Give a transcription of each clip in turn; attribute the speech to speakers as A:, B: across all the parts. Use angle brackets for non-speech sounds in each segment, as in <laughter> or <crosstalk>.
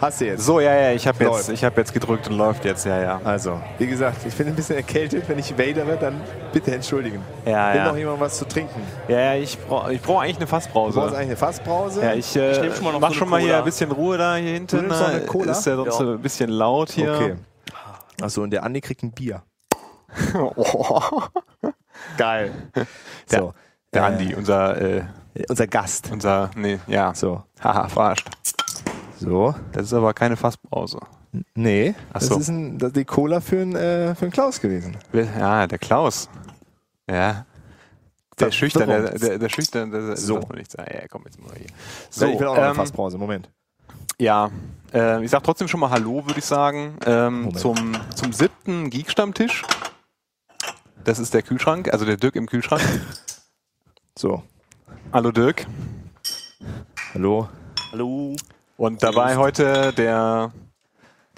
A: Hast du jetzt.
B: So, ja, ja, ich habe jetzt,
A: Läuft.
B: ich hab jetzt gedrückt und läuft jetzt, ja, ja.
A: Also, wie gesagt, ich bin ein bisschen erkältet. Wenn ich wadere, dann bitte entschuldigen.
B: Ja,
A: Will
B: ja.
A: noch jemand was zu trinken?
B: Ja, ja, ich brauche ich brauch eigentlich eine
A: Du brauchst
B: Fassbrause.
A: eigentlich eine Fassbrause.
B: Also- Ja, ich äh,
C: Ich nehm schon mal noch
B: mach
C: so eine
B: schon mal hier
C: Cola.
B: ein bisschen Ruhe da hier hinten.
A: nimmst noch eine
B: ne?
A: Cola?
B: Ist ja sonst
C: Ja.
B: so ein bisschen laut hier.
A: Okay. Achso, und der Andi kriegt ein Bier.
B: Oh,
A: Geil. <laughs>
B: Der-
A: So,
B: der
A: Äh.
B: Andi, unser, äh,
A: unser Gast.
B: unser, nee, ja. <laughs>
A: So.
B: Haha, verarscht.
A: So.
B: Das ist aber keine Fassbrause.
A: Nee. Das
B: so.
A: ist ein, das ist die Cola für den äh, für den Klaus gewesen.
B: Wer- Ja, der Klaus. Ja. Der
A: Ver-
B: Schüchtern, der,
A: verrückt.
B: der, der Schüchtern, der, der
A: So.
B: darf man nicht sagen. Ja, komm jetzt mal hier.
A: So, ich will auch noch eine
B: ähm,
A: Fassbrause. Moment.
B: Ja, äh, ich sag trotzdem schon mal Hallo, würde ich sagen, ähm,
A: Moment.
B: zum, zum siebten Geek-Stammtisch. Das ist der Kühlschrank, also der Dirk
A: <laughs>
B: im Kühlschrank.
A: So.
B: Hallo Dirk.
A: Hallo.
C: Hallo.
B: Und dabei heute der,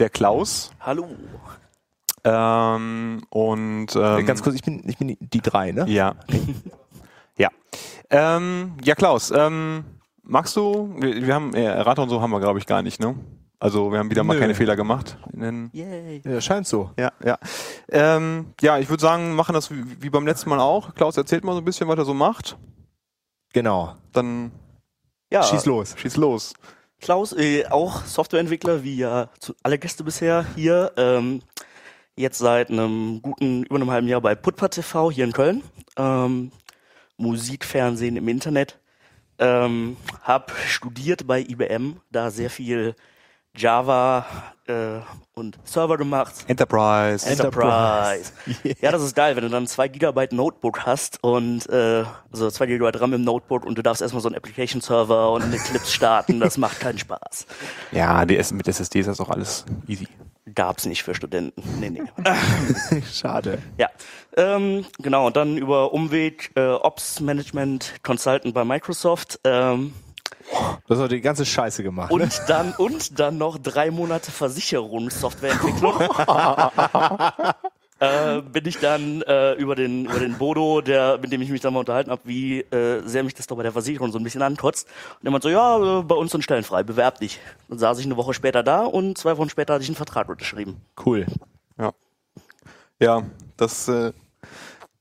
B: der Klaus.
C: Hallo.
B: Ähm, und ähm,
A: Ganz kurz, ich bin, ich bin die, die drei, ne? <laughs>
B: Ja. ja. Ähm, ja, Klaus, ähm, magst du, wir, wir haben, äh, Errater und so haben wir, glaube ich, gar nicht, ne? Also wir haben wieder mal
A: Nö.
B: keine Fehler gemacht. in den-
C: Yay.
A: Ja, scheint so.
B: Ja, ja. Ähm, ja, ich würde sagen, machen das wie, wie beim letzten Mal auch. Klaus, erzählt mal so ein bisschen, was er so macht.
A: Genau.
B: Dann
C: Ja,
A: Schieß los.
B: schieß los.
C: Klaus, äh, auch Softwareentwickler, wie ja zu, alle Gäste bisher hier. Ähm, jetzt seit einem guten, über einem halben Jahr bei Putpa TV hier in Köln. Ähm, Musikfernsehen im Internet. Ähm, hab studiert bei IBM, da sehr viel Java äh, und Server gemacht.
B: Enterprise.
C: Enterprise.
A: <laughs>
C: <laughs> Ja, das ist geil, wenn du dann 2 Gigabyte Notebook hast und äh, also 2 Gigabyte RAM im Notebook und du darfst erstmal so einen Application Server und eine Clips starten, das macht keinen Spaß.
B: ja, die, S- mit SSD ist das auch alles easy.
C: Gab's nicht für Studenten. Nee, nee.
A: <laughs> Schade.
C: Ja. Ähm, genau, und dann über Umweg äh, Ops Management Consultant bei Microsoft. Ähm,
A: Du hast heute die ganze Scheiße gemacht. ne?
C: und dann und dann noch drei Monate Versicherungssoftwareentwicklung. äh, bin ich dann äh, über den über den Bodo, der mit dem ich mich dann mal unterhalten habe, wie äh, sehr mich das doch bei der Versicherung so ein bisschen ankotzt. Und der meint so, ja, äh, bei uns sind Stellen frei, bewerb dich. Dann saß ich eine Woche später da und zwei Wochen später hatte ich einen Vertrag unterschrieben.
A: Cool.
B: Ja. Ja, das äh,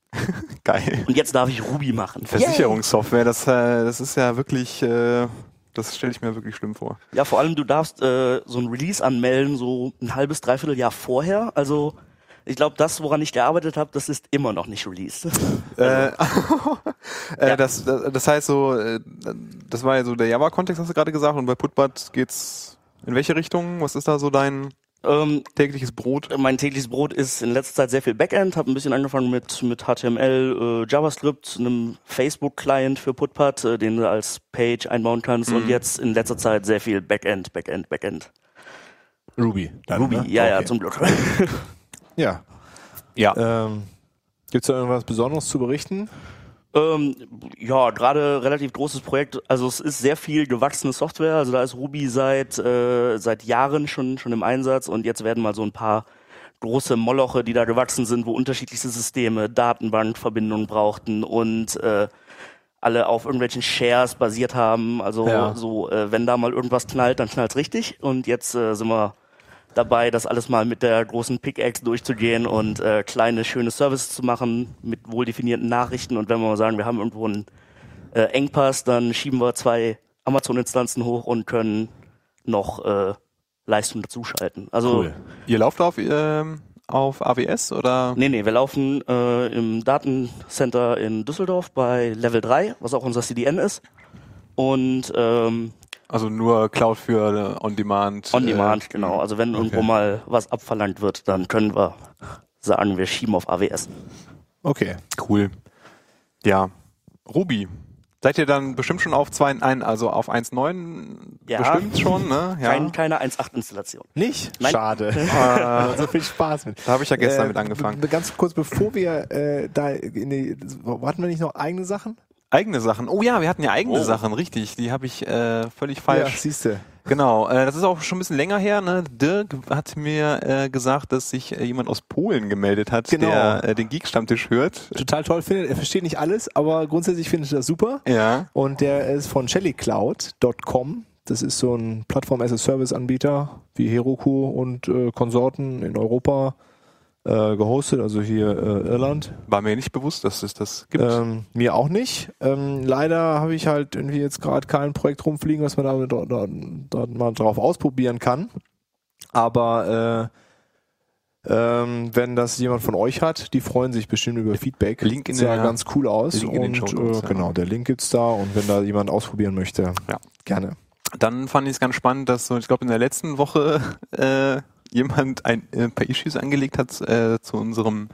B: <laughs> geil.
C: Und jetzt darf ich Ruby machen.
B: Versicherungssoftware, das, äh, das ist ja wirklich, äh, das stelle ich mir wirklich schlimm vor.
C: Ja, vor allem du darfst äh, so ein Release anmelden, so ein halbes, dreiviertel Jahr vorher. Also ich glaube, das, woran ich gearbeitet habe, das ist immer noch nicht released.
B: Äh, äh, das, das, das heißt so, äh, das war ja so der Java-Kontext, hast du gerade gesagt, und bei Putbad geht's in welche Richtung? Was ist da so dein
C: ähm,
B: tägliches Brot?
C: mein tägliches Brot ist in letzter Zeit sehr viel Backend. Habe ein bisschen angefangen mit, mit HTML, äh, JavaScript, einem Facebook-Client für Putpat, äh, den du als Page einbauen kannst. Und jetzt in letzter Zeit sehr viel Backend, Backend, Backend.
A: Ruby. Dann,
C: Ruby,
A: ne?
C: ja, ja,
A: Okay.
C: zum Glück.
A: ja.
B: Ja.
A: Ähm, Gibt es da irgendwas Besonderes zu berichten?
C: Ähm, ja, gerade relativ großes Projekt. Also es ist sehr viel gewachsene Software. Also da ist Ruby seit äh, seit Jahren schon schon im Einsatz und jetzt werden mal so ein paar große Moloche, die da gewachsen sind, wo unterschiedlichste Systeme Datenbankverbindungen brauchten und äh, alle auf irgendwelchen Shares basiert haben. Also
A: Ja.
C: so, äh, wenn da mal irgendwas knallt, dann knallt's richtig. Und jetzt äh, sind wir dabei, das alles mal mit der großen Pickaxe durchzugehen und äh, kleine, schöne Services zu machen mit wohldefinierten Nachrichten. Und wenn wir mal sagen, wir haben irgendwo einen äh, Engpass, dann schieben wir zwei Amazon-Instanzen hoch und können noch äh, Leistung dazuschalten. Also,
B: Ihr lauft auf, ähm, auf AWS oder?
C: nee, nee, wir laufen äh, im Datencenter in Düsseldorf bei Level 3, was auch unser CDN ist. Und ähm,
B: Also nur Cloud für äh, On-Demand.
C: On Demand,
B: äh,
C: genau. Also wenn irgendwo
B: okay.
C: mal was abverlangt wird, dann können wir sagen, wir schieben auf AWS.
A: Okay.
B: Cool. Ja. Ruby. Seid ihr dann bestimmt schon auf 2.1, also auf 1.9
C: Ja.
B: bestimmt schon, ne? Ja.
C: Kein, keine 1.8-Installation.
A: Nicht?
C: Nein.
A: Schade. so viel Spaß mit.
B: Da habe ich ja gestern
C: Äh,
B: mit angefangen.
A: b- b- Ganz kurz, bevor wir äh, da in die, hatten wir nicht noch eigene Sachen?
B: Eigene Sachen. Oh ja, wir hatten ja eigene
C: Oh.
B: Sachen, richtig. Die habe ich äh, völlig falsch.
A: Ja, siehst du.
B: Genau, äh, das ist auch schon ein bisschen länger her. Ne? Dirk hat mir äh, gesagt, dass sich äh, jemand aus Polen gemeldet hat,
A: Genau.
B: der äh, den Geek-Stammtisch hört.
A: Total toll findet. Er versteht nicht alles, aber grundsätzlich finde ich das super.
B: Ja.
A: Und der ist von shellycloud.com. Das ist so ein Plattform-as-a-Service-Anbieter wie Heroku und äh, Konsorten in Europa äh, gehostet, also hier äh, Irland.
B: War mir nicht bewusst, dass es das gibt.
A: Ähm, mir auch nicht. Ähm, leider habe ich halt irgendwie jetzt gerade kein Projekt rumfliegen, was man da, da, da, da mal drauf ausprobieren kann. Aber äh, ähm, wenn das jemand von euch hat, die freuen sich bestimmt über Feedback.
B: Link in
A: Sah
B: der-
A: ganz cool aus.
B: Link in den
A: und
B: Shownotes,
A: äh,
B: ja.
A: genau, der Link gibt's da und wenn da jemand ausprobieren möchte,
B: Ja.
A: gerne.
B: Dann fand ich es ganz spannend, dass so, ich glaube, in der letzten Woche <laughs> äh, jemand ein äh, paar Issues angelegt hat äh, zu unserem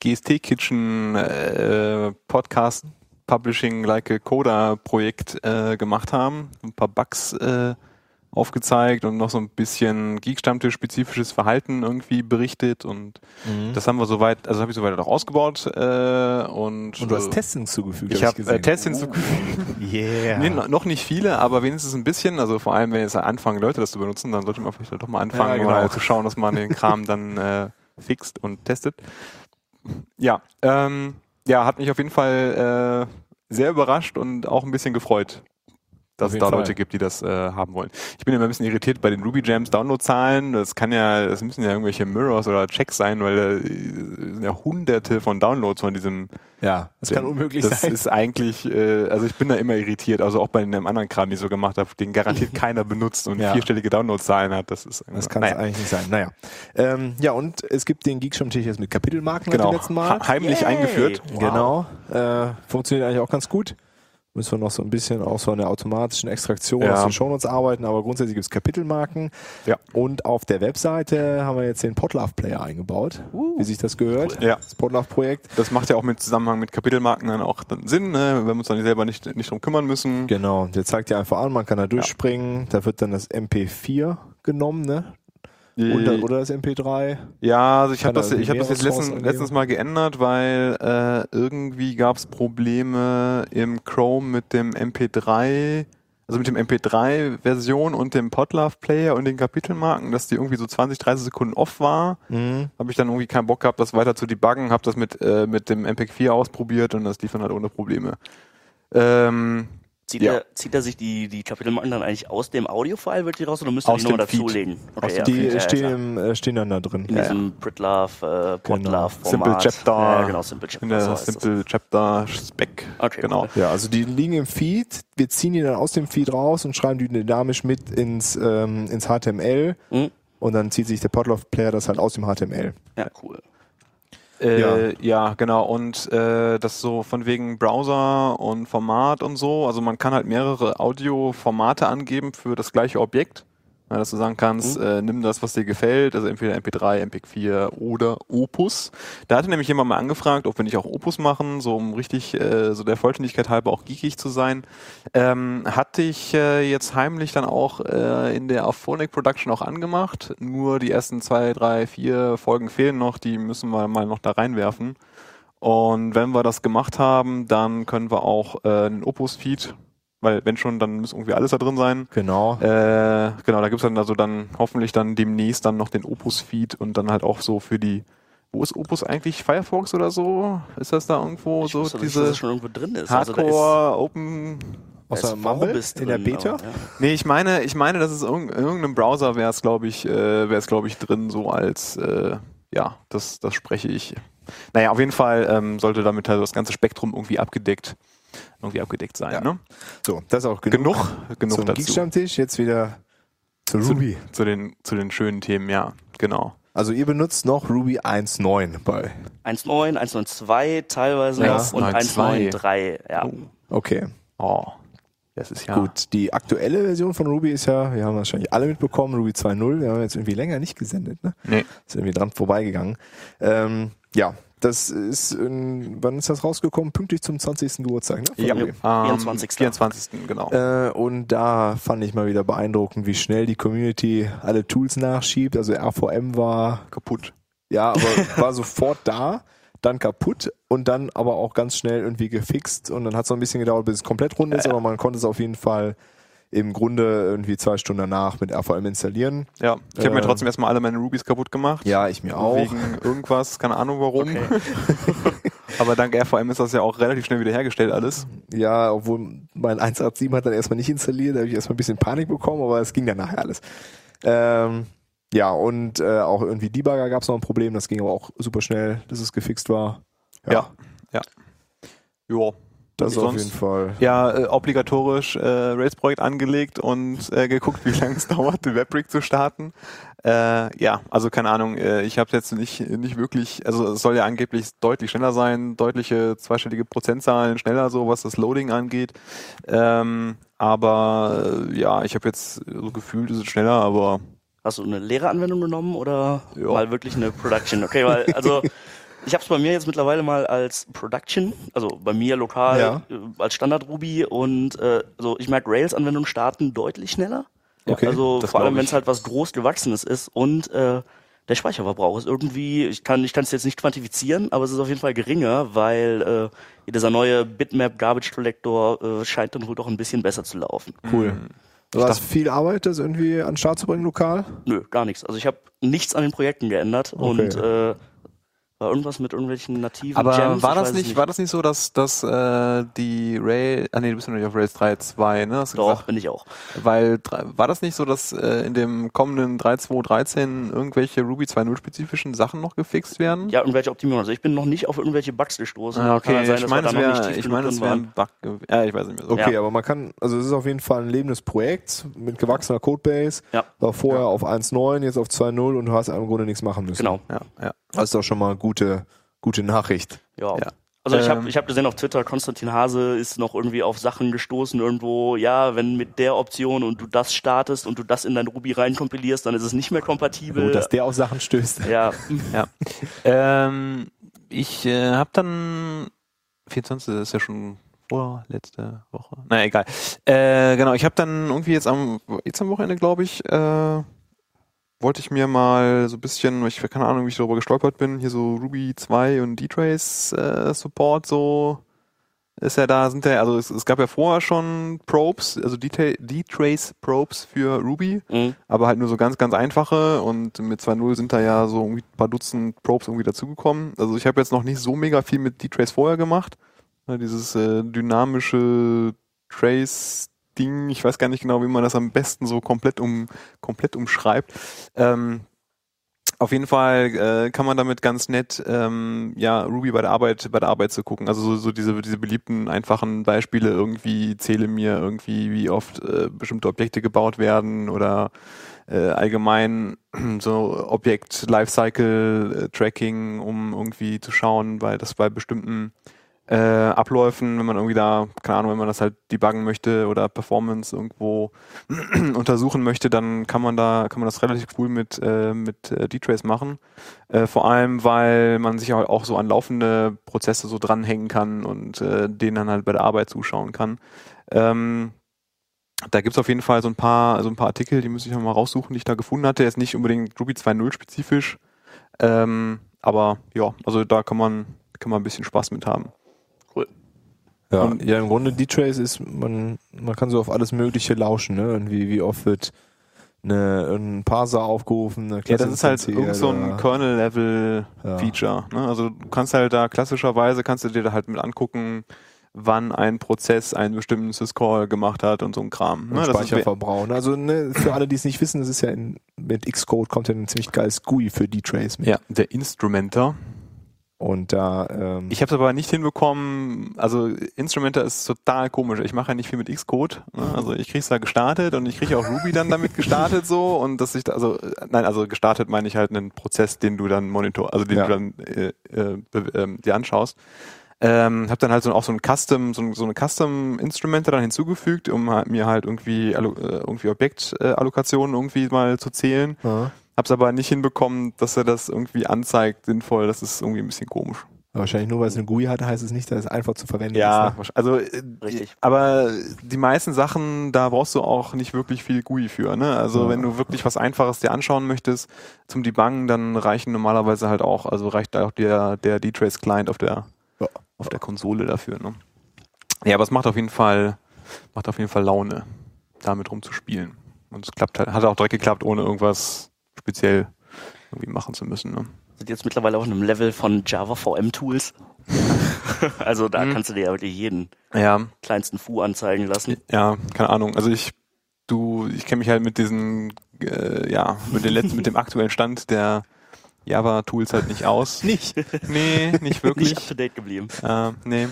B: GST Kitchen äh, Podcast Publishing Like a Coda Projekt äh, gemacht haben. Ein paar Bugs äh, aufgezeigt und noch so ein bisschen Geek-Stammtisch spezifisches Verhalten irgendwie berichtet und
A: Mhm.
B: das haben wir soweit, also habe ich soweit auch ausgebaut äh, und,
A: Und du hast
B: äh,
A: Tests hinzugefügt,
B: ich
A: hab
B: habe äh, Tests hinzugefügt.
A: Yeah.
B: Nee, no- noch nicht viele, aber wenigstens ein bisschen. Also vor allem, wenn jetzt anfangen Leute das zu benutzen, dann sollte man vielleicht doch mal anfangen,
A: Ja, genau.
B: mal zu schauen, dass man den Kram dann äh, fixt und testet. Ja, ähm, ja, hat mich auf jeden Fall äh, sehr überrascht und auch ein bisschen gefreut, dass
A: Auf
B: es
A: jeden
B: da
A: Fall.
B: Leute gibt, die das äh, haben wollen. Ich bin immer ein bisschen irritiert bei den Ruby Jams Downloadzahlen. Das kann ja, das müssen ja irgendwelche Mirrors oder Checks sein, weil da äh, sind ja hunderte von Downloads von diesem
A: Ja, das kann unmöglich
B: das
A: sein.
B: ist eigentlich, äh, also ich bin da immer irritiert, also auch bei einem anderen Kram, den ich so gemacht habe,
A: <laughs>
B: den garantiert keiner benutzt und
A: Ja.
B: vierstellige Downloadzahlen hat. Das ist
A: Das kann es
B: naja,
A: eigentlich nicht sein. Naja. Ähm, ja, und es gibt den Geekstammtisch jetzt mit Kapitelmarken seit
B: genau.
A: dem letzten Mal.
B: Ha- Heimlich
C: Yay.
B: eingeführt.
C: Wow.
A: Genau. Äh, funktioniert eigentlich auch ganz gut. Müssen wir noch so ein bisschen auch so an der automatischen Extraktion
B: Ja.
A: aus den Shownotes arbeiten, aber grundsätzlich gibt es Kapitelmarken.
B: Ja.
A: Und auf der Webseite haben wir jetzt den Podlove-Player eingebaut,
C: Uh.
A: wie sich das gehört.
B: Ja.
A: Das Podlove-Projekt.
B: Das macht ja auch mit Zusammenhang mit Kapitelmarken dann auch dann Sinn, ne? wenn wir uns dann selber nicht, nicht drum kümmern müssen.
A: Genau, der zeigt dir einfach an, man kann da durchspringen. Da wird dann das MP4 genommen, ne? Oder,
B: Die-
A: oder das MP3.
B: Ja, also ich habe
A: Kann
B: das,
A: da
B: ich hab das jetzt
A: irgendwie mehrere Sourcen
B: letzten, letztens mal geändert, weil äh, irgendwie gab es Probleme im Chrome mit dem MP3, also mit dem MP3-Version und dem Podlove-Player und den Kapitelmarken, dass die irgendwie so 20, 30 Sekunden off war.
A: Mhm.
B: Habe ich dann irgendwie keinen Bock gehabt, das weiter zu debuggen, habe das mit, äh, mit dem MP4 ausprobiert und das lief dann halt ohne Probleme. Ähm,
C: Zieht,
B: Ja.
C: er, zieht er sich die, die Kapitelmarken dann eigentlich aus dem Audio-File wirklich raus oder müsste er
B: Aus
C: die nochmal
B: dem Feed.
C: dazulegen?
B: Aus
C: ja,
A: Also Die
C: Feed, ja,
A: stehen,
C: ja,
A: im, äh, stehen dann da drin.
C: in diesem Pritlove, äh, Podlove-Format.
B: Genau. Simple Chapter.
C: Ja, genau, Simple Chapter.
B: ah, in der
C: so heißt das.
B: Simple Chapter Spec.
C: Okay,
B: genau.
C: okay.
A: Ja, also die liegen im Feed, wir ziehen die dann aus dem Feed raus und schreiben die dynamisch mit ins, ähm, ins HTML
C: Mhm.
A: und dann zieht sich der Podlove-Player das halt aus dem HTML.
C: Ja, cool.
B: Äh, ja. genau. Und äh, das so von wegen Browser und Format und so. Also man kann halt mehrere Audioformate angeben für das gleiche Objekt. Ja, dass du sagen kannst, äh, nimm das, was dir gefällt, also entweder MP3, MP4 oder Opus. Da hatte nämlich jemand mal angefragt, ob wir nicht auch Opus machen, so um richtig, äh, so der Vollständigkeit halber auch geekig zu sein. Ähm, hatte ich äh, jetzt heimlich dann auch äh, in der Auphonic Production auch angemacht. Nur die ersten zwei, drei, vier Folgen fehlen noch, die müssen wir mal noch da reinwerfen. Und wenn wir das gemacht haben, dann können wir auch äh, einen Opus-Feed, weil wenn schon, dann muss irgendwie alles da drin sein.
A: Genau.
B: Äh, genau, da gibt's dann also dann hoffentlich dann demnächst dann noch den Opus-Feed und dann halt auch so für die. Wo ist Opus eigentlich? Firefox oder so? Ist das da irgendwo
C: Ich
B: so
C: wusste nicht, dass
B: diese
C: das schon irgendwo drin ist.
B: Hardcore
C: also
B: Open
C: da ist, da
A: Außer
C: ist
A: Mumble
C: Vorbis
A: in der
C: drin,
A: Beta.
C: aber, ne? ja.
B: Nee, ich meine, ich meine, dass es in irgendeinem Browser wäre es, glaube ich, äh, wäre es, glaube ich, drin, so als äh, ja, das, das spreche ich. Naja, auf jeden Fall ähm, sollte damit halt das ganze Spektrum irgendwie abgedeckt, irgendwie abgedeckt sein.
A: Ja.
B: Ne?
A: So, das ist auch genug,
B: Genug, genug
A: zum
B: dazu.
A: Geekstammtisch. Jetzt wieder zu Ruby.
B: Zu den, zu den schönen Themen, ja, genau.
A: Also ihr benutzt noch Ruby 1.9 bei.
C: 1.9, 1.9.2 teilweise
B: Ja,
C: noch und
B: 1.9.2.
C: 1.9.3. Ja.
A: Okay,
B: Oh, das ist ja
A: gut. Die aktuelle Version von Ruby ist ja, wir haben wahrscheinlich alle mitbekommen, Ruby 2.0. Wir haben jetzt irgendwie länger nicht gesendet, ne?
B: Nee.
A: Ist irgendwie dran vorbeigegangen. Ähm, ja, das ist, in, wann ist das rausgekommen? Pünktlich zum 20. Geburtstag, ne? von
B: Ja,
A: Ruby.
B: ähm,
C: 24..
B: 24. Genau.
A: Äh, und da fand ich mal wieder beeindruckend, wie schnell die Community alle Tools nachschiebt. Also RVM war,
B: Kaputt.
A: ja, aber war sofort da, dann kaputt und dann aber auch ganz schnell irgendwie gefixt. Und dann hat es noch ein bisschen gedauert, bis es komplett rund ist, aber man konnte es auf jeden Fall im Grunde irgendwie zwei Stunden danach mit RVM installieren.
B: Ja, ich habe mir
A: äh,
B: trotzdem erstmal alle meine Rubies kaputt gemacht.
A: Ja, ich mir
B: Wegen irgendwas, keine Ahnung warum. <laughs> Aber dank RVM ist das ja auch relativ schnell wiederhergestellt alles.
A: Ja, obwohl mein 187 hat dann erstmal nicht installiert, da habe ich erstmal ein bisschen Panik bekommen, aber es ging dann nachher alles. Ähm, ja, und äh, auch irgendwie Debugger gab es noch ein Problem, das ging aber auch super schnell, dass es gefixt war.
B: Ja, ja. Jo.
A: das ist auf
B: sonst-
A: jeden Fall.
B: Ja, äh, obligatorisch äh, Rails-Projekt angelegt und äh, geguckt, wie <laughs> lange es dauert, den Webbrick zu starten. Äh, ja, also keine Ahnung, äh, ich habe jetzt nicht, nicht wirklich, also es soll ja angeblich deutlich schneller sein, deutliche zweistellige Prozentzahlen schneller so, was das Loading angeht. Ähm, aber äh, ja, ich habe jetzt so gefühlt, ist es schneller, aber
C: Hast du eine leere Anwendung genommen oder
B: Ja.
C: mal wirklich eine Production? Okay, weil
B: <laughs>
C: also ich habe es bei mir jetzt mittlerweile mal als Production, also bei mir lokal
A: Ja.
C: äh, als Standard Ruby und äh, also ich merke Rails-Anwendungen starten deutlich schneller.
A: Okay,
C: also
B: das
C: vor allem,
B: glaub
C: wenn
B: ich.
C: es halt was groß gewachsenes ist und äh, der Speicherverbrauch ist irgendwie, ich kann ich kann es jetzt nicht quantifizieren, aber es ist auf jeden Fall geringer, weil äh, dieser neue Bitmap Garbage Collector äh, scheint dann wohl doch ein bisschen besser zu laufen.
A: Cool. War es
B: dachte-
A: viel Arbeit, das irgendwie an den Start zu bringen, lokal?
C: Nö, gar nichts. Also ich habe nichts an den Projekten geändert und äh, war irgendwas mit irgendwelchen nativen
B: Aber
C: Gems.
B: war
C: ich
B: das
C: weiß es
B: nicht, war das nicht so, dass, dass äh, die Rail, ah nee, du bist noch nicht auf Rails 3.2, ne? Hast du
C: Doch, bin ich auch.
B: gesagt. Weil drei- war das nicht so, dass äh, in dem kommenden 3.2.13 irgendwelche Ruby 2.0 spezifischen Sachen noch gefixt werden?
C: Ja, irgendwelche Optimierungen. Also ich bin noch nicht auf irgendwelche Bugs gestoßen.
B: Ah, okay,
C: Kann halt sein,
B: ich
C: dass
B: meine,
C: wir
B: es
C: da noch nicht
B: wäre
C: tief
B: ich
C: genug
B: meine,
C: drin
B: es wäre
C: waren.
B: ein Bug gewesen. Ja, ich weiß nicht mehr. Okay.
A: Okay,
C: Ja.
A: aber man kann, also es ist auf jeden Fall ein lebendes Projekt mit gewachsener Codebase.
C: Ja.
A: War vorher auf 1.9, jetzt auf 2.0 und du hast im Grunde nichts machen müssen.
C: Genau.
B: Ja, ja.
A: Das ist doch schon mal eine gute, gute Nachricht.
C: Ja.
B: Ja.
C: Also ich
B: Ähm.
C: habe ich hab gesehen auf Twitter, Konstantin Hase ist noch irgendwie auf Sachen gestoßen irgendwo, ja, wenn mit der Option und du das startest und du das in dein Ruby reinkompilierst, dann ist es nicht mehr kompatibel.
A: Gut, dass der auf Sachen stößt.
B: <laughs>
C: ja,
B: ja. Ähm, ich äh, habe dann 24. ist ja schon vorletzte Woche. Na egal. Äh, genau, ich habe dann irgendwie jetzt am jetzt am Wochenende, glaube ich, äh, wollte ich mir mal so ein bisschen, ich keine Ahnung, wie ich darüber gestolpert bin, hier so Ruby 2 und D-Trace äh, Support so ist ja da, sind ja, also es, es gab ja vorher schon Probes, also D-Tra- D-Trace Probes für Ruby
C: mhm.
B: aber halt nur so ganz, ganz einfache und mit 2.0 sind da ja so irgendwie ein paar Dutzend Probes irgendwie dazugekommen. Also ich habe jetzt noch nicht so mega viel mit D-Trace vorher gemacht. Ja, dieses äh, dynamische Trace-Ding, ich weiß gar nicht genau, wie man das am besten so komplett, um, komplett umschreibt. Ähm, auf jeden Fall äh, kann man damit ganz nett ähm, ja Ruby bei der Arbeit bei der Arbeit zu gucken. Also so, so diese diese beliebten einfachen Beispiele irgendwie zähle mir irgendwie wie oft äh, bestimmte Objekte gebaut werden oder äh, allgemein <clears throat> so Objekt Lifecycle äh, Tracking, um irgendwie zu schauen, weil das bei bestimmten äh, Abläufen, wenn man irgendwie da, keine Ahnung, wenn man das halt debuggen möchte oder Performance irgendwo <clears throat> untersuchen möchte, dann kann man da, kann man das relativ cool mit, äh, mit äh, D-Trace machen. Äh, vor allem, weil man sich auch, auch so an laufende Prozesse so dranhängen kann und äh, denen dann halt bei der Arbeit zuschauen kann. Ähm, da gibt's auf jeden Fall so ein paar, so ein paar Artikel, die muss ich nochmal raussuchen, die ich da gefunden hatte. Jetzt nicht unbedingt Ruby 2.0 spezifisch. Ähm, aber ja, also da kann man, kann man ein bisschen Spaß mit haben.
A: Ja,
B: Und-
A: ja im Grunde D-Trace ist, man, man kann so auf alles Mögliche lauschen, ne? Irgendwie, wie oft wird eine, ein Parser aufgerufen, eine
B: Ja, das ist halt
A: instanziert
B: irgend so ein
A: oder- Ja.
B: Kernel-Level-Feature. Ne? Also du kannst halt da klassischerweise, kannst du dir da halt mit angucken, wann ein Prozess einen bestimmten Syscall gemacht hat und so ein Kram.
A: und
B: Ne? Das ist,
A: Speicherverbrauch. ne? Also ne, für alle, die es nicht wissen, das ist ja in, mit Xcode kommt ja ein ziemlich geiles GUI für D-Trace mit.
B: ja, der Instrumenter.
A: Und da ähm,
B: Ich habe es aber nicht hinbekommen, also Instrumenter ist total komisch. Ich mache ja nicht viel mit Xcode. Ne? Also ich krieg's da gestartet und ich kriege auch Ruby dann damit gestartet so und dass ich da, also äh, nein, also gestartet meine ich halt einen Prozess, den du dann monitor, also den
A: Ja.
B: du dann äh, äh, be- ähm, dir anschaust. Ähm, habe dann halt so, auch so ein Custom, so, ein- so eine Custom-Instrumente dann hinzugefügt, um halt mir halt irgendwie, allo- äh, irgendwie Objektallokationen irgendwie mal zu zählen.
A: ja,
B: Hab's aber nicht hinbekommen, dass er das irgendwie anzeigt, sinnvoll. Das ist irgendwie ein bisschen komisch.
A: wahrscheinlich nur weil es eine GUI hat, heißt es nicht, dass es einfach zu verwenden
B: Ja,
A: ist. ne?
B: wahrsch- also äh,
C: Richtig.
B: aber die meisten Sachen, da brauchst du auch nicht wirklich viel GUI für. Ne? Also
A: Ja.
B: wenn du wirklich was Einfaches dir anschauen möchtest zum Debuggen, dann reichen normalerweise halt auch, also reicht auch der der D-Trace Client auf der
A: Ja.
B: auf der Konsole dafür. Ne? Ja, aber es macht auf jeden Fall macht auf jeden Fall Laune, damit rumzuspielen. Und es klappt halt, hat auch direkt geklappt, ohne irgendwas speziell irgendwie machen zu müssen. Ne?
C: sind jetzt mittlerweile auf einem Level von Java VM Tools. <laughs> also da
B: Mhm.
C: kannst du dir ja wirklich jeden
B: Ja,
C: kleinsten Fu anzeigen lassen.
B: ja, keine Ahnung. Also ich, du, ich kenne mich halt mit diesen, äh, ja, mit den letzten, mit dem aktuellen Stand der Java-Tools halt nicht aus.
A: Nicht.
B: Nee, nicht wirklich.
C: Nicht up to date geblieben.
B: Äh, nee.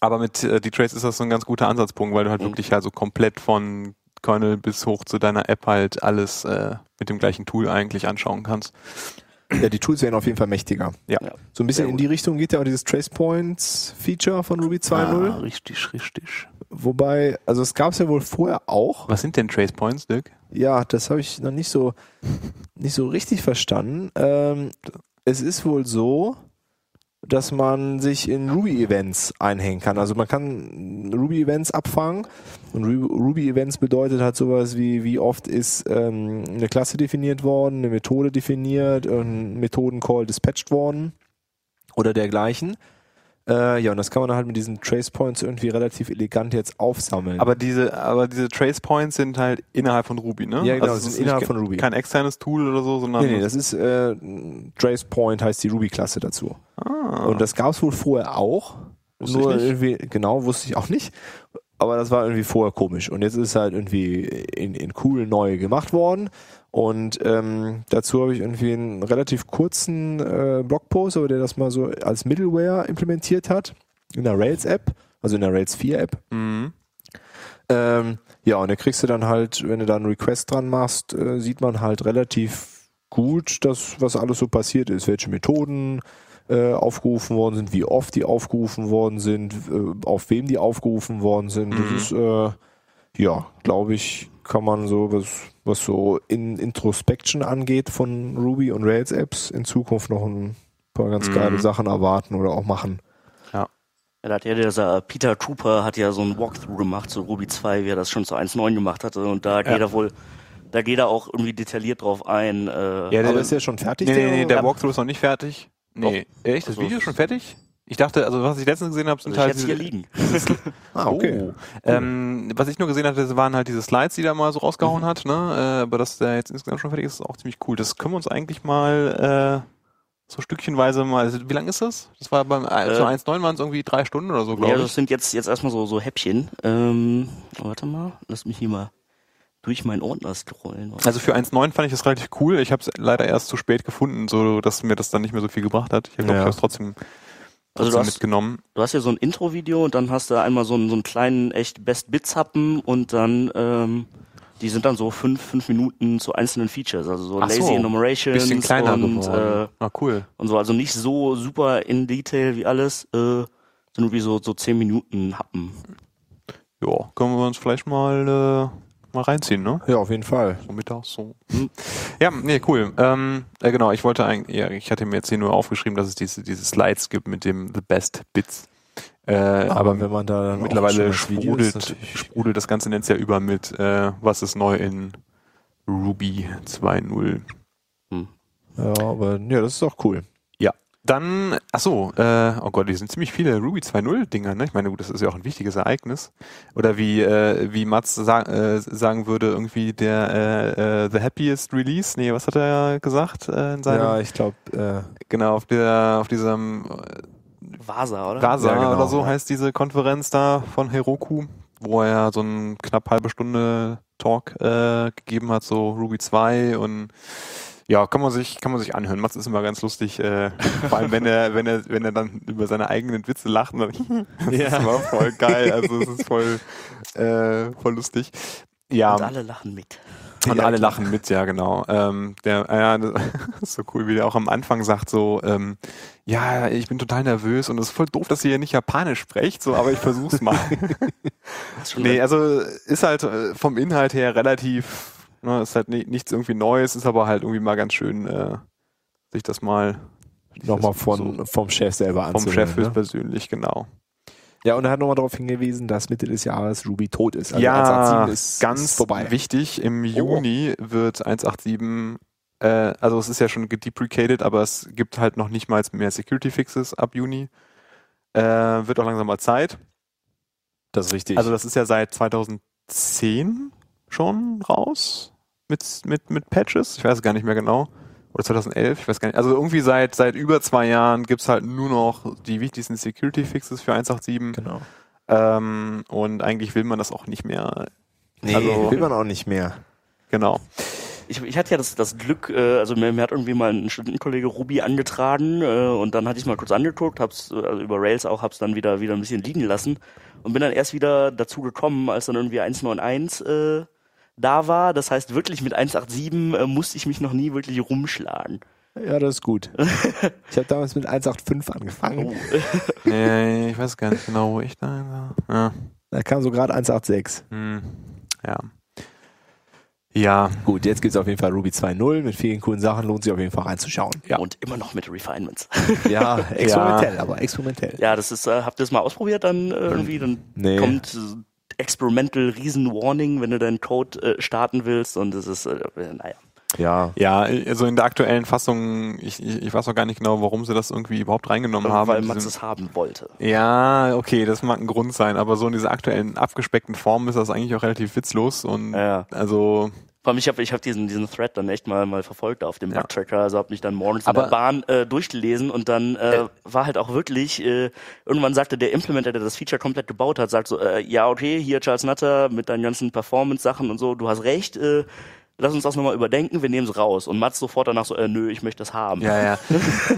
B: Aber mit äh, D-Trace ist das so ein ganz guter Ansatzpunkt, weil du halt
C: Mhm.
B: wirklich halt so komplett von Kernel bis hoch zu deiner App halt alles äh, mit dem gleichen Tool eigentlich anschauen kannst.
A: Ja, die Tools werden auf jeden Fall mächtiger.
B: Ja.
C: Ja.
A: So ein bisschen
C: Sehr
A: in
C: gut.
A: die Richtung geht ja auch dieses Tracepoints-Feature von Ruby 2.0.
B: Ah, richtig, richtig.
A: Wobei, also es gab es ja wohl vorher auch.
B: Was sind denn Trace Points, Dirk?
A: Ja, das habe ich noch nicht so, nicht so richtig verstanden. Ähm, es ist wohl so, dass man sich in Ruby-Events einhängen kann. Also man kann Ruby-Events abfangen. Und Ru- Ruby-Events bedeutet halt sowas wie, wie oft ist ähm, eine Klasse definiert worden, eine Methode definiert, ein Methoden-Call dispatched worden oder dergleichen. Äh, ja, und das kann man dann halt mit diesen Trace Points irgendwie relativ elegant jetzt aufsammeln.
B: Aber diese, aber diese Trace Points sind halt innerhalb von Ruby, ne?
A: Ja, genau,
B: es
A: sind
B: ist
A: innerhalb
B: nicht
A: von Ruby.
B: Kein externes Tool oder so, sondern.
A: Nee, nee, das ist äh, Trace Point heißt die Ruby-Klasse dazu.
B: ah,
A: Und das gab es wohl vorher auch.
B: Wusste
A: nur
B: ich nicht.
A: irgendwie, genau, wusste ich auch nicht. Aber das war irgendwie vorher komisch. Und jetzt ist es halt irgendwie in, in cool neu gemacht worden. Und ähm, dazu habe ich irgendwie einen relativ kurzen äh, Blogpost, aber der das mal so als Middleware implementiert hat. In der Rails-App, also in der Rails 4-App.
B: Mhm.
A: Ähm, ja, und da kriegst du dann halt, wenn du da einen Request dran machst, äh, sieht man halt relativ gut, dass, was alles so passiert ist, welche Methoden äh, aufgerufen worden sind, wie oft die aufgerufen worden sind, äh, auf wem die aufgerufen worden sind. Das
B: Mhm.
A: ist, äh, ja, glaube ich, kann man so, was, was so in Introspection angeht von Ruby und Rails-Apps, in Zukunft noch ein paar ganz
B: Mhm.
A: geile Sachen erwarten oder auch machen.
C: Ja, da hat ja dieser Peter Trooper hat ja so ein Walkthrough gemacht zu Ruby 2, wie er das schon zu 1.9 gemacht hatte. Und da geht er wohl, da geht er auch irgendwie detailliert drauf ein. Äh,
B: Ja, der,
A: Aber ist ja schon fertig?
B: nee, nee, nee, der
A: oder?
B: Walkthrough ist noch nicht fertig. Nee. Echt? Das
C: Also,
B: Video
C: es
B: ist schon
C: ist-
B: fertig? Ich dachte, also was ich letztens gesehen habe, sind
C: also ich
B: halt
C: hätte hier
B: <laughs>
C: liegen.
A: ah, okay.
B: Oh. Ähm, was ich nur gesehen hatte, das waren halt diese Slides, die da mal so rausgehauen
A: Mhm.
B: hat, ne? Äh, aber dass der jetzt insgesamt schon fertig ist, ist auch ziemlich cool. Das können wir uns eigentlich mal äh, so stückchenweise mal. also Wie lang ist das? Das war beim äh,
C: Äh,
B: zu 1.9 waren es irgendwie drei Stunden oder so,
C: Ja,
B: glaube
C: das sind jetzt, jetzt erstmal so, so Häppchen. Ähm, warte mal, lass mich hier mal durch meinen Ordner scrollen.
B: ich. Also für 1.9 fand ich das relativ cool. Ich habe es leider erst zu spät gefunden, so dass mir das dann nicht mehr so viel gebracht hat. Ich glaube,
A: Ja.
B: ich habe es trotzdem,
C: Also
B: trotzdem
C: du hast,
B: mitgenommen.
C: du hast ja so ein Intro-Video und dann hast du einmal so einen, so einen kleinen echt Best-Bits-Happen und dann, ähm, die sind dann so fünf, fünf Minuten zu einzelnen Features, also so
B: Ach so,
C: Lazy Enumerations
B: Bisschen kleiner
C: und, äh,
B: geworden. ah, cool.
C: und so, also nicht so super in Detail wie alles, äh, sind irgendwie so, so zehn Minuten Happen.
B: Ja, können wir uns vielleicht mal äh, mal reinziehen, ne?
A: Ja, auf jeden Fall.
B: So mittags so.
C: Hm.
B: Ja, nee, cool. Ähm, äh, genau, ich wollte eigentlich, ja, ich hatte mir jetzt hier nur aufgeschrieben, dass es diese, diese Slides gibt mit dem The Best Bits. Äh,
C: Ah.
B: aber
A: Aber wenn man da dann auch schon
B: mittlerweile
A: das Video ist,
B: sprudelt,
A: natürlich-
B: sprudelt das ganze Netz ja über mit, äh, was ist neu in Ruby 2.0.
A: Ja, aber ja, das ist auch cool.
B: Dann, ach so, äh, oh Gott, die sind ziemlich viele Ruby 2.0 Dinger, ne? Ich meine, gut, das ist ja auch ein wichtiges Ereignis. Oder wie äh, wie Mats sa äh, sagen würde, irgendwie der äh, äh, the happiest release. Nee, was hat er gesagt äh, in seinem
A: ja, ich glaube, äh,
B: genau auf der auf diesem äh,
C: Vasa, oder?
B: Rasa
A: Ja, genau,
B: oder so
A: ja.
B: heißt diese Konferenz da von Heroku, wo er so einen knapp halbe Stunde Talk äh, gegeben hat, so Ruby 2 und ja, kann man sich, kann man sich anhören. Mats ist immer ganz
A: <laughs>
B: lustig, äh, vor allem wenn er, wenn er, wenn er dann über seine eigenen Witze lacht und dann, <laughs> das ist immer voll geil, also es ist voll, äh, voll lustig. Ja.
C: Und alle lachen mit.
B: Und
A: Ja,
B: alle
A: klar.
B: lachen mit, ja, genau. Ähm, der, ah ja, das <laughs> ist so cool, wie der auch am Anfang sagt, so, ähm, ja, ich bin total nervös und es ist voll doof, dass ihr hier nicht Japanisch sprecht, so, aber ich
A: <laughs>
B: versuch's mal. <laughs>
C: Das ist schon
B: nee, also ist halt äh, vom Inhalt her relativ, ne, ist halt ni- nichts irgendwie Neues, ist aber halt irgendwie mal ganz schön, äh, sich das mal
A: nochmal
B: das
A: von, vom Chef selber
B: vom
A: anzuhören.
B: Chef
A: ne?
B: persönlich, genau.
A: Ja, und er hat nochmal darauf hingewiesen, dass Mitte des Jahres Ruby tot ist.
B: ja,
A: 187 ist
B: ganz
A: ist vorbei. Oh.
B: wichtig. Im Juni wird 187, äh, also es ist ja schon gedeprecated, aber es gibt halt noch nicht mal mehr Security Fixes ab Juni. Äh, wird auch langsam mal Zeit.
A: Das ist richtig.
B: Also das ist ja seit 2010 schon raus mit, mit, mit Patches. Ich weiß gar nicht mehr genau. oder 2011, ich weiß gar nicht. Also irgendwie seit, seit über zwei Jahren gibt's halt nur noch die wichtigsten Security-Fixes für 187.
A: Genau.
B: Ähm, und eigentlich will man das auch nicht mehr.
A: Nee,
B: Also-
A: will man auch nicht mehr.
B: Genau.
C: Ich, ich hatte ja das, das Glück, äh, also mir, mir hat irgendwie mal ein Studentenkollege Ruby angetragen äh, und dann hatte ich mal kurz angeguckt, hab's äh, also über Rails auch, hab's dann wieder wieder ein bisschen liegen lassen und bin dann erst wieder dazu gekommen, als dann irgendwie 191 äh, da war. Das heißt wirklich mit 187 äh, musste ich mich noch nie wirklich rumschlagen.
A: Ja, das ist gut. <laughs> Oh. Ich habe damals mit 185 angefangen.
B: Nee, ich weiß gar nicht genau, wo ich da war. Ja.
A: Da kam so gerade 186.
B: Hm. Ja. Ja.
A: Mhm. Gut, jetzt gibt's auf jeden Fall Ruby 2.0 mit vielen coolen Sachen. Lohnt sich auf jeden Fall reinzuschauen.
B: Ja.
C: Und immer noch mit Refinements.
A: <laughs> Ja, <laughs> experimentell,
B: Ja.
A: aber experimentell.
C: Ja, das ist, äh, habt ihr das mal ausprobiert dann
B: Ähm,
C: äh, irgendwie? Dann
A: Nee.
C: kommt äh, Experimental Riesen Warning, wenn du deinen Code äh, starten willst und es ist, äh, naja.
A: Ja.
B: Ja, also in der aktuellen Fassung, ich, ich, ich weiß auch gar nicht genau, warum sie das irgendwie überhaupt reingenommen haben.
C: weil
B: in
C: Max
B: diesem-
C: es haben wollte.
B: ja, okay, das mag ein Grund sein, aber so in dieser aktuellen abgespeckten Form ist das eigentlich auch relativ witzlos und
C: Ja.
B: also
C: Vor allem, ich habe ich hab diesen, diesen Thread dann echt mal, mal verfolgt auf dem
B: Ja.
C: Bugtracker. Also habe mich dann morgens in
B: Aber-
C: der Bahn äh, durchgelesen und dann äh, war halt auch wirklich, äh, irgendwann sagte der Implementer, der das Feature komplett gebaut hat, sagt so, äh, ja, okay, hier Charles Nutter mit deinen ganzen Performance-Sachen und so, du hast recht, äh, lass uns das nochmal überdenken, wir nehmen es raus. Und Mats sofort danach so, äh, nö, ich möchte das haben.
B: Ja, ja.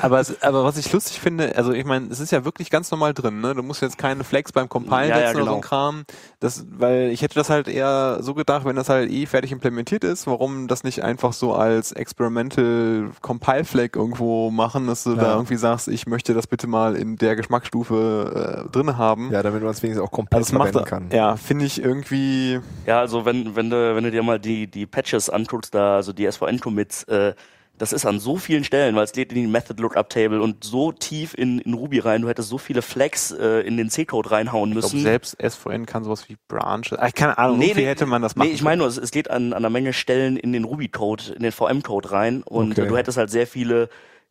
B: aber, es, aber was ich lustig finde, also ich meine, es ist ja wirklich ganz normal drin, ne? Du musst jetzt keine Flex beim Compilen
C: Ja, ja,
B: setzen oder so
C: genau.
B: ein Kram. Das, weil ich hätte das halt eher so gedacht, wenn das halt eh fertig implementiert ist, warum das nicht einfach so als Experimental Compile Flag irgendwo machen, dass du da
A: Ja.
B: irgendwie sagst, ich möchte das bitte mal in der Geschmacksstufe äh, drin haben.
A: Ja, damit man es wenigstens auch komplett
B: Also es macht,
A: verwenden kann.
B: ja, finde ich irgendwie,
C: Ja, also wenn, wenn du, wenn du dir mal die, die Patches anguckst, da, also die SVN-Commits, äh, das ist an so vielen Stellen, weil es geht in die Method Lookup Table und so tief in, in Ruby rein, du hättest so viele Flags äh, in den C-Code reinhauen
B: ich glaube,
C: müssen.
B: selbst SVN kann sowas wie Branch, Ah, keine Ahnung,
C: Nee,
B: wie viel
C: nee,
B: hätte man das machen
C: Nee, ich meine nur, es, es geht an, an einer Menge Stellen in den Ruby-Code, in den VM-Code rein und
A: Okay.
C: äh, du hättest halt sehr viele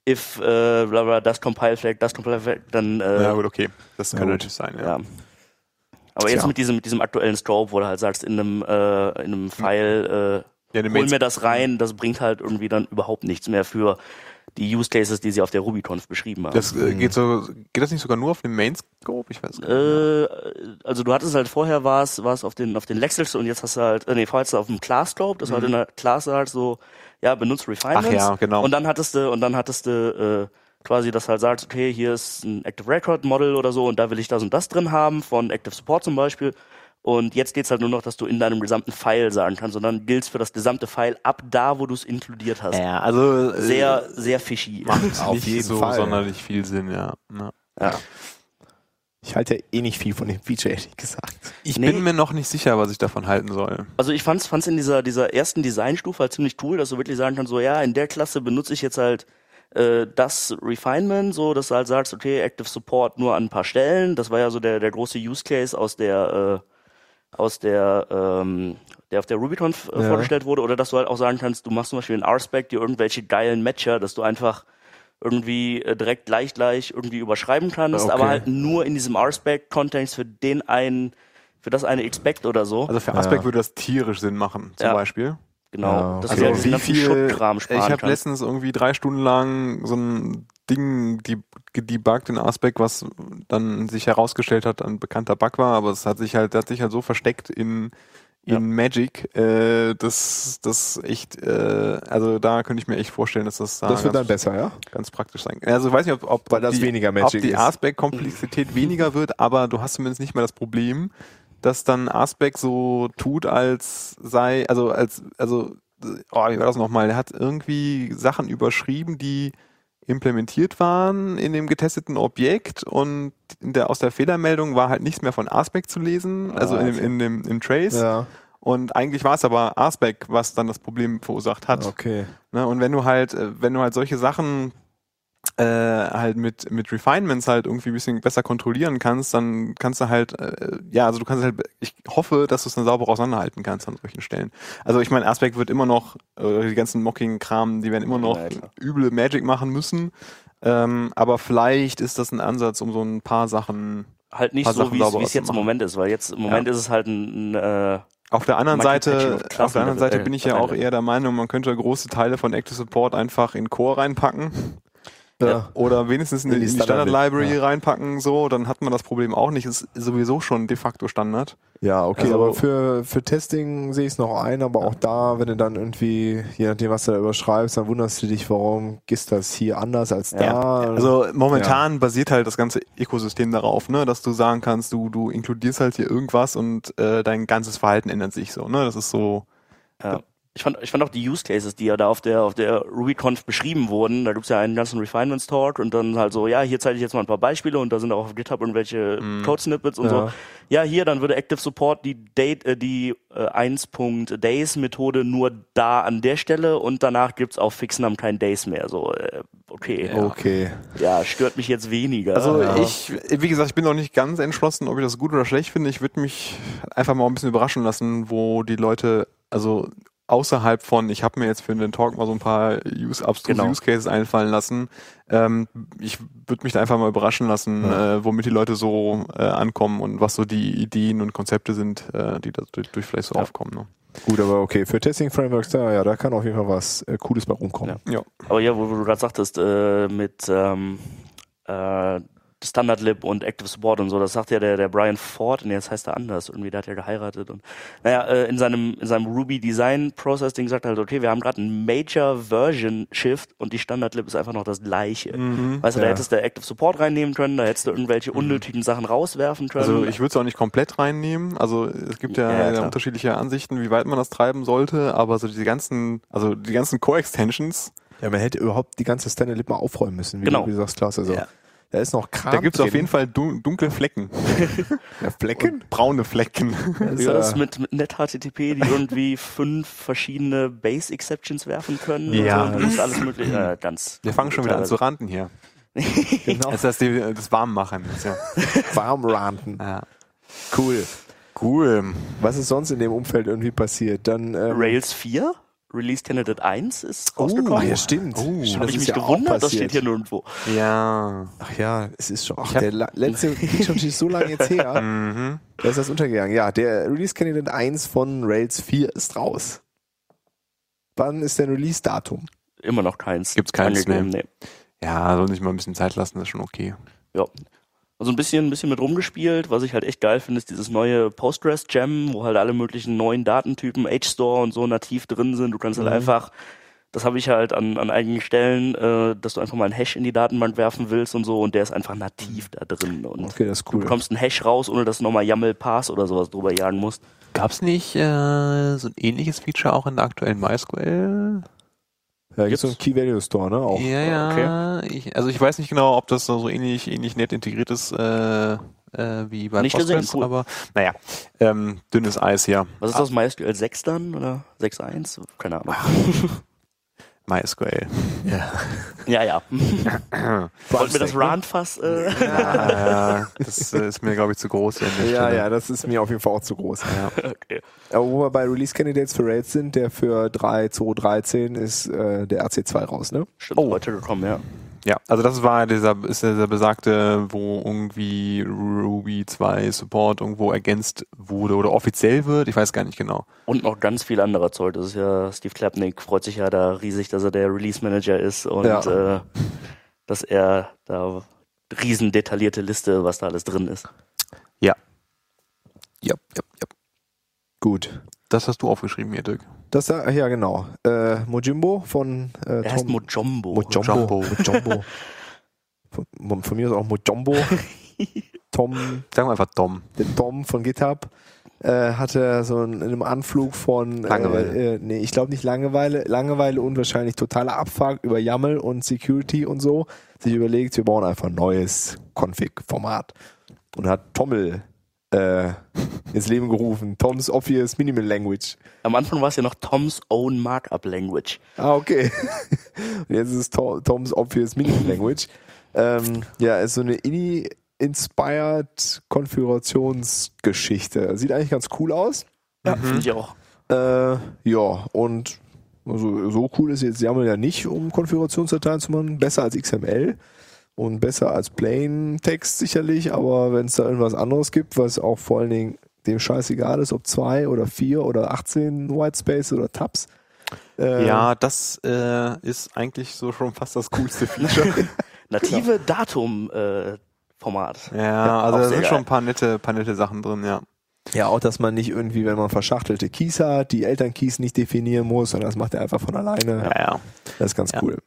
C: if, äh, bla bla, das Compile-Flag, das Compile-Flag, dann, äh,
B: Ja
C: ja,
B: gut, okay. Das
A: Ja,
B: kann
A: gut.
B: natürlich sein, ja.
C: Aber jetzt
A: Tja.
C: mit diesem, mit diesem aktuellen Scope, wo du halt sagst, in einem, äh, in einem File, äh,
B: Hm. ja eine
C: hol
B: Main-
C: mir das rein, das bringt halt irgendwie dann überhaupt nichts mehr für die Use Cases, die sie auf der RubyConf beschrieben haben.
B: Das äh, geht so, geht das nicht sogar nur auf dem Mainscope? Ich weiß gar nicht.
C: äh, also du hattest halt vorher war's, war's auf den auf den Lexels und jetzt hast du halt, äh, nee, vorher hattest du auf dem Class Scope, das war halt in der Class halt so, ja, benutzt Refinements.
B: Mhm. Ach ja, genau.
C: Und dann hattest du und dann hattest du äh, quasi, dass halt sagst, okay, hier ist ein Active Record Model oder so und da will ich das und das drin haben von Active Support zum Beispiel. Und jetzt geht's halt nur noch, dass du in deinem gesamten File sagen kannst, sondern gilt's für das gesamte File ab da, wo du es inkludiert hast.
B: Ja, also äh,
C: sehr, sehr fishy. <laughs>
B: macht
A: Auf
B: nicht
A: jeden
B: Äh, so
A: Fall.
B: sonderlich viel Sinn, ja. ja.
A: Ich halte ja eh nicht viel von dem Feature, ehrlich gesagt.
B: Ich
C: Nee.
B: bin mir noch nicht sicher, was ich davon halten soll.
C: Also ich fand's, fand's in dieser, dieser ersten Designstufe halt ziemlich cool, dass du wirklich sagen kannst, so ja, in der Klasse benutze ich jetzt halt äh, das Refinement, so dass du halt sagst, okay, Active Support nur an ein paar Stellen. Das war ja so der, der große Use Case aus der äh, aus der ähm, der auf der RubyConf äh,
A: Ja.
C: vorgestellt wurde, oder dass du halt auch sagen kannst, du machst zum Beispiel in RSpec dir irgendwelche geilen Matcher, dass du einfach irgendwie äh, direkt gleich gleich irgendwie überschreiben kannst,
A: Ah, Okay.
C: aber halt nur in diesem RSpec-Kontext für den einen, für das eine Expect oder so.
B: Also für
A: Ja.
B: Aspect würde das tierisch Sinn machen, zum
C: Ja.
B: Beispiel.
C: Genau.
A: Ja,
C: dass
A: okay.
B: Also
C: du halt diesen
B: wie
C: ganzen
B: viel,
C: Schuttkram sparen
B: ich habe
C: kannst.
B: letztens irgendwie drei Stunden lang so ein Ding die, gedebuggt in Aspect, was dann sich herausgestellt hat, ein bekannter Bug war, aber es hat sich halt, hat sich halt so versteckt in, in
C: Ja.
B: Magic, äh, dass das echt, äh, also da könnte ich mir echt vorstellen, dass das da
A: Ah, Das wird dann
B: ganz,
A: besser, ja?
B: ganz praktisch sein kann. Also ich weiß nicht, ob, ob
A: Weil das
B: die,
A: weniger
B: ob
A: Magic
B: die
A: ist. <laughs>
B: Aspect-Komplexität weniger wird, aber du hast zumindest nicht mehr das Problem, dass dann Aspect so tut, als sei, also als, also, äh, oh, wie war das nochmal? Er hat irgendwie Sachen überschrieben, die implementiert waren in dem getesteten Objekt und in der, aus der Fehlermeldung war halt nichts mehr von Aspect zu lesen, also in, dem- in dem, im Trace.
A: Ah, Ja.
B: Und eigentlich war es aber Aspect, was dann das Problem verursacht hat.
A: Okay.
B: Ne? Und wenn du halt, äh, wenn du halt solche Sachen äh, halt mit, mit Refinements halt irgendwie ein bisschen besser kontrollieren kannst, dann kannst du halt, äh, ja, also du kannst halt, ich hoffe, dass du es dann sauber auseinanderhalten kannst an solchen Stellen. Also ich meine, Aspect wird immer noch, äh, die ganzen Mocking-Kram, die werden immer noch
C: Ja, klar.
B: üble Magic machen müssen. Ähm, aber vielleicht ist das ein Ansatz, um so ein paar Sachen
C: halt nicht
B: paar
C: so,
B: Sachen
C: wie es
B: sauberer
C: wie es
B: zu
C: jetzt im
B: machen.
C: Moment ist, weil jetzt im Moment ist es halt ein, ein äh,
B: Auf der anderen
C: Man kann Patching
B: Seite,
C: auf
B: auf der anderen Seite
C: Klassenlevel,
B: bin ich
C: äh,
B: ja auch
C: Dateien.
B: eher der Meinung, man könnte große Teile von Active Support einfach in Core reinpacken
A: Ja.
B: oder wenigstens in,
A: In die
B: die, in die Standard
A: Standard-
B: Library
A: ja.
B: reinpacken, so, dann hat man das Problem auch nicht. Ist sowieso schon de facto Standard.
A: Ja, okay,
B: Also-
A: aber für, für Testing sehe ich es noch ein, aber auch da, wenn du dann irgendwie, je nachdem, was du da überschreibst, dann wunderst du dich, warum ist das hier anders als da.
B: Also momentan basiert halt das ganze Ökosystem darauf, ne, dass du sagen kannst, du, du inkludierst halt hier irgendwas und äh, dein ganzes Verhalten ändert sich so, ne? Das ist so.
C: Ja. Ich fand, ich fand auch die Use Cases, die ja da auf der, auf der RubyConf beschrieben wurden, da gibt's ja einen ganzen Refinements Talk und dann halt so, ja, hier zeige ich jetzt mal ein paar Beispiele und da sind auch auf GitHub irgendwelche
B: Mhm.
C: Code-Snippets und
A: Ja.
C: so. Ja, hier, dann würde Active Support die Date, äh, die äh, 1.days-Methode nur da an der Stelle und danach gibt's auf Fixnam kein Days mehr. So, äh, okay. Ja.
A: okay.
C: stört mich jetzt weniger.
B: Also
C: ja.
B: ich, wie gesagt, ich bin noch nicht ganz entschlossen, ob ich das gut oder schlecht finde. Ich würde mich einfach mal ein bisschen überraschen lassen, wo die Leute, also außerhalb von, ich habe mir jetzt für den Talk mal so ein paar Use, abstruse
C: Genau.
B: Use Cases einfallen lassen. Ähm, ich würde mich da einfach mal überraschen lassen, äh, womit die Leute so äh, ankommen und was so die Ideen und Konzepte sind, äh, die da durch, durch vielleicht so aufkommen. Ne?
A: Gut, aber okay, für Testing Frameworks, ja, ja, da kann auf jeden Fall was äh, Cooles bei rumkommen.
B: Ja.
C: Aber ja, wo, wo du gerade sagtest, äh, mit ähm, äh, Standardlib und Active Support und so, das sagt ja der, der Brian Ford, und jetzt heißt er anders, irgendwie, der hat ja geheiratet und naja, äh, in seinem, in seinem Ruby Design Process Ding sagt er halt, okay, wir haben gerade einen Major Version Shift und die Standardlib ist einfach noch das gleiche.
B: Mhm,
C: weißt du, da
A: ja.
C: hättest du Active Support reinnehmen können, da hättest du irgendwelche unnötigen Sachen rauswerfen können.
B: Also ich würde es auch nicht komplett reinnehmen. Also es gibt ja,
C: Ja, ja,
B: äh,
C: klar.
B: unterschiedliche Ansichten, wie weit man das treiben sollte, aber so diese ganzen, also die ganzen Core-Extensions,
A: Ja, man hätte überhaupt die ganze Standard mal aufräumen müssen, wie
C: Genau.
A: du gesagt hast. Also,
C: Ja.
A: Da ist noch Kram.
B: da gibt es auf
A: drin.
B: jeden Fall dun dunkle Flecken.
A: Ja, Flecken.
B: Braune Flecken.
A: Das
C: Wie
A: ist,
C: war das
A: äh,
C: mit, mit NetHTTP, die
B: <laughs>
C: irgendwie fünf verschiedene Base-Exceptions werfen können?
B: Ja.
C: Und so, und du musst alles mögliche. Äh, ganz.
B: <laughs> Wir fangen schon wieder an zu ranten hier.
A: genau. <laughs>
B: Das ist das, die- das Warmmachen. Das ist Ja.
A: Warmranten.
B: Ja.
A: Cool.
B: <laughs> Cool.
A: Was ist sonst in dem Umfeld irgendwie passiert? Dann ähm,
C: Rails 4, Release Candidate 1 ist
A: ach
C: rausgekommen.
A: Oh, ja, stimmt.
B: Oh.
A: Stimmt,
C: Habe
A: das
C: ich
A: ist
C: mich
A: ja auch
C: gewundert, das
A: passiert.
C: steht hier nirgendwo.
B: Ja.
A: Ach ja, es ist schon. Ach,
B: hab-
A: der la- letzte <laughs> geht schon so lange jetzt her. <laughs>
B: Mhm.
A: da ist das untergegangen. Ja, der Release Candidate 1 von Rails 4 ist raus. Wann ist denn Release-Datum?
C: Immer noch keins.
B: Gibt's keins
C: angegeben, nee.
B: Ja, soll sich mal ein bisschen Zeit lassen, das ist schon okay.
C: Ja. Also ein bisschen, ein bisschen mit rumgespielt. Was ich halt echt geil finde, ist dieses neue Postgres-Gem, wo halt alle möglichen neuen Datentypen, H-Store und so nativ drin sind. Du kannst
A: Mhm.
C: halt einfach, das habe ich halt an, an einigen Stellen, äh, dass du einfach mal einen Hash in die Datenbank werfen willst und so und der ist einfach nativ da drin. Und
A: Mhm. Okay, das ist
C: du
A: cool.
C: bekommst einen Hash raus, ohne dass du nochmal YAML Pass oder sowas drüber jagen musst.
B: Gab es nicht äh, so ein ähnliches Feature auch in der aktuellen MySQL?
A: Da gibt es so einen Key-Value-Store, ne? Auch.
B: Ja, ja. Ich, also ich weiß nicht genau, ob das da so ähnlich, ähnlich nett integriert ist äh, äh, wie bei
C: Nicht
B: Postgres,
C: gesehen, cool.
B: aber naja, ähm, dünnes Eis hier.
C: Was ist das, MySQL 6 dann? Oder 6.1? Keine Ahnung.
B: Ah,
C: <laughs>
B: MySQL.
C: Ja, ja. Wollten wir das Randfass? Äh?
B: Ah, <laughs> das äh, ist mir, glaube ich, zu groß. an der
A: Ja,
B: Stelle.
A: ja, das ist mir auf jeden Fall auch zu groß.
C: Okay.
A: Aber wo wir bei Release Candidates für Rails sind, der für 3.2.13 ist äh, der RC2 raus, ne?
C: Stimmt, heute gekommen, ja.
B: Ja, also das war dieser, ist dieser besagte, wo irgendwie Ruby 2 Support irgendwo ergänzt wurde oder offiziell wird. Ich weiß gar nicht genau.
C: Und noch ganz viel anderer Zeug. Das ist ja, Steve Klapnick freut sich ja da riesig, dass er der Release Manager ist und
A: Ja.
C: äh, dass er da riesen detaillierte Liste, was da alles drin ist.
B: Ja. Ja, ja, ja.
A: Gut.
B: Das hast du aufgeschrieben hier, Dirk.
A: Das da, ja genau. Äh, Mojimbo von äh,
C: Er heißt Mojombo.
A: Mojombo. Mojombo. von, von mir ist auch Mojombo. Tom,
B: Sagen wir einfach Dom.
A: der Tom von GitHub äh, hatte so einen, in einem Anflug von
B: Langeweile.
A: Äh, äh, nee, ich glaube nicht Langeweile, Langeweile und wahrscheinlich totaler Abfuck über YAML und Security und so, sich überlegt, wir bauen einfach ein neues Config-Format. Und hat Tommel äh, ins Leben gerufen. Tom's Obvious Minimal Language.
C: Am Anfang war es ja noch Toms Own Markup Language.
A: Ah, okay. <laughs> Und jetzt ist es To- Tom's Obvious Minimal Language. ähm, ja, ist so eine Ini-inspired Konfigurationsgeschichte. Sieht eigentlich ganz cool aus.
C: Ja, finde ich auch.
A: Äh, ja, und also so cool ist jetzt YAML ja nicht, um Konfigurationsdateien zu machen. Besser als XML und besser als Plain Text sicherlich, aber wenn es da irgendwas anderes gibt, was auch vor allen Dingen dem scheißegal ist, ob zwei oder vier oder 18 Whitespace oder Tabs. Äh,
B: ja, das äh, ist eigentlich so schon fast das coolste Feature.
C: Native äh, Datum-Format.
B: ja, also
C: auch
B: da
C: sehr
B: sind
C: geil.
B: schon ein paar nette, paar nette Sachen drin, ja.
A: Ja, auch, dass man nicht irgendwie, wenn man verschachtelte Keys hat, die Elternkeys nicht definieren muss, sondern das macht er einfach von alleine.
B: ja.
A: Das ist ganz
B: Ja.
A: cool.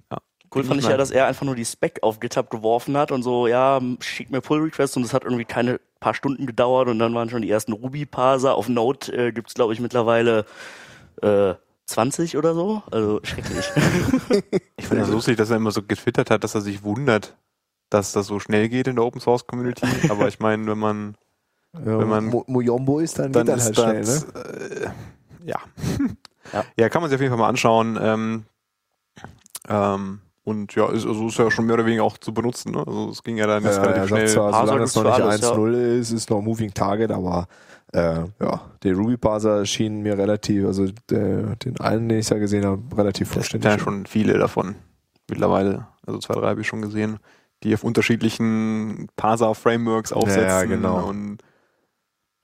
C: Cool fand ich ja, dass er einfach nur die Spec auf GitHub geworfen hat und so, ja, schick mir Pull-Requests und das hat irgendwie keine paar Stunden gedauert und dann waren schon die ersten Ruby-Parser. Auf Node äh, gibt's glaube ich, mittlerweile äh, 20 oder so. Also schrecklich.
B: <laughs> Ich finde es lustig, dass er immer so getwittert hat, dass er sich wundert, dass das so schnell geht in der Open Source Community.
A: <laughs>
B: Aber ich meine, wenn man
A: Ja,
B: Wenn man-
A: Mo Mojombo ist, dann,
B: dann
A: geht das halt
B: ist
A: schnell.
B: das,
A: Ne? <laughs>
B: äh, ja.
C: Ja.
B: ja. kann man sich auf jeden Fall mal anschauen. Ähm, ähm, und ja, ist, also ist ja schon mehr oder weniger auch zu benutzen. Ne? Also es ging ja dann jetzt
A: Ja, er
B: relativ
A: sagt
B: schnell.
A: zwar,
C: Parser
A: solange
C: gibt's
A: es noch
C: für
A: nicht
C: alles, ja.
A: 1.0 ist, ist noch Moving Target, aber äh, ja, der Ruby Parser schien mir relativ, also der, den einen, den ich da gesehen habe, relativ
B: Das sind ja
A: vollständig.
B: schon viele davon mittlerweile. Also zwei, drei habe ich schon gesehen, die auf unterschiedlichen Parser-Frameworks aufsetzen.
A: Ja, ja, genau.
B: Und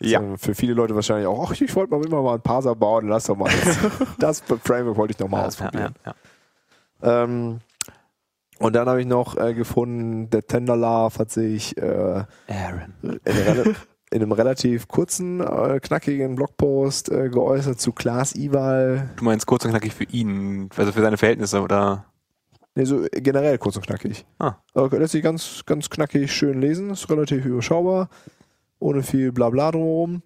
A: ja.
B: ja,
A: Also, Für viele Leute wahrscheinlich auch, ach, ich wollte mal immer mal einen Parser bauen, lass doch mal
B: <laughs>
A: das, das Framework wollte ich noch mal
B: ja,
A: ausprobieren.
B: ja, ja.
A: Ähm, und dann habe ich noch äh, gefunden, der Tenderlarv hat sich äh,
B: Aaron.
A: in, rela- in einem relativ kurzen, äh, knackigen Blogpost äh, geäußert zu Klaas Iwal.
B: Du meinst kurz und knackig für ihn, also für seine Verhältnisse, oder?
A: Nee, so äh, generell kurz und knackig.
B: Ah.
A: Aber lässt sich ganz, ganz knackig schön lesen, ist relativ überschaubar, ohne viel Blabla drumherum.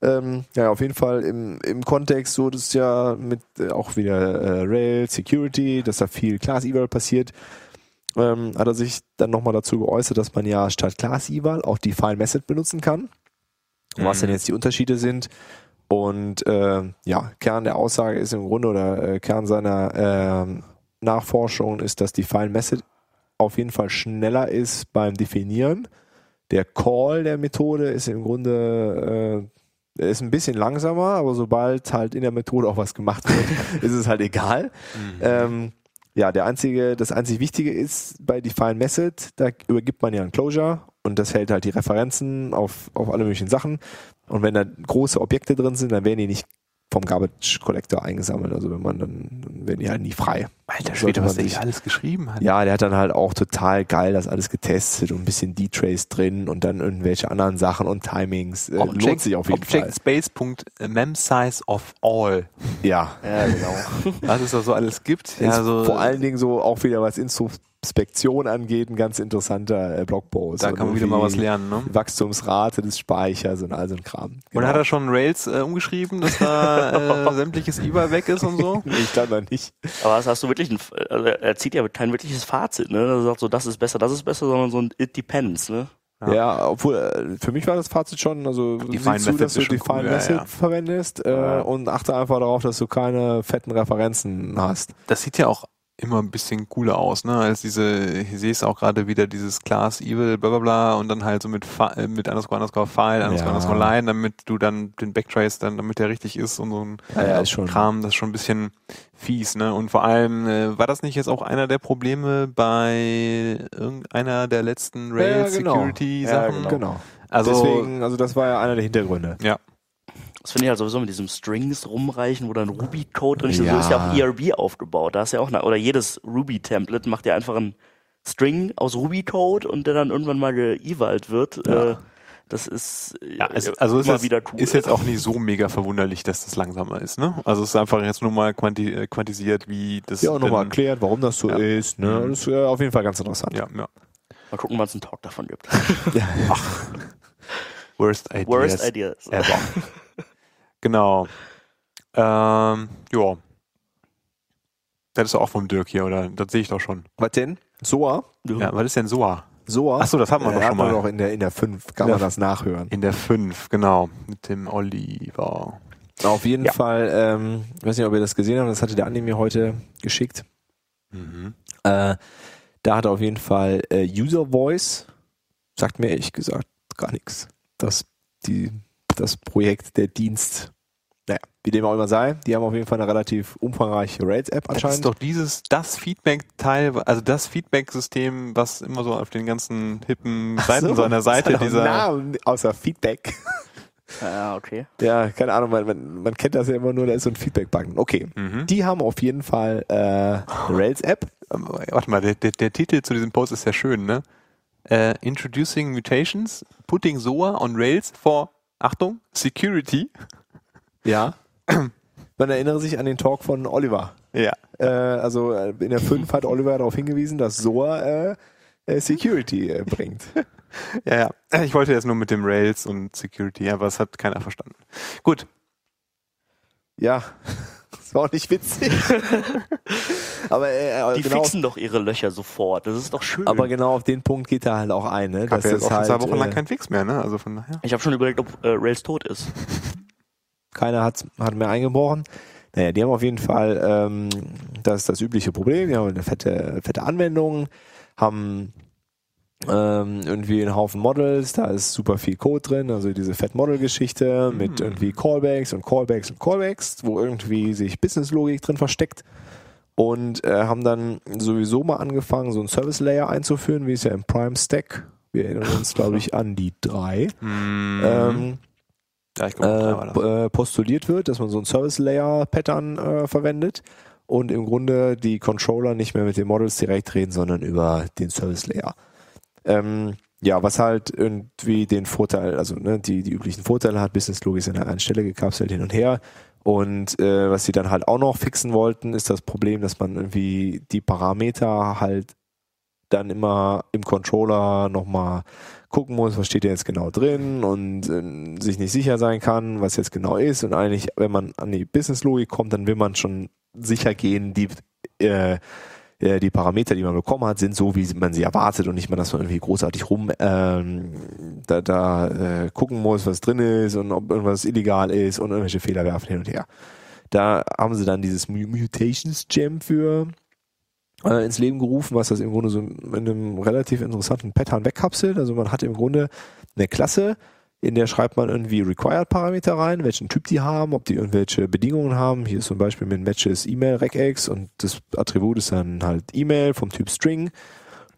A: Ähm, ja, auf jeden Fall im, im Kontext, so das ist ja mit äh, auch wieder äh, Rail, Security, dass da viel Class Eval passiert, ähm, hat er sich dann nochmal dazu geäußert, dass man ja statt Class Eval auch Define Method benutzen kann. Und was
B: Mhm.
A: denn jetzt die Unterschiede sind. Und äh, ja, Kern der Aussage ist im Grunde oder äh, Kern seiner ähm, Nachforschung ist, dass Define Method auf jeden Fall schneller ist beim Definieren. Der Call der Methode ist im Grunde äh, er ist ein bisschen langsamer, aber sobald halt in der Methode auch was gemacht wird, <laughs> ist es halt egal. Ähm, ja, der einzige, das einzig Wichtige ist bei Define Method, da übergibt man ja ein Closure und das hält halt die Referenzen auf, auf alle möglichen Sachen. Und wenn da große Objekte drin sind, dann werden die nicht vom Garbage Collector eingesammelt. Also wenn man dann, dann werden die halt nie frei.
B: Alter
A: Sollte
B: Schwede, was
A: man
B: der
A: sich-
B: hier alles geschrieben hat.
A: Ja, der hat dann halt auch total geil das alles getestet und ein bisschen Detrace drin und dann irgendwelche anderen Sachen und Timings. Äh, lohnt sich auf jeden
B: Object Space Punkt Mem Size of All.
A: Fall. Ja. <laughs>
C: ja, genau.
B: Was es da so alles gibt.
A: Ist
B: Ja, so, äh,
A: vor allen Dingen so auch wieder was Introspektion angeht, ein ganz interessanter äh, Blogpost.
B: da
A: Und
B: kann man wieder mal was
A: irgendwie
B: lernen. <laughs> Ne?
A: Wachstumsrate des Speichers und all so ein Kram. Genau.
B: Und hat er schon Rails äh, umgeschrieben, dass <laughs> da äh, sämtliches IBA weg ist und so?
A: <laughs> Nee, ich glaube nicht.
C: Aber das hast du wirklich, ein, also er zieht ja kein wirkliches Fazit, ne? Er sagt so, das ist besser, das ist besser, sondern so ein It depends, ne?
A: Ja,
B: Ja.
A: obwohl, äh, für mich war das Fazit schon, also
B: Define
A: sieh zu,
B: Method
A: dass du
B: ist schon
A: Define
B: cool, ja,
A: Method
B: ja.
A: verwendest äh,
B: Ja.
A: und achte einfach darauf, dass du keine fetten Referenzen hast.
B: Das sieht ja auch immer ein bisschen cooler aus, ne? Als diese, ich sehe es auch gerade wieder, dieses Class Evil, bla bla bla, und dann halt so mit, Fi- äh, mit underscore underscore file, underscore
A: Ja.
B: underscore line, damit du dann den Backtrace dann, damit der richtig ist und so ein
A: Ja, ja, ist schon-
B: Kram, das ist schon ein bisschen fies, ne? Und vor allem, äh, war das nicht jetzt auch einer der Probleme bei irgendeiner der letzten Rails
A: Ja, genau.
B: Security Sachen?
A: Ja, genau.
B: Also,
A: Deswegen, also das war ja einer der Hintergründe.
B: ja.
C: Das finde ich halt sowieso mit diesem Strings rumreichen, wo dann Ruby-Code drin ist.
A: Ja.
C: So ist ja auch ERB aufgebaut. Da ist ja auch, eine, oder jedes Ruby-Template macht ja einfach einen String aus Ruby-Code und der dann irgendwann mal geewalt wird. Äh, Das ist äh,
B: Ja, es, also ist
C: immer
B: jetzt,
C: wieder cool.
B: ist jetzt auch nicht so mega verwunderlich, dass das langsamer ist. Ne? Also es ist einfach jetzt nur mal quanti äh, quantisiert, wie das.
A: Ja, und nochmal
B: denn-
A: erklärt, warum das so
B: Ja.
A: ist. Ne? Das ist äh, auf jeden Fall ganz interessant.
B: Ja, ja.
C: mal gucken, wann es einen Talk davon gibt.
B: Worst ideas.
C: Worst Ideas.
B: Ever. <laughs> genau. Ähm, ja. Das ist auch vom Dirk hier, oder? Das sehe ich doch schon.
A: Was denn? Soa?
B: Ja, was ist denn Soa?
A: Soa?
B: Achso, das hatten wir
A: Äh,
B: doch schon
A: hatten wir
B: mal.
A: doch in der, in der 5, kann
B: Ja.
A: man das nachhören.
B: In der 5, genau. Mit dem Oliver.
A: Auf jeden
B: Ja.
A: Fall, ähm, ich weiß nicht, ob ihr das gesehen habt, das hatte der Andi mir heute geschickt.
B: Mhm.
A: Äh, da hat er auf jeden Fall äh, User Voice, sagt mir ehrlich gesagt gar nichts. Das, die, das Projekt, der Dienst, naja, wie dem auch immer sei, die haben auf jeden Fall eine relativ umfangreiche Rails-App
B: Das ist
A: anscheinend.
B: doch dieses, das Feedback-Teil, also das Feedback-System, was immer so auf den ganzen hippen Seiten so, an der
A: Das hat
B: Seite
A: auch einen
B: dieser. <laughs>
A: Namen außer Feedback.
C: Ah, okay.
A: Ja, keine Ahnung, man, man, man kennt das ja immer nur, da ist so ein Feedback-Button. Okay,
B: Mhm.
A: die haben auf jeden Fall äh, eine Rails-App.
B: Ähm, Warte mal, der, der, der Titel zu diesem Post ist ja schön, ne? Äh, Introducing Mutations, Putting SOA on Rails for, Achtung, Security.
A: Ja. Man erinnere sich an den Talk von Oliver.
B: Ja.
A: Äh, also äh, in der 5 hat Oliver darauf hingewiesen, dass SOA äh, äh, Security äh,
B: <laughs>
A: bringt.
B: Ja, ja. Ich wollte jetzt nur mit dem Rails und Security, aber es hat keiner verstanden. Gut.
A: Ja, das war auch nicht
B: <laughs>
A: witzig. aber äh, äh,
C: Die
A: genau,
C: fixen doch ihre Löcher sofort. Das ist doch schön.
A: aber genau auf den Punkt geht er halt auch ein. Ne?
B: Gab ja jetzt
A: es
B: auch schon zwei Wochen lang
A: äh,
B: kein Fix mehr, ne? Also von daher.
C: ich habe schon überlegt, ob äh, Rails tot ist.
A: keiner hat, hat mehr eingebrochen. Naja, die haben auf jeden Fall ähm, das, das übliche Problem. Die haben eine fette, fette Anwendung, haben ähm, irgendwie einen Haufen Models, da ist super viel Code drin, also diese Fat-Model-Geschichte mit irgendwie Callbacks und Callbacks und Callbacks, wo irgendwie sich Business-Logik drin versteckt. Und äh, haben dann sowieso mal angefangen, so ein Service-Layer einzuführen, wie es ja im Prime-Stack, wir erinnern uns, glaube ich, an die drei.
B: Mhm.
A: Ähm,
B: ja, ich glaub, klar war das.
A: äh, äh, postuliert wird, dass man so ein Service Layer Pattern äh, verwendet und im Grunde die Controller nicht mehr mit den Models direkt reden, sondern über den Service Layer. Ähm, ja, was halt irgendwie den Vorteil, also ne, die, die üblichen Vorteile hat, Business Logik ist an einer Stelle gekapselt hin und her. Und äh, was sie dann halt auch noch fixen wollten, ist das Problem, dass man irgendwie die Parameter halt dann immer im Controller nochmal gucken muss, was steht da jetzt genau drin und ähm, sich nicht sicher sein kann, was jetzt genau ist. Und eigentlich, wenn man an die Business-Logik kommt, dann will man schon sicher gehen, die, äh, äh, die Parameter, die man bekommen hat, sind so, wie man sie erwartet und nicht mal, dass man irgendwie großartig rum ähm, da, da äh, gucken muss, was drin ist und ob irgendwas illegal ist und irgendwelche Fehler werfen hin und her. Da haben sie dann dieses Mu- Mutations Jam für äh, ins Leben gerufen, was das im Grunde so in einem relativ interessanten Pattern wegkapselt. Also man hat im Grunde eine Klasse, in der schreibt man irgendwie Required-Parameter rein, welchen Typ die haben, ob die irgendwelche Bedingungen haben. Hier ist zum Beispiel mit Matches E-Mail-Regex und das Attribut ist dann halt E-Mail vom Typ String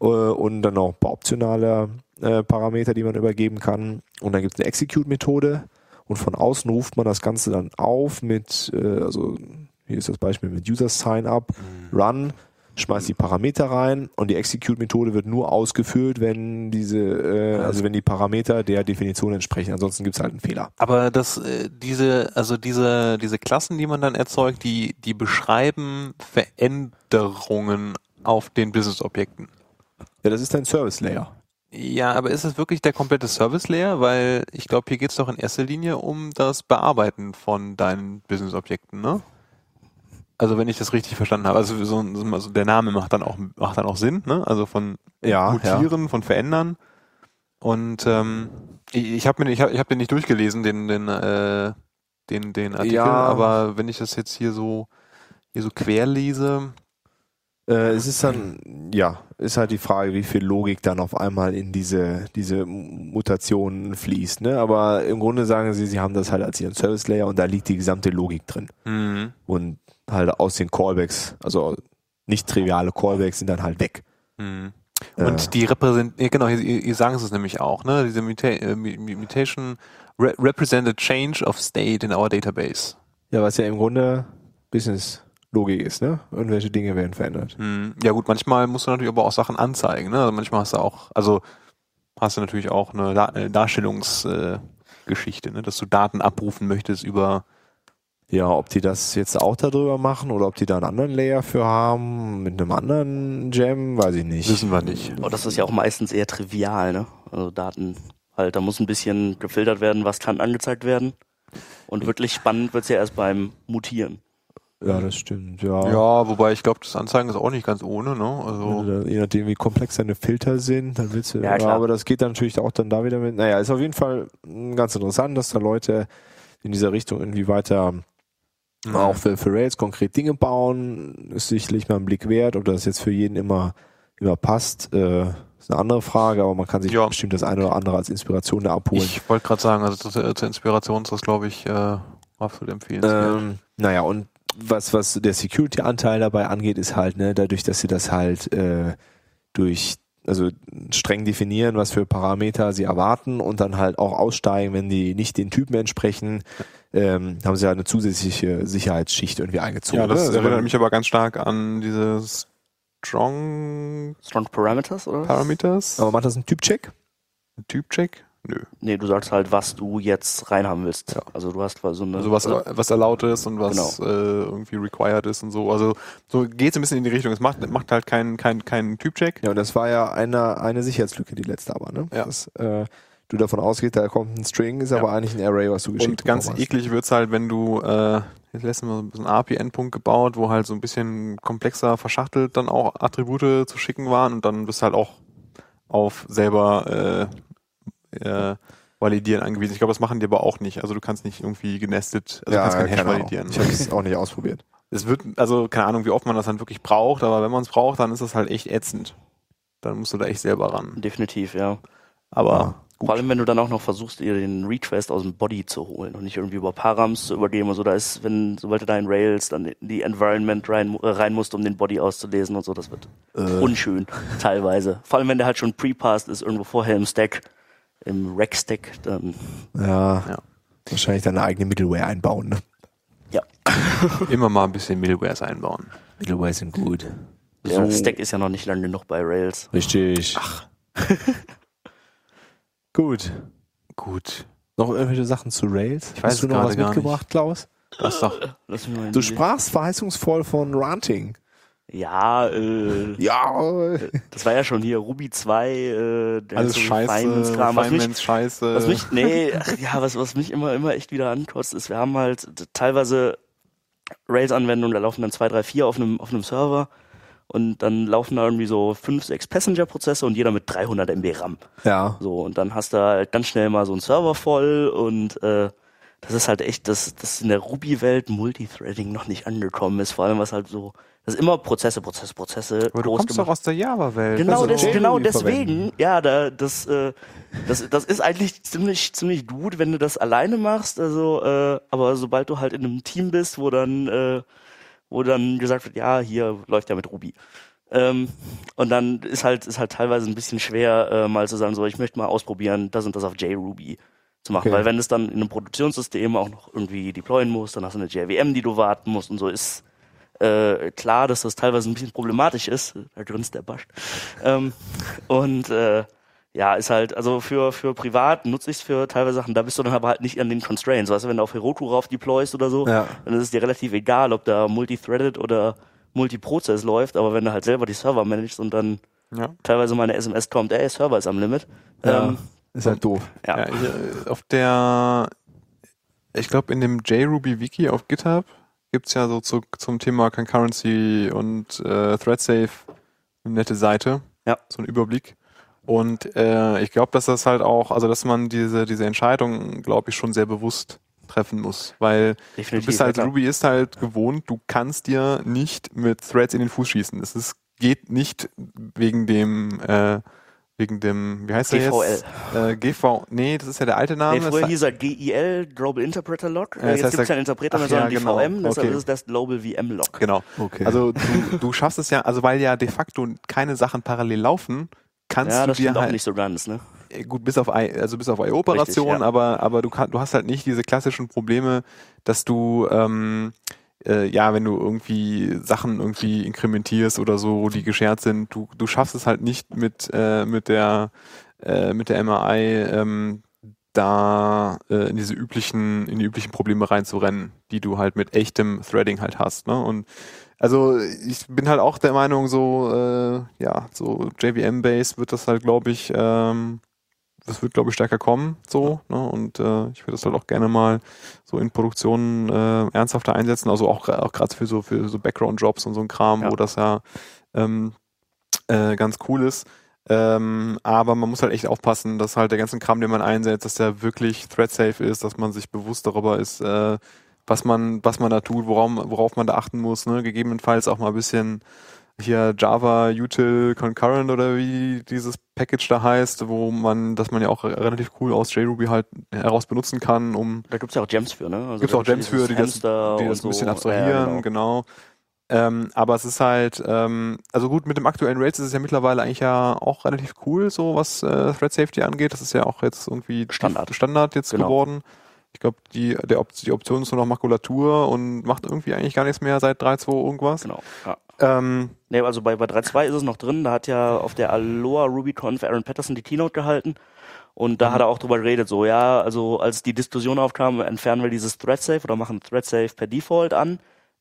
A: äh, und dann auch ein paar optionale äh, Parameter, die man übergeben kann. Und dann gibt es eine Execute-Methode und von außen ruft man das Ganze dann auf mit, äh, also hier ist das Beispiel mit User Sign-Up, Run, schmeißt die Parameter rein und die Execute-Methode wird nur ausgeführt, wenn diese, äh, also wenn die Parameter der Definition entsprechen. Ansonsten gibt es halt einen Fehler.
B: Aber das, äh, diese, also diese, diese Klassen, die man dann erzeugt, die, die beschreiben Veränderungen auf den Business-Objekten.
A: Ja, das ist ein Service Layer.
B: Ja, aber ist es wirklich der komplette Service Layer? Weil ich glaube, hier geht's doch in erster Linie um das Bearbeiten von deinen Business-Objekten, ne? Also wenn ich das richtig verstanden habe. Also, so, so- also der Name macht dann auch macht dann auch Sinn, ne? Also von
A: Ah, Ja,
B: mutieren, von verändern. Und ähm, ich, ich habe mir ich hab, ich hab den nicht durchgelesen, den den äh, den den Artikel,
A: Ja.
B: aber wenn ich das jetzt hier so hier so quer lese,
A: Äh, es ist dann, ja, ist halt die Frage, wie viel Logik dann auf einmal in diese, diese Mutationen fließt. Ne? Aber im Grunde sagen sie, sie haben das halt als ihren Service Layer und da liegt die gesamte Logik drin.
B: mhm.
A: Und halt aus den Callbacks, also nicht triviale Callbacks sind dann halt weg.
B: Mhm.
A: Äh.
B: Und die repräsent, ja, genau, ihr, ihr ihr sagen es nämlich auch, ne? Diese Muta äh, Mu- Mu- Mutation re represented change of state in our database.
A: Ja, was ja im Grunde Business-Logik ist, ne? Irgendwelche Dinge werden verändert.
B: Mhm. Ja gut, manchmal musst du natürlich aber auch Sachen anzeigen, ne? Also manchmal hast du auch, also hast du natürlich auch eine da äh, Darstellungsgeschichte, äh, Geschichte, ne? Dass du Daten abrufen möchtest über
A: Ja, ob die das jetzt auch darüber machen oder ob die da einen anderen Layer für haben, mit einem anderen Jam, weiß ich nicht.
B: wissen wir nicht.
C: Aber das ist ja auch meistens eher trivial, ne? Also Daten halt, da muss ein bisschen gefiltert werden, was kann angezeigt werden. Und wirklich spannend wird's ja erst beim Mutieren.
A: ja, das stimmt, ja.
B: Ja, wobei ich glaube, das Anzeigen ist auch nicht ganz ohne, ne? Also
A: Wenn du da- Je nachdem, wie komplex deine Filter sind, dann willst du.
C: Ja, klar.
A: aber das geht dann natürlich auch dann da wieder mit. Naja, ist auf jeden Fall mm, ganz interessant, dass da Leute in dieser Richtung irgendwie weiter
B: hm.
A: auch für, für Rails konkret Dinge bauen. Ist sicherlich mal ein Blick wert, ob das jetzt für jeden immer, immer passt. Äh, ist eine andere Frage, aber man kann sich
B: Ja.
A: bestimmt das eine oder andere als Inspiration da abholen.
B: ich wollte gerade sagen, also zur, zur Inspiration ist das, glaube ich, äh, absolut empfehlenswert.
A: Ähm, naja, und was, was der Security-Anteil dabei angeht, ist halt, ne, dadurch, dass sie das halt äh, durch also streng definieren, was für Parameter sie erwarten und dann halt auch aussteigen, wenn die nicht den Typen entsprechen, ähm, haben sie ja eine zusätzliche Sicherheitsschicht irgendwie eingezogen.
B: Ja, das
A: ne?
B: erinnert mich aber ganz stark an diese Strong
C: Strong Parameters oder? was?
B: Parameters.
A: Aber macht das einen Typcheck?
B: Typcheck? Nö.
C: Nee, du sagst halt, was du jetzt reinhaben willst. Also du hast quasi so eine.
B: Also was, was erlaubt ist und was äh, irgendwie required ist und so. Also so geht es ein bisschen in die Richtung. Es macht, macht halt keinen keinen keinen Typcheck.
A: Ja, und das war ja eine, eine Sicherheitslücke, die letzte aber, ne?
B: Ja.
A: Dass äh, du davon ausgehst, da kommt ein String, ist aber eigentlich ein Array, was du geschickt
B: Und ganz
A: bekommen hast.
B: eklig wird's halt, wenn du, äh, jetzt letztens mal so einen API-Endpunkt gebaut, wo halt so ein bisschen komplexer verschachtelt dann auch Attribute zu schicken waren und dann bist halt auch auf selber äh, äh, validieren angewiesen. Ich glaube, das machen die aber auch nicht. Also du kannst nicht irgendwie genestet, also du kannst kein Hash
A: keine Ahnung.
B: validieren. ne?
A: Ich habe es auch nicht ausprobiert.
B: Es wird, also keine Ahnung, wie oft man das dann wirklich braucht, aber wenn man es braucht, dann ist das halt echt ätzend. Dann musst du da echt selber ran.
C: Definitiv, ja.
B: Aber
A: Ja.
B: gut.
C: Vor allem, wenn du dann auch noch versuchst, ihr den Request aus dem Body zu holen und nicht irgendwie über Params zu übergeben und so. Da ist, wenn, sobald du da in Rails dann in die Environment rein, äh, rein musst, um den Body auszulesen und so, das wird
B: Äh,
A: äh.
C: unschön teilweise. Vor allem, wenn der halt schon pre-passed ist, irgendwo vorher im Stack, im Rack-Stack, dann
A: Ja,
B: Ja.
A: wahrscheinlich deine eigene Middleware einbauen. Ne?
B: immer mal ein bisschen Middlewares einbauen.
A: Middleware sind gut.
C: der Stack ist ja noch nicht lang genug bei Rails.
A: Richtig. Ach. gut.
B: Gut.
A: Noch irgendwelche Sachen zu Rails?
B: Ich weiß
A: Hast du
B: es
A: noch
B: gerade
A: was
B: gar
A: mitgebracht, Klaus?
B: Das doch.
C: Lass mich mal in
A: Du
C: die-
A: sprachst verheißungsvoll von Ranting.
C: Ja, äh,
A: Ja.
C: das war ja schon hier Ruby 2, äh, der
B: Alles scheiße,
C: Finance-Kram. Was mich
B: Finance äh. scheiße.
C: Was mich, nee, ach ja, was, was mich immer, immer echt wieder ankotzt, ist, wir haben halt t- teilweise Rails-Anwendungen, da laufen dann zwei, drei, vier auf einem, auf einem Server und dann laufen da irgendwie so fünf, sechs Passenger-Prozesse und jeder mit 300 MB RAM.
A: Ja.
C: So, und dann hast du halt ganz schnell mal so einen Server voll und äh, das ist halt echt, dass das in der Ruby-Welt Multithreading noch nicht angekommen ist, vor allem was halt so, das ist immer Prozesse, Prozesse, Prozesse,
B: Aber du kommst doch aus der Java-Welt.
C: Genau,
A: Also
C: des,
A: Jelly
C: genau
A: verwenden.
C: deswegen, ja, da, das, äh, das, das ist eigentlich ziemlich, ziemlich gut, wenn du das alleine machst. Also, äh, aber sobald du halt in einem Team bist, wo dann, äh, wo dann gesagt wird, ja, hier läuft ja mit Ruby. Ähm, und dann ist halt, ist halt teilweise ein bisschen schwer, äh, mal zu sagen, so, ich möchte mal ausprobieren, das und das auf JRuby zu machen.
A: Okay.
C: Weil wenn es dann in einem Produktionssystem auch noch irgendwie deployen musst, dann hast du eine JVM, die du warten musst und so ist äh, klar, dass das teilweise ein bisschen problematisch ist. Da grinst der Basch. Ähm, und äh, ja, ist halt, also für, für privat nutze ich es für teilweise Sachen, da bist du dann aber halt nicht an den Constraints. Weißt du, wenn du auf Heroku rauf deployst oder so,
A: Ja.
C: dann ist es dir relativ egal, ob da multithreaded oder Multiprozess läuft, aber wenn du halt selber die Server managst und dann
B: Ja.
C: teilweise mal eine SMS kommt, ey, Server ist am Limit.
A: ja.
C: Ähm,
A: ist halt doof.
C: ja.
B: Ja, ich, äh, auf der, ich glaube, in dem JRuby-Wiki auf GitHub gibt's ja so zu, zum Thema Concurrency und äh, ThreadSafe eine nette Seite.
C: Ja.
B: So ein Überblick. Und äh, ich glaube, dass das halt auch, also dass man diese, diese Entscheidung, glaube ich, schon sehr bewusst treffen muss. Weil du
C: definitiv.
B: bist halt,
C: ja, klar.
B: Ruby ist halt gewohnt, du kannst dir nicht mit Threads in den Fuß schießen. Es ist, geht nicht wegen dem, äh, wegen dem, wie heißt der
C: GVL.
B: jetzt? Äh, GV, nee, das ist ja der alte Name.
C: Nee, früher
B: das
C: hieß er GIL, Global Interpreter Log.
B: Ja,
C: Äh,
B: das
C: jetzt
B: heißt,
C: gibt es
B: da-
C: keinen Interpreter mehr,
B: Ach ja, genau.
C: sondern GVM, deshalb
B: Okay.
C: ist es das Global VM Log.
B: genau.
A: Okay.
B: Also du, du schaffst es ja, also weil ja de facto keine Sachen parallel laufen, kannst
C: Ja,
B: du
C: das
B: dir
C: stimmt auch
B: halt
C: nicht so ganz, ne?
B: Äh, gut, bis auf I, also bis auf IO-Operationen,
C: Richtig, ja.
B: aber, aber du, kann, du hast halt nicht diese klassischen Probleme, dass du, ähm, äh, ja, wenn du irgendwie Sachen irgendwie inkrementierst oder so, die geschert sind, du, du schaffst es halt nicht mit, äh, mit der, äh, mit der MRI, ähm, da äh, in diese üblichen, in die üblichen Probleme reinzurennen, die du halt mit echtem Threading halt hast, ne? Und also ich bin halt auch der Meinung, so äh, ja, so JVM-Base wird das halt, glaube ich, ähm, das wird, glaube ich, stärker kommen, so, ne? Und äh, ich würde das halt auch gerne mal so in Produktionen äh, ernsthafter einsetzen, also auch, gra- auch gerade für so für so Background-Jobs und so ein Kram,
C: Ja.
B: wo das ja ähm, äh, ganz cool ist. Ähm, aber man muss halt echt aufpassen, dass halt der ganze Kram, den man einsetzt, dass der wirklich thread-safe ist, dass man sich bewusst darüber ist, äh, was man, was man da tut, worauf, worauf man da achten muss, ne? Gegebenenfalls auch mal ein bisschen hier Java Util Concurrent oder wie dieses Package da heißt, wo man, dass man ja auch relativ cool aus JRuby halt heraus benutzen kann, um
C: Da gibt's ja auch Gems für, ne? Also
B: Gibt's
C: da
B: auch Gems für, die das-
C: dieses Hamster
B: die
C: und
B: das ein bisschen
C: so.
B: abstrahieren,
C: Ja, genau.
B: genau. Ähm, aber es ist halt, ähm, also gut, mit dem aktuellen Rails ist es ja mittlerweile eigentlich ja auch relativ cool, so was äh, Thread Safety angeht. Das ist ja auch jetzt irgendwie
C: Standard.
B: Standard jetzt
C: Genau.
B: geworden. Ich glaube, die, der Op die Option ist nur noch Makulatur und macht irgendwie eigentlich gar nichts mehr seit 3.2 irgendwas.
C: Genau. Ja.
B: Ähm,
C: Nee, also bei, bei 3.2 ist es noch drin. Da hat ja auf der Aloha RubyConf Aaron Patterson die Keynote gehalten. Und
B: Mhm.
C: da hat er auch drüber geredet, so, ja, also als die Diskussion aufkam, entfernen wir dieses Thread Safe oder machen Thread Safe per Default an.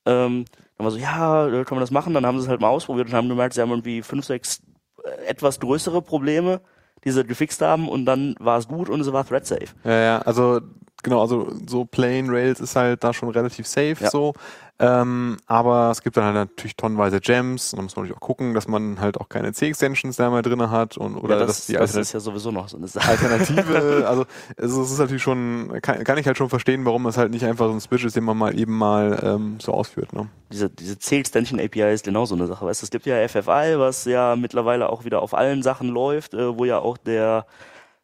C: Ähm, dann war so, ja, äh, können wir das machen? Dann haben sie es halt mal ausprobiert und haben gemerkt, sie haben irgendwie fünf, sechs äh, etwas größere Probleme, die sie halt gefixt haben und dann war es gut und es war Thread Safe.
B: Ja, ja, also genau, also so Plain Rails ist halt da schon relativ safe
C: Ja.
B: so. Ähm, aber es gibt dann halt natürlich tonnenweise Gems und da muss man natürlich auch gucken, dass man halt auch keine C-Extensions da mal drin hat und oder
C: ja,
B: dass
C: das, Halt
B: die
C: das
B: Altern-
C: ist ja sowieso noch so eine Sache. <laughs>
B: Alternative, also es ist natürlich schon, kann, kann ich halt schon verstehen, warum das halt nicht einfach so ein Switch ist, den man mal eben mal ähm, so ausführt. Ne?
C: diese, diese C-Extension API ist genau so eine Sache. Weißt du, es gibt ja FFI, was ja mittlerweile auch wieder auf allen Sachen läuft, äh, wo ja auch der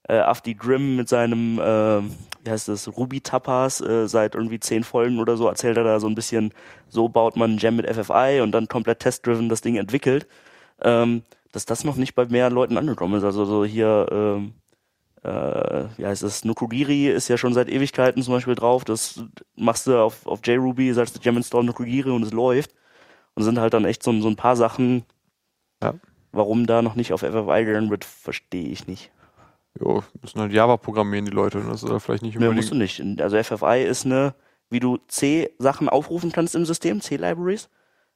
C: äh, Afdi Grimm mit seinem, äh, wie heißt das, Ruby Tapas äh, seit irgendwie zehn Folgen oder so erzählt er da so ein bisschen, so baut man ein Gem mit FFI und dann komplett test-driven das Ding entwickelt, ähm, dass das noch nicht bei mehr Leuten angekommen ist. Also so hier, ähm, äh, wie heißt das, Nukugiri ist ja schon seit Ewigkeiten zum Beispiel drauf. Das machst du auf, auf JRuby, sagst du Gem Install Nukugiri und es läuft. Und sind halt dann echt so, ein- so ein paar Sachen,
B: Ja.
C: warum da noch nicht auf FFI gegangen wird, verstehe ich nicht.
B: Jo, müssen halt Java programmieren, die Leute. Das ist halt vielleicht nicht
C: Nö,
B: unbedingt.
C: musst du nicht. Also FFI ist eine, wie du C-Sachen aufrufen kannst im System, C-Libraries.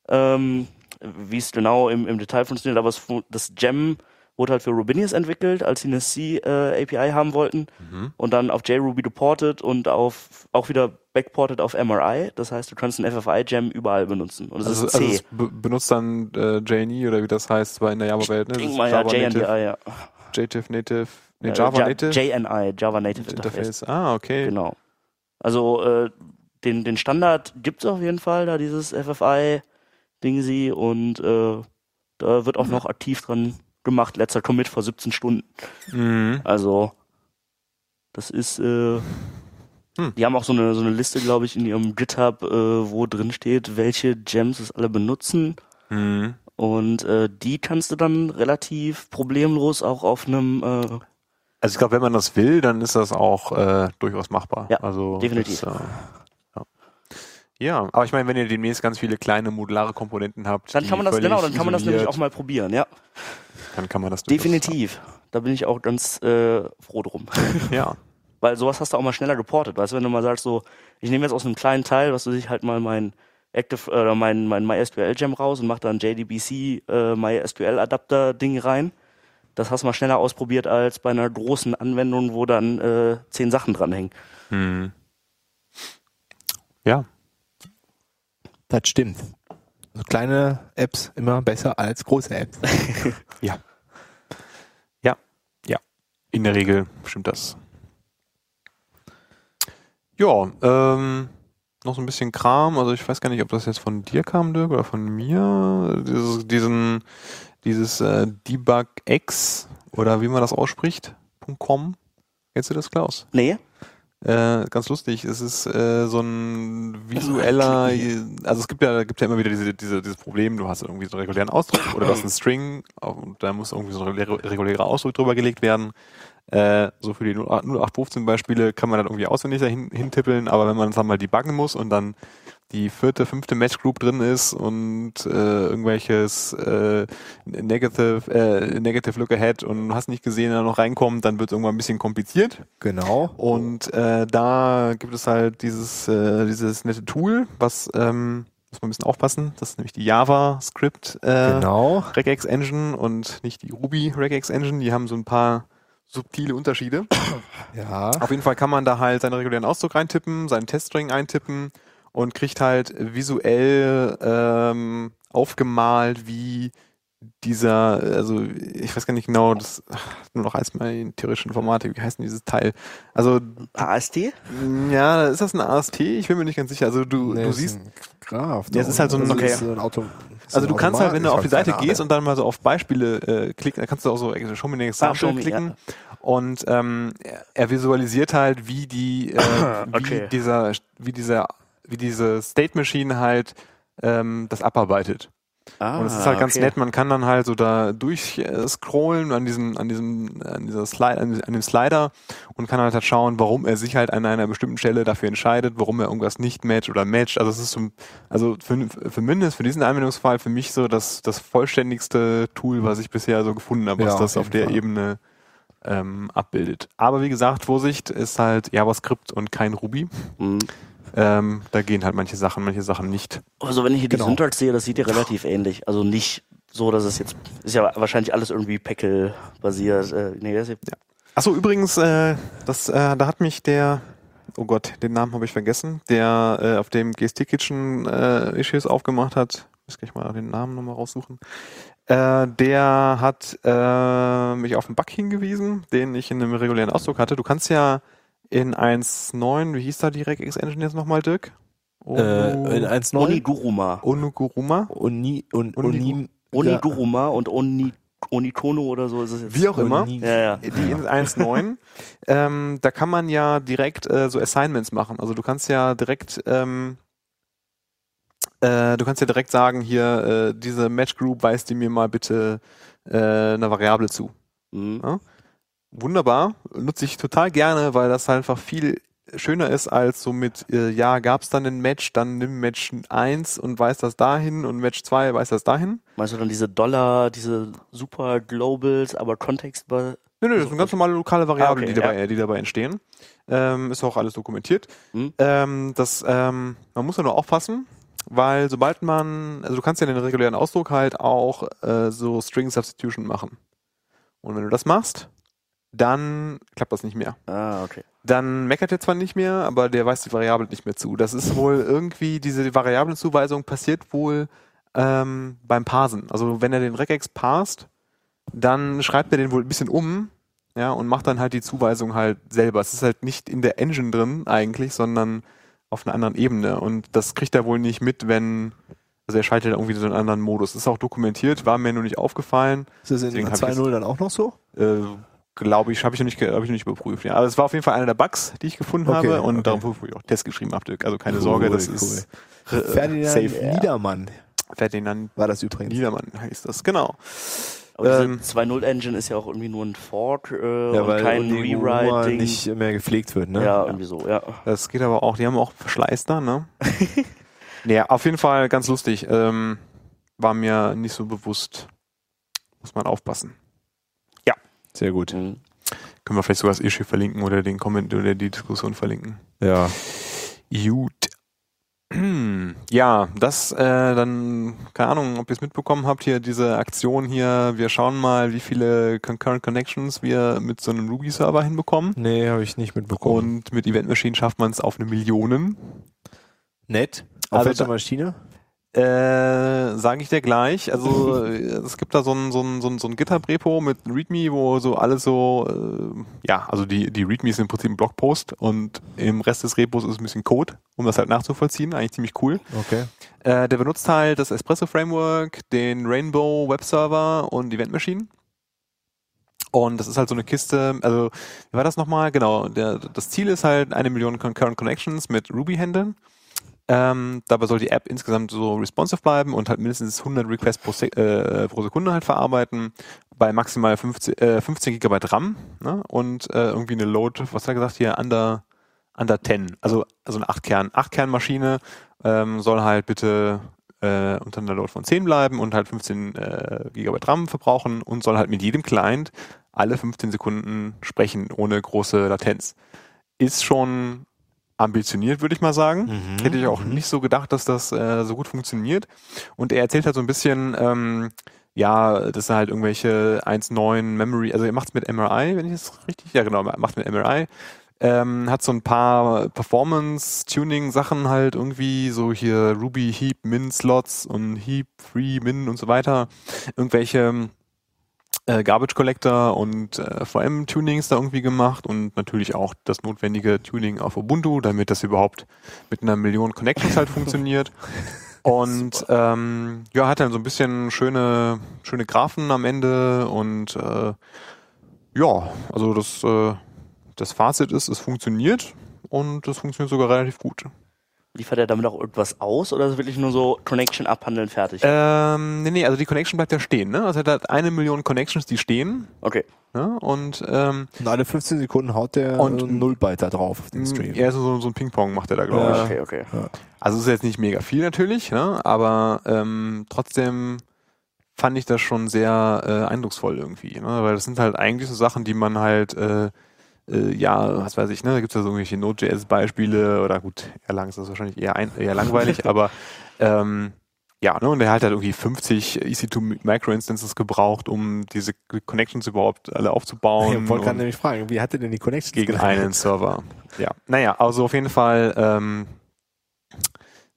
C: Ähm, wie es genau im, im Detail funktioniert, aber es, fu- das Gem wurde halt für Robinius entwickelt, als sie eine äh, C-API haben wollten.
B: mhm.
C: und dann auf JRuby geportet und auf auch wieder backportet auf MRI. Das heißt, du kannst ein FFI-Gem überall benutzen. Und es
B: Also,
C: ist
B: also
C: C.
B: es be- benutzt dann äh, JNE oder wie das heißt bei in der Java-Welt. Ne? Das
C: Denk
B: ist
C: mal, ja, E
B: Java
C: JNDI,
B: Native.
C: ja.
B: JTIF Native, nee,
C: Äh,
B: Java
C: Ja-
B: Native
C: JNI, Java Native Interface.
B: Interface. Ah, okay.
C: Genau. Also äh, den, den Standard gibt es auf jeden Fall, da dieses FFI-Ding sie und äh, da wird auch noch aktiv dran gemacht. Letzter Commit vor 17 Stunden.
B: Mhm.
C: Also, das ist, äh,
B: Hm.
C: die haben auch so eine, so eine Liste, glaube ich, in ihrem GitHub, äh, wo drin steht, welche Gems es alle benutzen.
B: Mhm.
C: Und äh, die kannst du dann relativ problemlos auch auf einem, äh,
B: Also ich glaube, wenn man das will, dann ist das auch äh, durchaus machbar.
C: Ja,
B: also,
C: definitiv.
B: Das, äh, ja. ja, aber ich meine, wenn ihr demnächst ganz viele kleine modulare Komponenten habt,
C: dann
B: die
C: kann man das,
B: völlig
C: genau, dann kann man das nämlich
B: isoliert,
C: auch mal probieren, ja.
B: Dann kann man das durchaus-
C: Definitiv. Da bin ich auch ganz äh, froh drum. <laughs>
B: Ja.
C: Weil sowas hast du auch mal schneller geportet, weißt du, wenn du mal sagst so, ich nehme jetzt aus einem kleinen Teil, was du ich halt mal mein Active äh, oder mein, mein MySQL-Gem raus und mach da einen JDBC äh, MySQL-Adapter-Ding rein. Das hast du mal schneller ausprobiert als bei einer großen Anwendung, wo dann äh, zehn Sachen dranhängen.
B: Mhm. Ja.
A: Das stimmt. Also kleine Apps immer besser als große Apps.
B: In der Regel stimmt das. Ja, ähm, noch so ein bisschen Kram. Also ich weiß gar nicht, ob das jetzt von dir kam, Dirk, oder von mir. Dieses, diesen, dieses äh, DebugX oder wie man das ausspricht, .com. Kennst du das, Klaus?
C: Nee,
B: Äh, ganz lustig. Es ist äh, so ein visueller, also es gibt ja, gibt ja immer wieder diese, diese, dieses Problem, du hast irgendwie so einen regulären Ausdruck oder du hast einen String auf- und da muss irgendwie so ein regulä- regulärer Ausdruck drüber gelegt werden. Äh, so für die 08- 0815 Beispiele kann man dann irgendwie auswendig dahin hintippeln, aber wenn man es dann mal debuggen muss und dann die vierte, fünfte Match Group drin ist und äh, irgendwelches äh, negative, äh, negative Look Ahead und hast nicht gesehen, da noch reinkommt, dann wird es irgendwann ein bisschen kompliziert.
A: Genau.
B: Und äh, da gibt es halt dieses, äh, dieses nette Tool, was ähm, muss man ein bisschen aufpassen. Das ist nämlich die JavaScript äh,
A: genau.
B: Regex Engine und nicht die Ruby Regex Engine. Die haben so ein paar subtile Unterschiede.
A: Ja.
B: Auf jeden Fall kann man da halt seinen regulären Ausdruck reintippen, seinen Teststring eintippen und kriegt halt visuell ähm, aufgemalt, wie dieser, also ich weiß gar nicht genau, das ach, nur noch eins mal in theoretischer Informatik, wie heißt denn dieses Teil? Also
C: AST?
B: ja, ist das ein AST? Ich bin mir nicht ganz sicher. Also du, du siehst,
A: Graf.
B: Ja, es ist halt so ein-
A: Also,
B: okay.
A: es ist ein Auto, es
B: also
A: ist ein
B: du kannst halt, wenn du
A: Automat,
B: auf die
A: ich hab
B: Seite
A: keine
B: gehst
A: Ahnung.
B: und dann mal so auf Beispiele äh, klicken, dann kannst du auch so äh, Show me the example
C: show me,
B: klicken. Und ähm, er- er visualisiert halt,
C: <coughs>
B: wie die, äh, wie
C: Okay.
B: dieser, wie dieser, wie diese State Machine halt ähm, das abarbeitet.
C: Ah,
B: und es ist halt ganz
C: okay.
B: nett, man kann dann halt so da durchscrollen an diesem, an diesem, an dieser Slide, an an dem Slider und kann halt, halt schauen, warum er sich halt an einer bestimmten Stelle dafür entscheidet, warum er irgendwas nicht matcht oder matcht. Also es ist so, also für, für mindestens für diesen Anwendungsfall für mich so das, das vollständigste Tool, was ich bisher so gefunden habe,
A: Ja,
B: was
A: auf
B: das auf
A: jeden
B: der
A: Fall.
B: Ebene ähm, abbildet. Aber wie gesagt, Vorsicht ist halt JavaScript und kein Ruby.
C: Mhm.
B: Ähm, da gehen halt manche Sachen, manche Sachen nicht.
C: Also wenn ich hier die
A: Genau.
C: Syntax sehe, das sieht ja relativ ähnlich. Also nicht so, dass es jetzt ist ja wahrscheinlich alles irgendwie Packel basiert. Äh, nee, das ist,
B: Achso, übrigens, äh, das, äh, da hat mich der, oh Gott, den Namen habe ich vergessen, der äh, auf dem GST Kitchen äh, Issues aufgemacht hat, muss gleich mal den Namen nochmal raussuchen, äh, der hat äh, mich auf einen Bug hingewiesen, den ich in einem regulären Ausdruck hatte. Du kannst ja in 1.9, wie hieß da die RegEx Engine jetzt nochmal, Dirk? Oh,
A: Äh, in 1.9
C: Oniguruma.
B: Onuguruma?
A: Oni, on,
B: Oni-
A: Oni,
C: Oniguruma und Oni, Onikono oder so ist es jetzt.
B: Wie auch immer.
A: Oni-
C: Ja, ja.
B: die in 1.9, ähm, da kann man ja direkt äh, so Assignments machen. Also du kannst ja direkt, ähm, äh, du kannst ja direkt sagen, hier, äh, diese Match Group weist die mir mal bitte äh, eine Variable zu.
C: Mhm.
B: Wunderbar, nutze ich total gerne, weil das halt einfach viel schöner ist als so mit, äh, ja, gab es dann ein Match, dann nimm Match 1 und weist das dahin und Match 2 weist das dahin.
C: Meinst du dann diese Dollar, diese super Globals, aber Kontext
B: Nö, nö, das sind ganz normale lokale Variablen,
C: Ah, okay,
B: die, dabei, die dabei entstehen. Ähm, ist auch alles dokumentiert.
C: Hm.
B: Ähm, das, ähm, man muss ja nur aufpassen, weil sobald man, also du kannst ja den regulären Ausdruck halt auch äh, so String Substitution machen. Und wenn du das machst, dann klappt das nicht mehr.
C: Ah, okay.
B: Dann meckert er zwar nicht mehr, aber der weist die Variable nicht mehr zu. Das ist wohl irgendwie, diese Variablenzuweisung passiert wohl ähm, beim Parsen. Also wenn er den Regex parst, dann schreibt er den wohl ein bisschen um, ja, und macht dann halt die Zuweisung halt selber. Es ist halt nicht in der Engine drin eigentlich, sondern auf einer anderen Ebene. Und das kriegt er wohl nicht mit, wenn, also er schaltet irgendwie so einen anderen Modus. Ist auch dokumentiert, war mir nur nicht aufgefallen.
A: Ist das in
B: Deswegen hab ich
A: 2.0 dann auch noch so?
B: Äh, glaube ich, habe ich noch nicht, ge- hab ich noch nicht überprüft. Ja, aber es war auf jeden Fall einer der Bugs, die ich gefunden
A: Okay,
B: habe und
A: okay.
B: darum wo ich auch Test geschrieben habe, Dirk. Also keine
A: Cool,
B: Sorge, das
A: cool.
B: ist
A: Ferdinand
B: Äh, safe, ja.
A: Niedermann
B: Ferdinand
A: war das übrigens.
B: Niedermann heißt das, genau.
C: Aber
B: Ähm.
C: diese 2.0 Engine ist ja auch irgendwie nur ein Fork äh, und kein
A: Oni Guruma
C: Rewriting.
A: nicht mehr gepflegt wird, ne?
C: Ja, irgendwie so, ja.
B: Das geht aber auch, die haben auch Verschleiß
A: <laughs>
B: da, ne? naja, auf jeden Fall ganz lustig. Ähm, war mir nicht so bewusst. Muss man aufpassen.
A: Sehr gut.
C: Mhm.
B: Können wir vielleicht sogar das Issue verlinken oder den Comment oder die Diskussion verlinken.
A: Ja.
B: Gut. <clears throat> Hm, Ja, das äh, dann, keine Ahnung, ob ihr es mitbekommen habt, hier diese Aktion hier, wir schauen mal, wie viele Concurrent Connections wir mit so einem Ruby-Server hinbekommen.
A: Nee, habe ich nicht mitbekommen.
B: Und mit Event Machine schafft man es auf eine Million.
A: nett.
B: Auf
A: Auf
B: welcher
A: welcher Maschine?
B: Äh, sage ich dir gleich. Also äh, es gibt da so ein, so ein, so ein, so ein GitHub-Repo mit README, wo so alles so, äh, ja, also die, die README ist im Prinzip ein Blogpost und im Rest des Repos ist ein bisschen Code, um das halt nachzuvollziehen. Eigentlich ziemlich cool.
A: Okay.
B: Äh, der benutzt halt das Espresso Framework, den Rainbow Web Server und Event Machine. Und das ist halt so eine Kiste, also wie war das nochmal? Genau, der, das Ziel ist halt eine Million Concurrent Connections mit Ruby handeln. Ähm, dabei soll die App insgesamt so responsive bleiben und halt mindestens 100 Requests pro, Sek äh, pro Sekunde halt verarbeiten, bei maximal 15, äh, 15 GB RAM ne? und äh, irgendwie eine Load, was hat er gesagt hier, under, under 10, also, also eine 8-Kern, 8-Kern-Maschine ähm, soll halt bitte äh, unter einer Load von 10 bleiben und halt 15 äh, GB RAM verbrauchen und soll halt mit jedem Client alle 15 Sekunden sprechen, ohne große Latenz. Ist schon ambitioniert, würde ich mal
A: Mhm.
B: sagen. Hätte ich auch nicht so gedacht, dass das äh, so gut funktioniert. Und er erzählt halt so ein bisschen, ähm, ja, das sind halt irgendwelche 1.9 Memory, also er macht es mit MRI, wenn ich das richtig, ja genau, er macht mit MRI. Ähm, hat so ein paar Performance-Tuning-Sachen halt irgendwie, so hier Ruby Heap Min-Slots und Heap Free Min und so weiter. Irgendwelche äh, Garbage Collector und äh, VM-Tunings da irgendwie gemacht und natürlich auch das notwendige Tuning auf Ubuntu, damit das überhaupt mit einer Million Connections halt funktioniert. Und ähm, ja, hat dann so ein bisschen schöne, schöne Graphen am Ende und äh, ja, also das, äh, das Fazit ist, es funktioniert und es funktioniert sogar relativ gut.
C: Liefert er damit auch irgendwas aus oder ist es wirklich nur so Connection abhandeln, fertig?
B: Ähm, nee, nee, also die Connection bleibt ja stehen, ne? Also er hat eine Million Connections, die stehen,
C: Okay.
B: ne? Und, ähm,
A: Und alle 15 Sekunden haut der
B: Und-
A: äh, Nullbyter drauf auf den Stream.
B: er ist Hm, so, so ein Ping-Pong macht er da, glaube ich.
A: Ja.
C: Okay, okay.
B: Also ist jetzt nicht mega viel natürlich, ne? aber ähm, trotzdem fand ich das schon sehr äh, eindrucksvoll irgendwie, ne? weil das sind halt eigentlich so Sachen, die man halt, äh, äh, ja, was weiß ich, ne? da gibt es ja so irgendwelche Node.js-Beispiele oder gut, Erlang ist das wahrscheinlich eher, ein,
A: <laughs>
B: eher langweilig, aber ähm, ja, ne? und der hat halt irgendwie 50 EC2 Micro-Instances gebraucht, um diese Connections überhaupt alle aufzubauen.
A: Ich wollte
B: und-
A: gerade nämlich fragen, wie hat er denn die Connections
B: gegen
A: gemacht?
B: <laughs> einen Server. Ja. Naja, also auf jeden Fall ähm,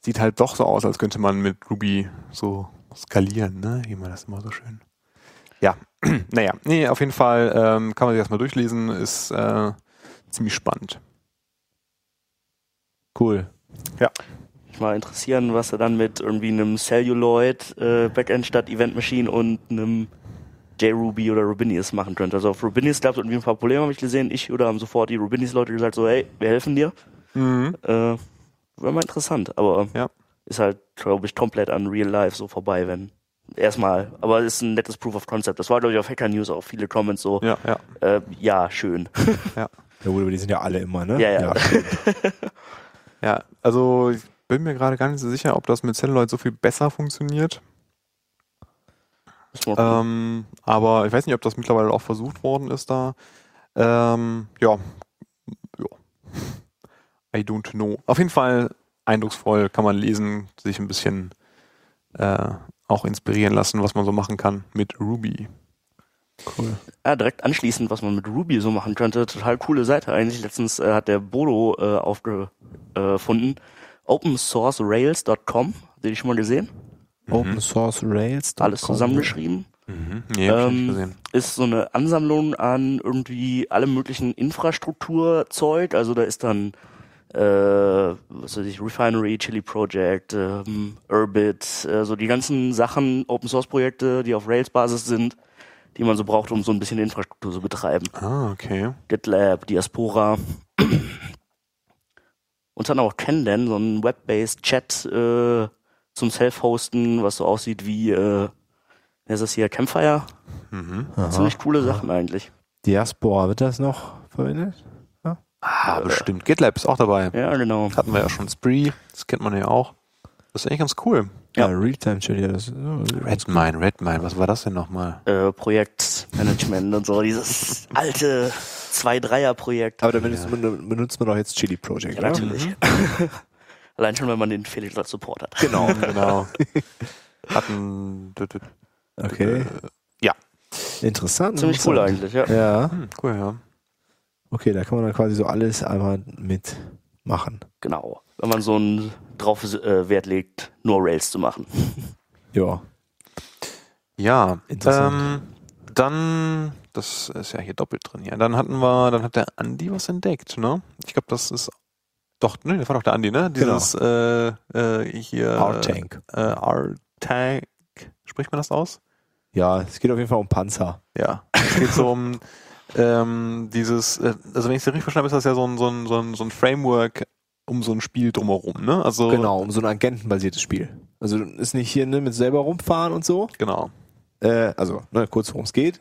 B: sieht halt doch so aus, als könnte man mit Ruby so skalieren, ne? Wie man das immer so schön. Ja, <clears throat> naja, nee, auf jeden Fall ähm, kann man sich das mal durchlesen, ist äh, ziemlich spannend.
A: Cool.
C: Mich mal interessieren, was er dann mit irgendwie einem Celluloid äh, Backend statt Event Machine und einem JRuby oder Rubinius machen könnte. Also auf Rubinius gab es irgendwie ein paar Probleme, habe ich gesehen. Ich oder haben sofort die Rubinius-Leute gesagt, so, hey, wir helfen dir.
B: Mhm.
C: Äh, Wäre mal interessant, aber
B: Ja.
C: ist halt, glaube ich, komplett an Real Life so vorbei, wenn. Erstmal, aber es ist ein nettes Proof of Concept. Das war, glaube ich, auf Hacker News auch viele Comments so,
B: Ja, ja.
C: äh, ja, schön.
A: Ja gut, aber die sind ja alle immer, ne?
C: Ja, ja.
B: Ja, also ich bin mir gerade gar nicht so sicher, ob das mit Celluloid so viel besser funktioniert.
C: Muss man gucken.
B: Ähm, aber ich weiß nicht, ob das mittlerweile auch versucht worden ist da. Ähm, ja. ja. <laughs> I don't know. Auf jeden Fall eindrucksvoll, kann man lesen, sich ein bisschen äh, auch inspirieren lassen, was man so machen kann mit Ruby.
A: Cool.
C: Ja, direkt anschließend, was man mit Ruby so machen könnte. Total coole Seite eigentlich. Letztens äh, hat der Bodo äh, aufgefunden. Äh, funden. OpenSourceRails.com, den ich schon mal gesehen.
A: Open Source Rails.
C: Mhm. Alles zusammengeschrieben.
B: Mhm. Nee, ne? hab ich
C: Ähm,
B: nicht gesehen.
C: Ist so eine Ansammlung an irgendwie allem möglichen Infrastrukturzeug. Also da ist dann äh, was weiß ich, Refinery, Chili Project, ähm, Urbit, äh, so die ganzen Sachen, Open Source Projekte, die auf Rails Basis sind, die man so braucht, um so ein bisschen Infrastruktur zu betreiben.
B: Ah, okay.
C: GitLab, Diaspora. Und dann auch Kenden, so ein web-based Chat äh, zum Self-Hosten, was so aussieht wie, äh, wer ist das hier, Campfire?
B: Mhm.
A: Aha.
C: Ziemlich coole Sachen eigentlich.
A: Diaspora, wird das noch verwendet?
B: Ah, bestimmt. GitLab ist auch dabei.
C: Ja, genau.
B: Hatten wir ja schon Spree, das kennt man ja auch. Das ist eigentlich ganz cool.
C: Ja.
A: Realtime Chat, ja, also das ja,
B: Redmine, Redmine, was war das denn nochmal?
C: Äh, Projektmanagement und so, dieses alte 2-3er-Projekt.
A: Aber dann benutzt, man, benutzt man doch jetzt Chili Project,
C: Ja,
A: oder?
C: natürlich. Allein schon, wenn man den Felix als Support hat.
B: Genau, <laughs> genau. Hatten.
A: Okay.
B: Ja. Genau.
A: Interessant.
C: Äh, Ziemlich cool
A: interessant.
C: eigentlich, ja.
A: Ja.
B: Hm, cool, ja.
A: Okay, da kann man dann quasi so alles einmal mitmachen.
C: Genau. Wenn man so einen drauf äh, Wert legt, nur Rails zu machen.
A: Ja.
B: Ja, ähm,
A: Interessant.
B: dann, das ist ja hier doppelt drin. Ja, dann hatten wir, dann hat der Andi was entdeckt, ne? Ich glaube, das ist doch, ne, das war doch der Andi, ne? Dieses äh, äh, hier
A: Genau. R-Tank.
B: äh, R-Tank, spricht man das aus?
A: Ja, es geht auf jeden Fall um Panzer.
B: Ja. Es geht so um ähm, dieses, äh, also wenn ich es richtig verstanden habe, ist das ja so ein, so ein, so ein, so ein Framework um so ein Spiel drumherum, ne? Also
A: Genau, um so ein agentenbasiertes Spiel. Also ist nicht hier ne, mit selber rumfahren und so.
B: genau.
A: Äh, also, ne, kurz worum es geht.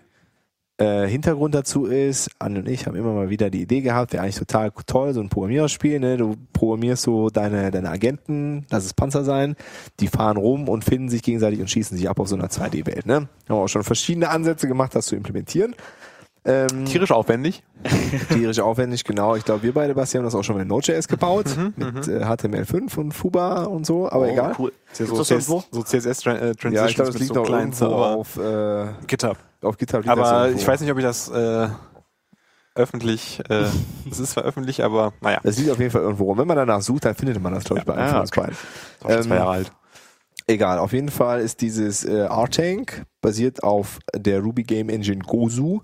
A: Äh, Hintergrund dazu ist, Anne und ich haben immer mal wieder die Idee gehabt, wäre eigentlich total toll, so ein Programmiererspiel, ne? Du programmierst so deine, deine Agenten, lass es Panzer sein, die fahren rum und finden sich gegenseitig und schießen sich ab auf so einer 2D-Welt, ne? Haben wir auch schon verschiedene Ansätze gemacht, das zu implementieren. Ähm,
B: Tierisch aufwendig.
A: tierisch aufwendig, genau. Ich glaube, wir beide, Basti, haben das auch schon mit Node.js gebaut, mit äh, HTML5 und Fuba und so, aber egal.
C: Cool.
B: Oh, Ist ja
C: Ist
B: so,
C: das
B: CS
C: irgendwo?
B: so CSS-Transitions
A: Ja, ich glaube, es
B: äh, mit
A: liegt
B: so
A: noch
B: kleinen
A: irgendwo
B: Server.
A: auf, äh,
B: GitHub.
A: auf GitHub. liegt das
B: Aber
A: irgendwo.
B: ich weiß nicht, ob ich das äh, öffentlich, äh, es ist zwar öffentlich, aber naja,
A: Das liegt auf jeden Fall irgendwo rum. Wenn man danach sucht, dann findet man das, glaube ich, bei einem
B: Ah,
A: von uns beiden.
B: ist auch schon zwei
A: Ähm,
B: Jahre alt.
A: Egal, auf jeden Fall ist dieses äh, R-Tank basiert auf der Ruby Game Engine Gozu.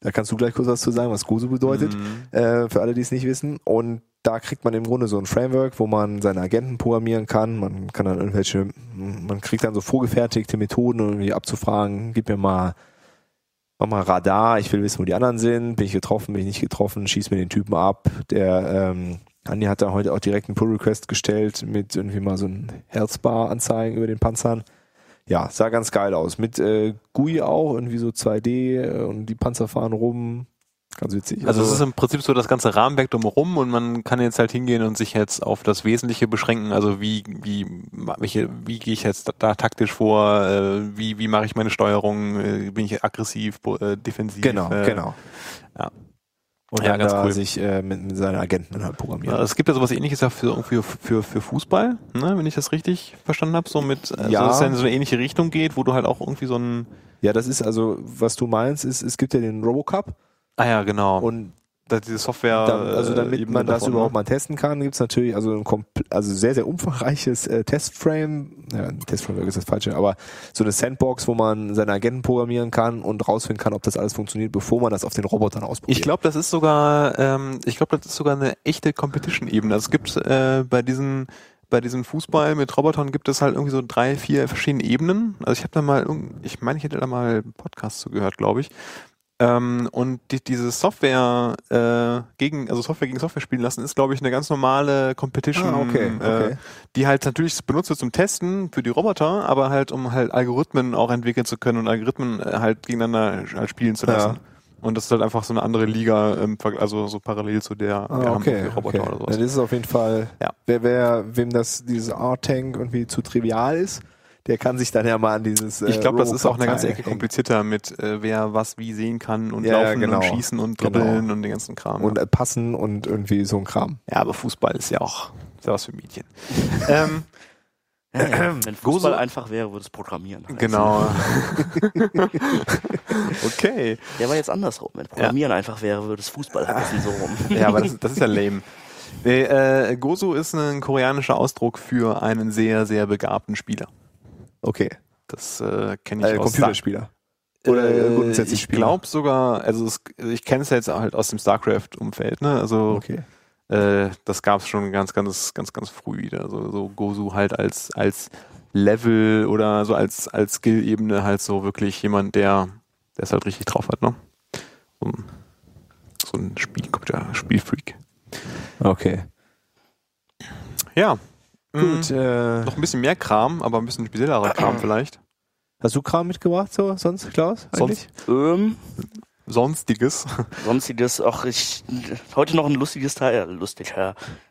A: Da kannst du gleich kurz was zu sagen, was Gozu bedeutet, äh, für alle, die es nicht wissen. Und da kriegt man im Grunde so ein Framework, wo man seine Agenten programmieren kann. Man kann dann irgendwelche, man kriegt dann so vorgefertigte Methoden, um irgendwie abzufragen, gib mir mal, mach mal Radar, ich will wissen, wo die anderen sind, bin ich getroffen, bin ich nicht getroffen, schieß mir den Typen ab, der ähm, Andi hat da heute auch direkt einen Pull-Request gestellt mit irgendwie mal so ein Herzbar-Anzeigen über den Panzern. Ja, sah ganz geil aus. Mit äh, GUI auch, irgendwie so 2D äh, und die Panzer fahren rum. Ganz witzig.
B: Also es ist im Prinzip so das ganze Rahmenwerk drumherum und man kann jetzt halt hingehen und sich jetzt auf das Wesentliche beschränken. Also wie wie welche, wie gehe ich jetzt da, da taktisch vor? Äh, wie wie mache ich meine Steuerung? Äh, Bin ich aggressiv, bo- äh, defensiv?
A: genau,
B: äh,
A: genau.
B: ja.
A: Und
B: Ja,
A: dann
B: ganz
A: da
B: cool.
A: sich äh, mit, mit seinen Agenten dann halt
B: Ja,
A: programmieren.
B: es gibt ja sowas ähnliches ja für, für, für, für Fußball, ne, wenn ich das richtig verstanden habe, so mit, also
A: Ja.
B: dass es ja in so eine ähnliche Richtung geht, wo du halt auch irgendwie so ein,
A: Ja, das ist also, was du meinst, ist, es gibt ja den Robocup
B: ah ja, genau, und
A: und
B: da, diese Software.
A: dann, also
B: äh,
A: damit
B: Ebene
A: man das
B: davon,
A: überhaupt
B: ne?
A: mal testen kann, gibt's natürlich also ein kompl- also sehr, sehr umfangreiches äh, Testframe. Ja, Testframework ist das falsche, aber so eine Sandbox, wo man seine Agenten programmieren kann und rausfinden kann, ob das alles funktioniert, bevor man das auf den Robotern ausprobiert.
B: Ich glaube, das ist sogar, ähm, ich glaube, das ist sogar eine echte Competition-Ebene. Also es gibt äh, bei diesen bei diesem Fußball mit Robotern gibt es halt irgendwie so drei, vier verschiedene Ebenen. Also ich habe da mal, irgend- ich meine, ich hätte da mal einen Podcast zu gehört, glaube ich. Ähm, und die, diese Software äh, gegen, also Software gegen Software spielen lassen, ist, glaube ich, eine ganz normale Competition,
A: Ah, okay,
B: Äh,
A: okay.
B: die halt natürlich benutzt wird zum Testen für die Roboter, aber halt um halt Algorithmen auch entwickeln zu können und Algorithmen äh, halt gegeneinander halt spielen zu
A: Ja.
B: lassen. Und das ist halt einfach so eine andere Liga, im Vergleich- also so parallel zu der
A: Ah,
B: wir haben
A: okay,
B: irgendwie Roboter
A: okay.
B: oder sowas.
A: Dann ist es auf jeden Fall,
B: Ja.
A: wer, wer, wem das, dieses R-Tank irgendwie zu trivial ist, der kann sich dann ja mal an dieses. äh,
B: Ich glaube, das ist auch eine
A: Robocop-Teil
B: ganze Ecke
A: hängen.
B: komplizierter mit, äh, wer was wie sehen kann und
A: Ja, ja,
B: laufen
A: genau.
B: und schießen und
A: Genau.
B: dribbeln und den ganzen Kram.
A: Und äh, passen und irgendwie so ein Kram.
B: ja, aber Fußball ist ja auch ist ja was für
A: <laughs>
B: Mädchen. ähm,
C: Wenn Fußball
B: Gose-
C: einfach wäre, würde es programmieren. heißen.
B: genau. <laughs> okay.
C: Der war jetzt andersrum. Wenn Programmieren einfach wäre, würde es Fußball heißen, so rum.
B: <laughs>
C: <laughs>
B: Ja, aber das, das ist ja lame. Nee, äh, Gozo ist ein koreanischer Ausdruck für einen sehr, sehr begabten Spieler.
A: Okay.
B: Das äh, kenne ich
A: Äh,
B: aus
A: Computerspieler. Oder, äh, grundsätzlich
B: Ich
A: Spieler.
B: glaube sogar, also es, ich kenne es ja jetzt halt aus dem StarCraft-Umfeld, ne? Also
A: Okay.
B: äh, das gab es schon ganz, ganz, ganz, ganz früh wieder. So, so Gozu halt als, als Level oder so als, als Skill-Ebene halt so wirklich jemand, der der es halt richtig drauf hat, ne? So ein, so ein Spielcomputer, Spielfreak.
A: Okay.
B: Ja.
C: Mhm.
A: Gut. Äh,
B: Noch ein bisschen mehr Kram, aber ein bisschen speziellerer Kram vielleicht.
A: hast du Kram mitgebracht, so sonst, Klaus? Eigentlich?
C: ähm,
B: Sonstiges.
C: sonstiges, auch ich, heute noch ein lustiges Teil, äh, lustig, ja.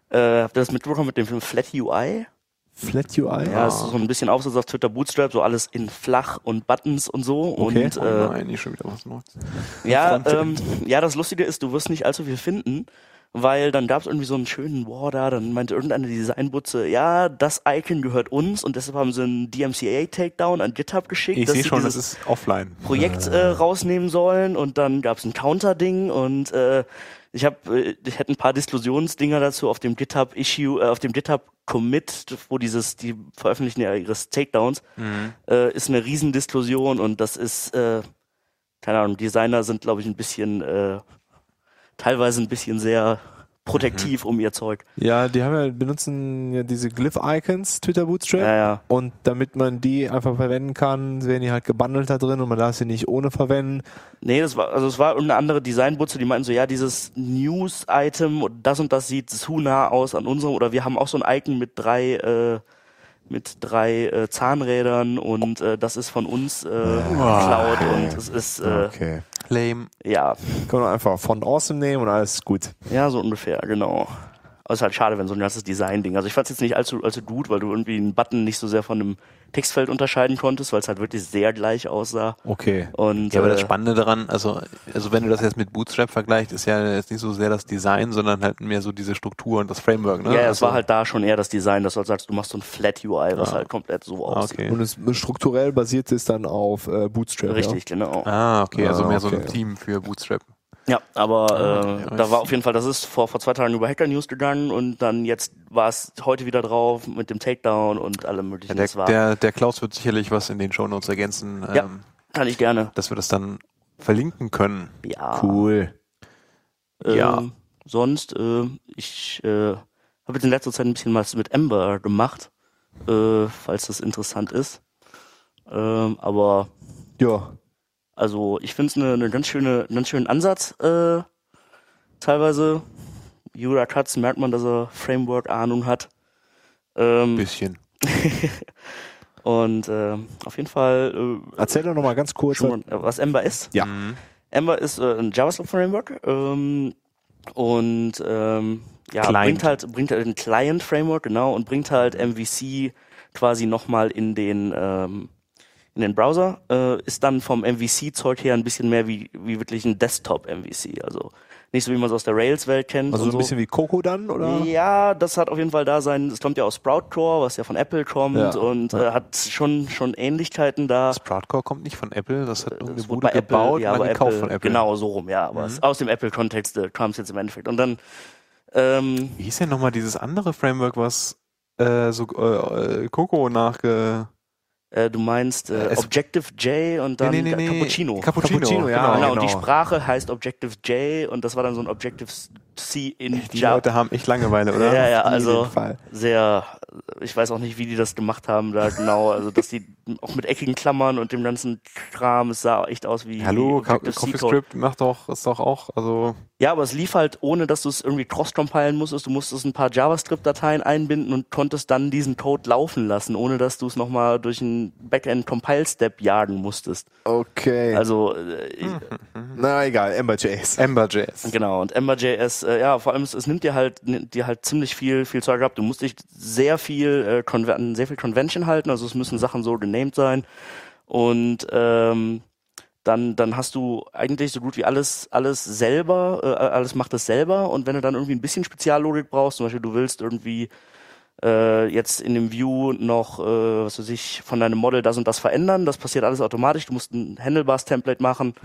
C: Äh, habt ihr das mitbekommen mit dem Film Flat UI?
A: Flat UI?
C: Ja, ist so ein bisschen Aufsatz auf Twitter Bootstrap, so alles in flach und Buttons und so.
A: Okay.
C: Und,
B: <laughs> Oh
C: äh,
B: nein, nicht schon wieder was Neues.
C: Ja, ähm,
B: Frontend.
C: ja, das Lustige ist, du wirst nicht allzu viel finden, weil dann gab es irgendwie so einen schönen War da, dann meinte irgendeine Designbutze, ja, das Icon gehört uns und deshalb haben sie einen DMCA-Takedown an GitHub geschickt,
B: Ich
C: dass
B: sehe
C: sie
B: schon, das
C: dieses
B: ist offline.
C: Projekt äh, rausnehmen sollen und dann gab es ein Counter-Ding und äh, ich habe, äh, ich hätte ein paar Diskussionsdinger dazu auf dem GitHub-Issue, äh, auf dem GitHub-Commit, wo dieses, die veröffentlichen ja ihres Takedowns, äh, ist eine Riesendiskussion und das ist, äh, keine Ahnung, Designer sind, glaube ich, ein bisschen, äh, teilweise ein bisschen sehr protektiv um ihr Zeug.
A: Ja, die haben ja, benutzen ja diese Glyph-Icons, Twitter Bootstrap.
C: Ja, ja.
A: Und damit man die einfach verwenden kann, werden die halt gebundelt da drin und man darf sie nicht ohne verwenden.
C: Nee, das war, also es war irgendeine andere Designbutze, die meinten so, ja, dieses News-Item und das und das sieht zu nah aus an unserem, oder wir haben auch so ein Icon mit drei, äh, mit drei äh, Zahnrädern und äh, das ist von uns äh, geklaut und es ist, äh,
A: Okay.
B: Lame.
C: ja,
A: Kann man einfach von Awesome nehmen und alles ist gut.
C: ja, so ungefähr, genau. Aber es ist halt schade, wenn so ein ganzes Design-Ding, also ich fand es jetzt nicht allzu, allzu gut, weil du irgendwie einen Button nicht so sehr von einem Textfeld unterscheiden konntest, weil es halt wirklich sehr gleich aussah
A: Okay.
C: und
B: Ja, aber das
C: äh,
B: Spannende daran, also, also wenn du das jetzt mit Bootstrap vergleichst, ist ja jetzt nicht so sehr das Design, sondern halt mehr so diese Struktur und das Framework, ne?
C: Ja, es
B: also,
C: war halt da schon eher das Design, dass du halt sagst, du machst so ein Flat UI,
B: Ah.
C: was halt komplett so
B: Ah,
C: aussieht.
B: okay.
A: Und es strukturell basiert es dann auf äh, Bootstrap.
C: Richtig, genau.
B: Ah, okay, also
A: Ah,
B: mehr so ein
A: okay.
B: Team für Bootstrap.
C: Ja, aber äh,
B: Ah, ja,
C: da
B: ich-
C: war auf jeden Fall, das ist vor, vor zwei Tagen über Hacker News gegangen und dann jetzt war es heute wieder drauf mit dem Takedown und allem möglichen.
B: Ja, der,
C: das war,
B: der, der Klaus wird sicherlich was in den Shownotes ergänzen,
C: Ja.
B: ähm,
C: kann ich gerne.
B: dass wir das dann verlinken können.
C: Ja.
A: Cool.
C: Ähm,
B: Ja.
C: Sonst, äh, ich äh, habe jetzt in letzter Zeit ein bisschen was mit Ember gemacht, äh, falls das interessant ist. Ähm, aber
A: Ja.
C: ne Also ich finde es einen ne ganz, schöne, ganz schönen Ansatz äh, teilweise. Jura Katz merkt man, dass er Framework-Ahnung hat. Ähm,
B: bisschen.
C: und äh, auf jeden Fall äh,
A: Erzähl doch nochmal ganz kurz.
C: schon mal, äh, was Ember ist.
A: Ja.
B: Mhm.
C: Ember ist äh, ein JavaScript-Framework ähm, und ähm, ja,
B: Client.
C: bringt halt bringt halt ein Client-Framework genau und bringt halt MVC quasi nochmal in den ähm, in den Browser äh, ist dann vom MVC-Zeug her ein bisschen mehr wie wie wirklich ein Desktop-MVC, also nicht so wie man es aus der Rails-Welt kennt.
A: Also
C: und
A: so ein bisschen wie Coco dann, oder?
C: ja, das hat auf jeden Fall da sein. Es kommt ja aus Sprout Core, was ja von Apple kommt
A: Ja.
C: und äh, hat schon schon Ähnlichkeiten da.
B: Sproutcore kommt nicht von Apple, das hat irgendeine
C: Es
B: Bude gebaut und dann
C: aber
B: gekauft von Apple. Mhm.
C: Genau, so rum, ja. Aber es, aus dem Apple-Kontext äh, kam es jetzt im Endeffekt. Und dann, ähm,
B: Wie hieß denn nochmal dieses andere Framework, was äh, so äh, äh, Coco nachge...
C: äh, du meinst äh,
B: Es-
C: Objective-J und dann Cappuccino.
B: Cappuccino,
A: Cappuccino, ja,
B: ja.
C: genau,
B: Genau.
C: und die Sprache heißt Objective-J und das war dann so ein Objective-C in
B: Die
C: Java.
B: Leute haben echt Langeweile, oder?
C: Ja, ja,
A: Auf jeden
C: also
A: Fall.
C: sehr, ich weiß auch nicht, wie die das gemacht haben da genau, also dass die auch mit eckigen Klammern und dem ganzen Kram, es sah echt aus wie
B: Hallo,
C: wie
B: Ka-
C: Objective-C Code.
B: CoffeeScript macht doch, ist doch auch, also
C: Ja, aber es lief halt ohne, dass du es irgendwie cross-compilen musstest, du musstest ein paar JavaScript-Dateien einbinden und konntest dann diesen Code laufen lassen, ohne dass du es nochmal durch einen Backend-Compile-Step jagen musstest.
A: Okay.
C: Also, äh,
A: Na egal, Ember.js.
B: Ember.js.
C: Genau, und Ember.js, äh, ja, vor allem, es, es nimmt dir halt, nimmt dir halt ziemlich viel, viel Zeug ab. Du musst dich sehr viel, äh, Conve- an sehr viel Convention halten, also es müssen Sachen so genamed sein. Und ähm, dann, dann hast du eigentlich so gut wie alles, alles selber, äh, alles macht es selber. Und wenn du dann irgendwie ein bisschen Speziallogik brauchst, zum Beispiel du willst irgendwie äh, jetzt in dem View noch, äh, was weiß ich, von deinem Model das und das verändern, das passiert alles automatisch. Du musst ein Handlebars-Template machen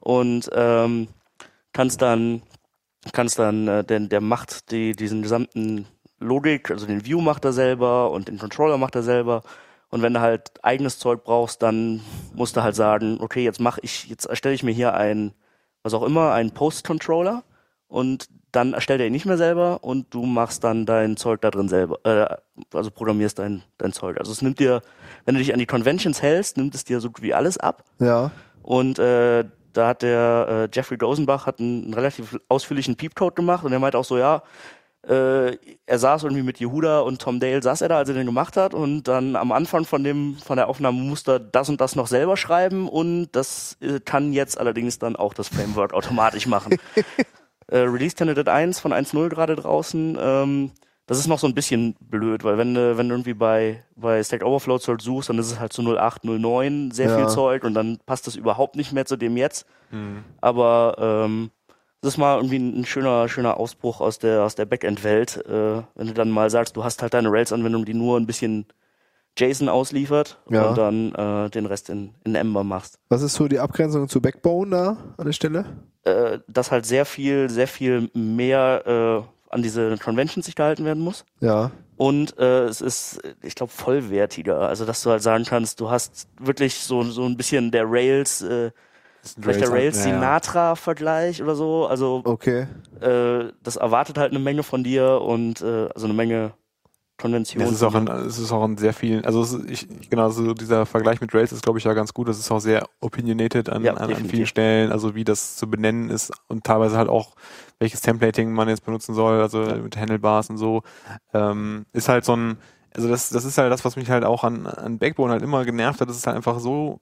C: und ähm, kannst dann kannst dann äh, denn der macht die diesen gesamten Logik, also den View macht er selber und den Controller macht er selber und wenn du halt eigenes Zeug brauchst, dann musst du halt sagen, okay, jetzt mach ich jetzt erstelle ich mir hier ein was auch immer, einen Post Controller und dann erstellt er ihn nicht mehr selber und du machst dann dein Zeug da drin selber, äh, also programmierst dein dein Zeug. Also es nimmt dir, wenn du dich an die Conventions hältst, nimmt es dir so gut wie alles ab.
A: Ja.
C: Und äh, da hat der äh, Jeffrey Dosenbach hat einen, einen relativ ausführlichen Peepcode gemacht und er meinte auch so, ja, äh, er saß irgendwie mit Yehuda und Tom Dale saß er da, als er den gemacht hat und dann am Anfang von dem von der Aufnahme musste er das und das noch selber schreiben und das äh, kann jetzt allerdings dann auch das Framework <laughs> automatisch machen. äh, Release Candidate 1 von 1.0 gerade draußen. Ähm, das ist noch so ein bisschen blöd, weil wenn du, wenn du irgendwie bei, bei Stack Overflow Zeug suchst, dann ist es halt zu 08, 09 sehr
A: Ja.
C: viel Zeug und dann passt das überhaupt nicht mehr zu dem jetzt. Aber ähm, das ist mal irgendwie ein schöner, schöner Ausbruch aus der, aus der Backend-Welt, äh, wenn du dann mal sagst, du hast halt deine Rails-Anwendung, die nur ein bisschen JSON ausliefert
A: Ja.
C: und dann äh, den Rest in, in Ember machst.
A: Was ist so die Abgrenzung zu Backbone da an der Stelle?
C: äh, dass halt sehr viel, sehr viel mehr äh, an diese Conventions sich gehalten werden muss.
A: Ja.
C: Und äh, es ist, äh, ich glaube, vollwertiger. Also, dass du halt sagen kannst, du hast wirklich so, so ein bisschen der Rails, äh, vielleicht der Rails-Sinatra-Vergleich oder so. Also,
A: Okay.
C: äh, das erwartet halt eine Menge von dir und äh, also eine Menge Konventionen.
B: Es ist, auch in, es ist auch in sehr vielen, also es ist, ich, genau, so dieser Vergleich mit Rails ist, glaube ich, ja ganz gut. Das ist auch sehr opinionated an,
C: Ja,
B: an, an vielen
C: definitiv.
B: Stellen, also wie das zu benennen ist und teilweise halt auch, welches Templating man jetzt benutzen soll, also mit Handlebars und so. Ähm, ist halt so ein, also das, das ist halt das, was mich halt auch an, an Backbone halt immer genervt hat. Das ist halt einfach so,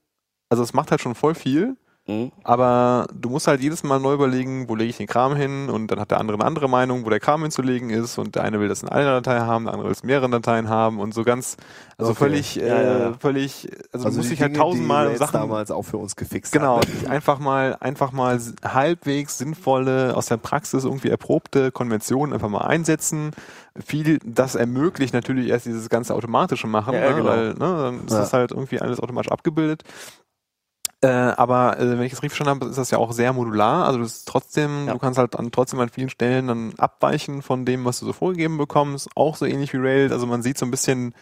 B: also es macht halt schon voll viel,
C: Mhm.
B: aber du musst halt jedes Mal neu überlegen, wo lege ich den Kram hin und dann hat der andere eine andere Meinung, wo der Kram hinzulegen ist und der eine will das in einer Datei haben, der andere will es in mehreren Dateien haben und so ganz, also
A: Okay.
B: völlig,
C: Ja, ja,
B: äh,
C: ja.
B: völlig, also, du
A: die
B: musst dich halt
A: Dinge, die
B: tausendmal
A: Rails
B: Sachen,
A: damals auch für uns gefixt.
B: genau,
A: hat, ne?
B: die einfach mal, einfach mal s- halbwegs sinnvolle, aus der Praxis irgendwie erprobte Konventionen einfach mal einsetzen. Viel, das ermöglicht natürlich erst dieses ganze automatische Machen,
C: Ja, ja,
B: ne,
C: genau.
B: weil, ne, dann ist
A: Ja.
B: das halt irgendwie alles automatisch abgebildet. Äh, aber äh, wenn ich es richtig verstanden habe, ist das ja auch sehr modular. Also das ist trotzdem,
C: Ja.
B: du kannst halt an, trotzdem an vielen Stellen dann abweichen von dem, was du so vorgegeben bekommst. Auch so ähnlich wie Rails. Also man sieht so ein bisschen,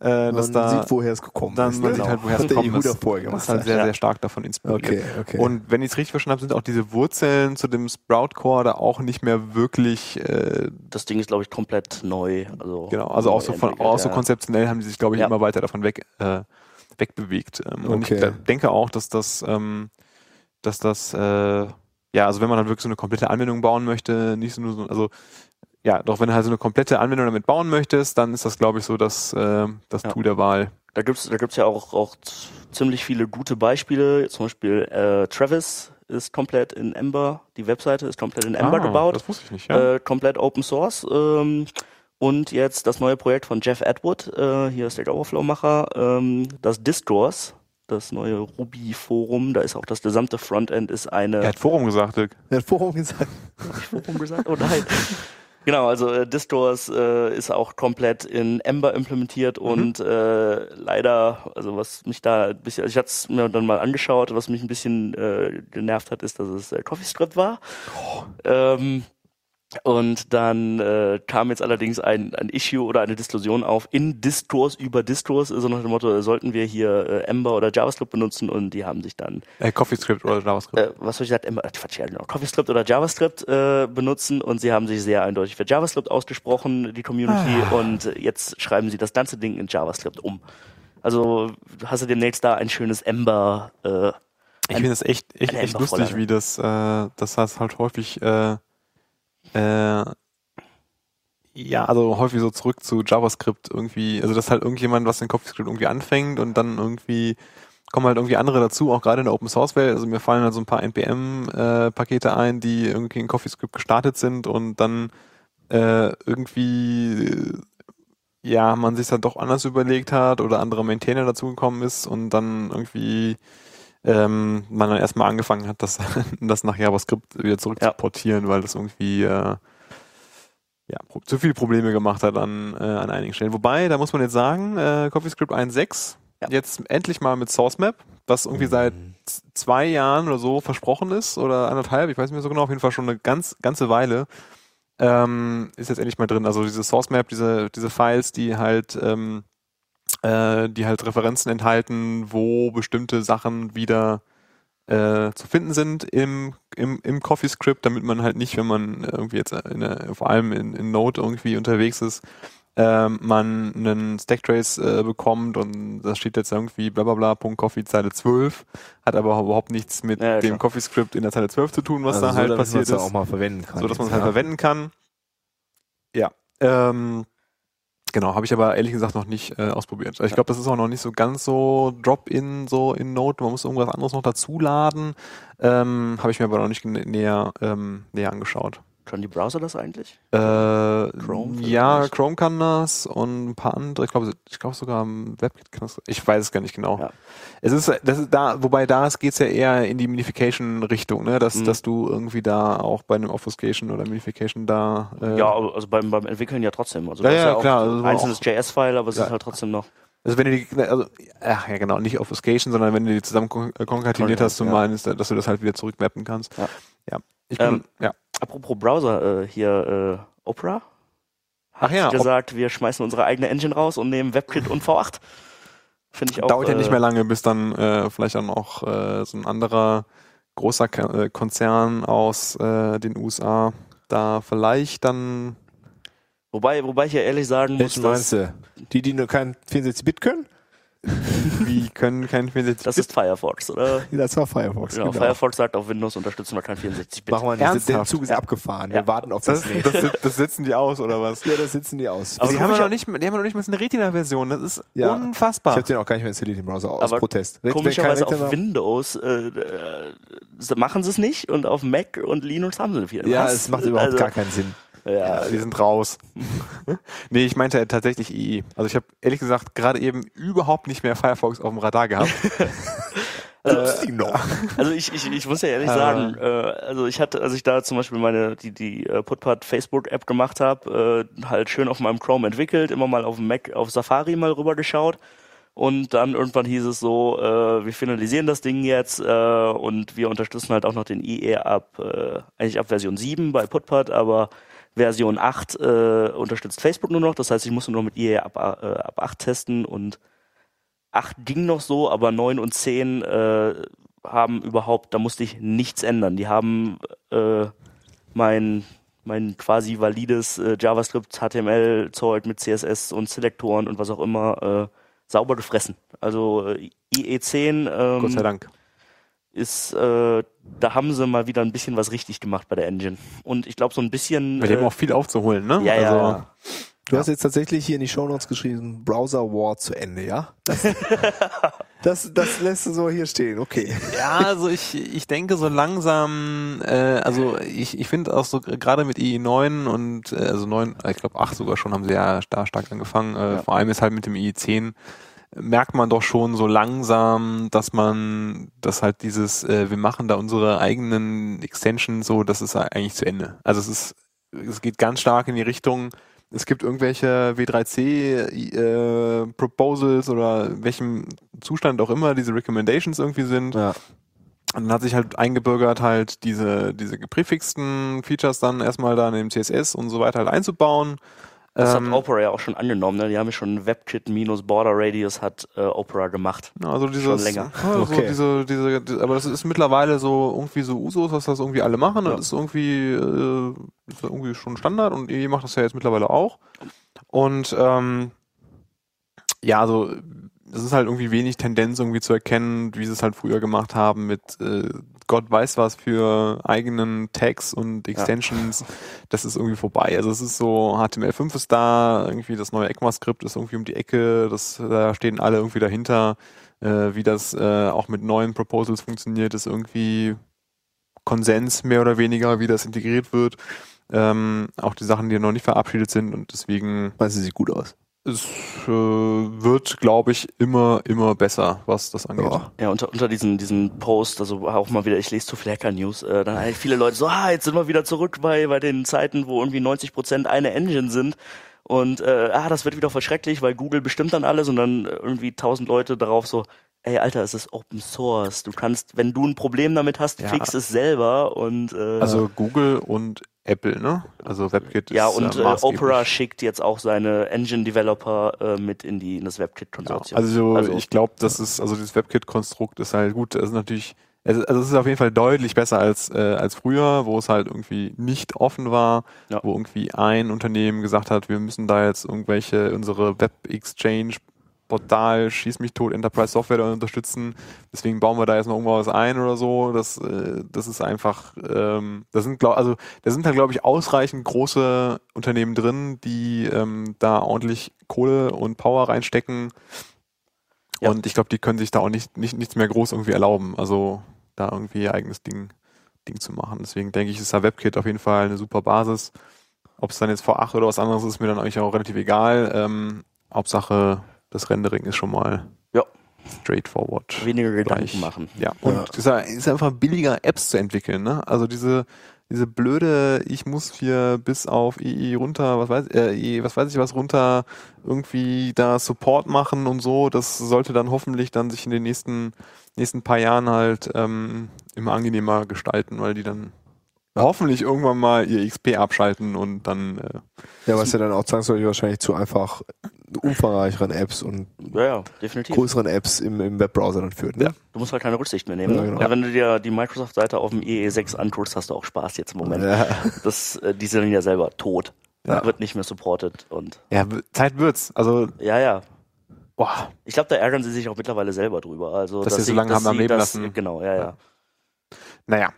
B: äh,
A: ne?
B: dass
A: Man
B: da
A: sieht, woher es gekommen
B: dann
A: ist.
B: man
A: ne?
B: sieht halt, woher es
A: Was der
B: gekommen
A: Yehuda
B: ist.
A: vorher
B: das
A: gemacht
B: ist halt
A: hat.
B: sehr,
C: Ja.
B: sehr stark davon inspiriert.
A: Okay, okay.
B: Und wenn ich es richtig verstanden habe, sind auch diese Wurzeln zu dem Sprout Core da auch nicht mehr wirklich, äh,
C: Das Ding ist, glaube ich, komplett neu. Also
B: genau, also auch so von,
C: entwickelt,
B: auch so
C: ja.
B: konzeptionell haben die sich, glaube ich,
C: Ja.
B: immer weiter davon weg, äh, wegbewegt. Ähm, Und ich
A: Okay.
B: gl- denke auch, dass das, ähm, dass das, äh, ja, also wenn man dann wirklich so eine komplette Anwendung bauen möchte, nicht so nur so, also ja, doch wenn du halt so eine komplette Anwendung damit bauen möchtest, dann ist das, glaube ich, so das, äh, das
C: Ja.
B: Tool der Wahl.
C: Da gibt's da gibt's ja auch, auch z- ziemlich viele gute Beispiele. Zum Beispiel äh, Travis ist komplett in Ember, die Webseite ist komplett in Ember
B: Ah,
C: gebaut.
B: Das wusste ich nicht, ja.
C: äh, komplett Open Source. Ähm, und jetzt das neue Projekt von Jeff Atwood, äh, hier Stack Overflow-Macher, ähm, das Distors, das neue Ruby-Forum. Da ist auch das gesamte Frontend ist eine.
B: er hat Forum gesagt, Dirk.
A: Der hat vorhin gesagt,
C: <laughs> Forum gesagt? Oh nein. Genau, also äh, Distors äh, ist auch komplett in Ember implementiert und äh, leider, also was mich da ein bisschen, also ich hatte es mir dann mal angeschaut, was mich ein bisschen äh, genervt hat, ist, dass es äh, CoffeeScript war. Ähm, und dann äh, kam jetzt allerdings ein, ein Issue oder eine Diskussion auf in Distors über Distors, also nach dem Motto, sollten wir hier äh, Ember oder JavaScript benutzen und die haben sich dann
B: Äh, CoffeeScript oder JavaScript.
C: äh, was soll ich sagen, immer, Quatsch, ja, genau, CoffeeScript oder JavaScript äh, benutzen und sie haben sich sehr eindeutig für JavaScript ausgesprochen, die Community,
B: Ah.
C: und äh, jetzt schreiben sie das ganze Ding in JavaScript um. Also hast du demnächst da ein schönes Ember. Äh,
B: ich finde das echt, echt,
C: eine
B: echt
C: Embervorlage.
B: lustig, wie das, äh, das heißt halt häufig, äh, äh, ja, also häufig so zurück zu JavaScript irgendwie, also dass halt irgendjemand was in CoffeeScript irgendwie anfängt und dann irgendwie kommen halt irgendwie andere dazu, auch gerade in der Open Source Welt. Also mir fallen halt so ein paar NPM-Pakete äh, ein, die irgendwie in CoffeeScript gestartet sind und dann äh, irgendwie äh, ja, man sich dann doch anders überlegt hat oder andere Maintainer dazugekommen ist und dann irgendwie ähm, man dann erstmal angefangen hat, das, <laughs> das nach JavaScript wieder
C: Ja.
B: zurückzuportieren, weil das irgendwie äh, ja, pro- zu viele Probleme gemacht hat an, äh, an einigen Stellen. Wobei, da muss man jetzt sagen, äh, CoffeeScript 1.6,
C: Ja. Mhm.
B: jetzt endlich mal mit SourceMap, was irgendwie seit z- zwei Jahren oder so versprochen ist oder anderthalb, ich weiß nicht mehr so genau, auf jeden Fall schon eine ganz, ganze Weile, ähm, ist jetzt endlich mal drin. Also diese SourceMap, diese, diese Files, die halt, ähm, äh, die halt Referenzen enthalten, wo bestimmte Sachen wieder äh, zu finden sind im, im, im CoffeeScript, damit man halt nicht, wenn man irgendwie jetzt in der, vor allem in, in Node irgendwie unterwegs ist, ähm, man einen Stacktrace äh, bekommt und da steht jetzt irgendwie blablabla Punkt Coffee Zeile 12, hat aber überhaupt nichts mit
C: Ja, ja,
B: dem
C: klar. Also
B: CoffeeScript in der Zeile 12 zu tun, was
A: also
B: da halt passiert ist
A: auch mal verwenden kann.
B: so dass man es halt verwenden kann. Ja. Ähm, genau, habe ich aber ehrlich gesagt noch nicht äh, ausprobiert. Ich glaube, das ist auch noch nicht so ganz so Drop-in, so in Node. Man muss irgendwas anderes noch dazu laden. Ähm, habe ich mir aber noch nicht nä- näher, ähm, näher angeschaut.
C: können die Browser das eigentlich?
B: Äh,
C: Chrome
B: ja,
C: vielleicht?
B: Chrome kann das und ein paar andere. Ich glaube, ich glaube sogar ähm, WebKit kann das. Ich weiß es gar nicht genau.
C: Ja.
B: Es ist, das ist da, wobei da geht es ja eher in die Minification-Richtung, ne? Dass,
C: Mhm.
B: dass du irgendwie da auch bei einem Obfuscation oder Minification da. Äh,
C: ja, also beim, beim Entwickeln ja trotzdem. Also
B: Ja,
C: das ist
B: ja, klar, also
C: ein
B: man
C: einzelnes JS-File, aber es
B: Ja.
C: ist halt trotzdem noch.
B: Also wenn du die, also, ach ja genau, nicht Obfuscation, sondern wenn du die zusammen kon- äh, konkateniert hast, du
C: Ja.
B: meinst, dass du das halt wieder zurückmappen kannst.
C: Ja.
B: ja. Ich bin,
C: Ähm,
B: ja.
C: Apropos Browser, äh, hier äh, Opera
B: Ach ja,
C: hat gesagt, wir schmeißen unsere eigene Engine raus und nehmen WebKit und V8. Finde ich auch.
B: dauert ja nicht
C: äh,
B: mehr lange, bis dann äh, vielleicht dann auch äh, so ein anderer großer Ka- äh, Konzern aus äh, den USA da vielleicht dann
C: Wobei, wobei ich ja ehrlich sagen muss,
A: Welchen meinst
C: dass,
A: du? Die, die nur kein 64-Bit können?
B: wie können kein 64
C: das ist
A: <laughs>
C: Firefox, oder?
A: Ja, Das war Firefox.
C: Genau, Firefox sagt, auf Windows unterstützen wir kein 64-Bit.
A: Machen wir nicht.
B: Ernsthaft?
A: Der Zug ist
C: Ja.
A: abgefahren.
C: Ja.
A: Wir warten auf
B: das,
A: das
B: <laughs>
A: nächste.
B: das, das setzen die aus oder
A: <laughs>
B: was?
A: Ja, da sitzen die aus.
C: Aber
B: die
A: ich
B: haben
A: habe
B: ja
A: ja,
B: noch nicht, die haben ja noch nicht mal eine Retina-Version. Das ist
A: Ja. ich
B: unfassbar.
A: hab den auch gar nicht mehr installiert im Browser aus
C: Aber
A: Protest. Wenn- wenn
C: Komischerweise
A: kein
C: auf
A: Retina-
C: Windows äh, äh, sie- machen sie es nicht und auf Mac und Linux haben sie viel.
A: Ja,
C: Was?
A: es macht überhaupt
C: Also,
A: gar keinen Sinn.
C: Ja,
B: Ja, wir sind raus. <laughs> nee, ich meinte tatsächlich EE. Also ich habe ehrlich gesagt gerade eben überhaupt nicht mehr Firefox auf dem Radar gehabt.
A: Also, äh, noch.
C: Also ich, ich, ich muss ja ehrlich sagen, äh, also ich hatte, als ich da zum Beispiel meine die die äh, Putpart Facebook App gemacht habe, äh, halt schön auf meinem Chrome entwickelt, immer mal auf dem Mac, auf Safari mal rübergeschaut und dann irgendwann hieß es so, äh, wir finalisieren das Ding jetzt äh, und wir unterstützen halt auch noch den IE ab, äh, eigentlich ab Version 7 bei Putpart, aber Version 8 äh, unterstützt Facebook nur noch, das heißt, ich muss nur noch mit IE ab, äh, ab 8 testen und 8 ging noch so, aber 9 und 10 äh, haben überhaupt, da musste ich nichts ändern. Die haben äh, mein, mein quasi valides äh, JavaScript, HTML-Zeug mit CSS und Selektoren und was auch immer äh, sauber gefressen. Also äh, IE10 ähm,
B: Gott sei Dank.
C: ist, äh, da haben sie mal wieder ein bisschen was richtig gemacht bei der Engine. Und ich glaube, so ein bisschen. äh,
B: Bei dem auch viel aufzuholen, ne?
C: ja, ja, ja.
A: Du hast jetzt tatsächlich hier in die Shownotes geschrieben, Browser War zu Ende, ja? <laughs> Das, das, das lässt du so hier stehen, okay.
B: Ja, also ich, ich denke so langsam, äh, also ich, ich finde auch so gerade mit IE9 und äh, also 9, ich glaube 8 sogar schon haben sie ja da stark angefangen. Äh,
C: Ja.
B: Vor allem ist halt mit dem IE10 merkt man doch schon so langsam, dass man, dass halt dieses, äh, wir machen da unsere eigenen Extensions so, das ist eigentlich zu Ende. Also es ist, es geht ganz stark in die Richtung, es gibt irgendwelche W3C äh, Proposals oder in welchem Zustand auch immer diese Recommendations irgendwie sind.
A: Ja.
B: Und dann hat sich halt eingebürgert, halt diese, diese gepräfixten Features dann erstmal dann im CSS und so weiter halt einzubauen.
C: Das
B: Ähm,
C: hat Opera ja auch schon angenommen, ne? Die haben ja schon WebKit minus Border Radius hat äh, Opera gemacht.
B: Ja, Also dieses,
C: länger.
B: Ja, so
A: Okay.
B: diese, diese, die- aber das ist mittlerweile so irgendwie so Usus, dass das irgendwie alle machen.
C: Ja.
B: Das ist irgendwie, äh, ist irgendwie schon Standard und ihr macht das ja jetzt mittlerweile auch. Und ähm, ja, also es ist halt irgendwie wenig Tendenz irgendwie zu erkennen, wie sie es halt früher gemacht haben mit äh, Gott weiß was für eigenen Tags und Extensions. Das ist irgendwie vorbei. Also es ist so, HTML5 ist da, irgendwie das neue ECMAScript ist irgendwie um die Ecke, das, da stehen alle irgendwie dahinter. Äh, wie das äh, auch mit neuen Proposals funktioniert, ist irgendwie Konsens mehr oder weniger, wie das integriert wird. Ähm, auch die Sachen, die noch nicht verabschiedet sind und deswegen
A: Meinst du, sieht gut aus?
B: es äh, wird, glaube ich, immer, immer besser, was das angeht.
A: Ja.
C: Ja, unter, unter diesen, diesen Post, also auch mal wieder, ich lese zu viel Hacker-News, äh, dann halt viele Leute so, ah, jetzt sind wir wieder zurück bei, bei den Zeiten, wo irgendwie 90% eine Engine sind. Und äh, ah, das wird wieder voll schrecklich, weil Google bestimmt dann alles und dann äh, irgendwie tausend Leute darauf so, ey Alter, es ist Open Source. Du kannst, wenn du ein Problem damit hast,
B: Ja.
C: fix es selber und äh,
B: Also Google und Apple, ne? Also WebKit
C: ja,
B: ist
C: und
B: äh,
C: äh,
B: maßgeblich.
C: Opera schickt jetzt auch seine Engine-Developer äh, mit in die in das
B: Ja,
C: WebKit-Konsortium.
B: also, ich glaube, das ist, also dieses WebKit-Konstrukt ist halt gut, das ist natürlich, also also es ist auf jeden Fall deutlich besser als, äh, als früher, wo es halt irgendwie nicht offen war,
C: Ja.
B: wo irgendwie ein Unternehmen gesagt hat, wir müssen da jetzt irgendwelche, unsere Web-Exchange Portal, schieß mich tot, Enterprise Software da unterstützen. Deswegen bauen wir da jetzt noch irgendwas ein oder so. Das, äh, das ist einfach, ähm, das sind, glaub, also da sind halt, glaube ich, ausreichend große Unternehmen drin, die ähm, da ordentlich Kohle und Power reinstecken.
C: Ja.
B: Und ich glaube, die können sich da auch nicht, nicht, nichts mehr groß irgendwie erlauben, also da irgendwie ihr eigenes Ding, Ding zu machen. Deswegen denke ich, ist da WebKit auf jeden Fall eine super Basis. Ob es dann jetzt V8 oder was anderes ist, mir dann eigentlich auch relativ egal. Ähm, Hauptsache, das Rendering ist schon mal
C: Ja.
B: straightforward.
C: weniger Gedanken
B: Gleich.
C: machen.
B: Ja, und es ist, ist einfach billiger, Apps zu entwickeln. Ne? Also diese, diese blöde, ich muss hier bis auf EE runter, was weiß, äh, EE, was weiß ich was runter, irgendwie da Support machen und so, das sollte dann hoffentlich dann sich in den nächsten, nächsten paar Jahren halt ähm, immer angenehmer gestalten, weil die dann hoffentlich irgendwann mal ihr XP abschalten und dann äh,
A: Ja, was ja dann auch zwangsläufig wahrscheinlich zu einfach umfangreicheren Apps und
C: Ja, ja, definitiv.
A: größeren Apps im, im Webbrowser dann führt. Ne?
B: Ja.
C: Du musst halt keine Rücksicht mehr nehmen.
A: Ja,
C: ne?
A: genau.
C: Also wenn du dir die Microsoft-Seite auf dem E IE6 anguckst, hast du auch Spaß jetzt im Moment.
A: <laughs> Ja.
C: Das, äh, die sind ja selber tot.
A: Ja.
C: Wird nicht mehr supported und
B: ja, w- Zeit wird's. Also
C: ja, ja.
B: boah,
C: Ich glaube, da ärgern sie sich auch mittlerweile selber drüber. Also,
B: Dass sie so lange haben am
C: sie
B: Leben
C: das-
B: lassen.
C: Genau, ja, ja.
B: naja,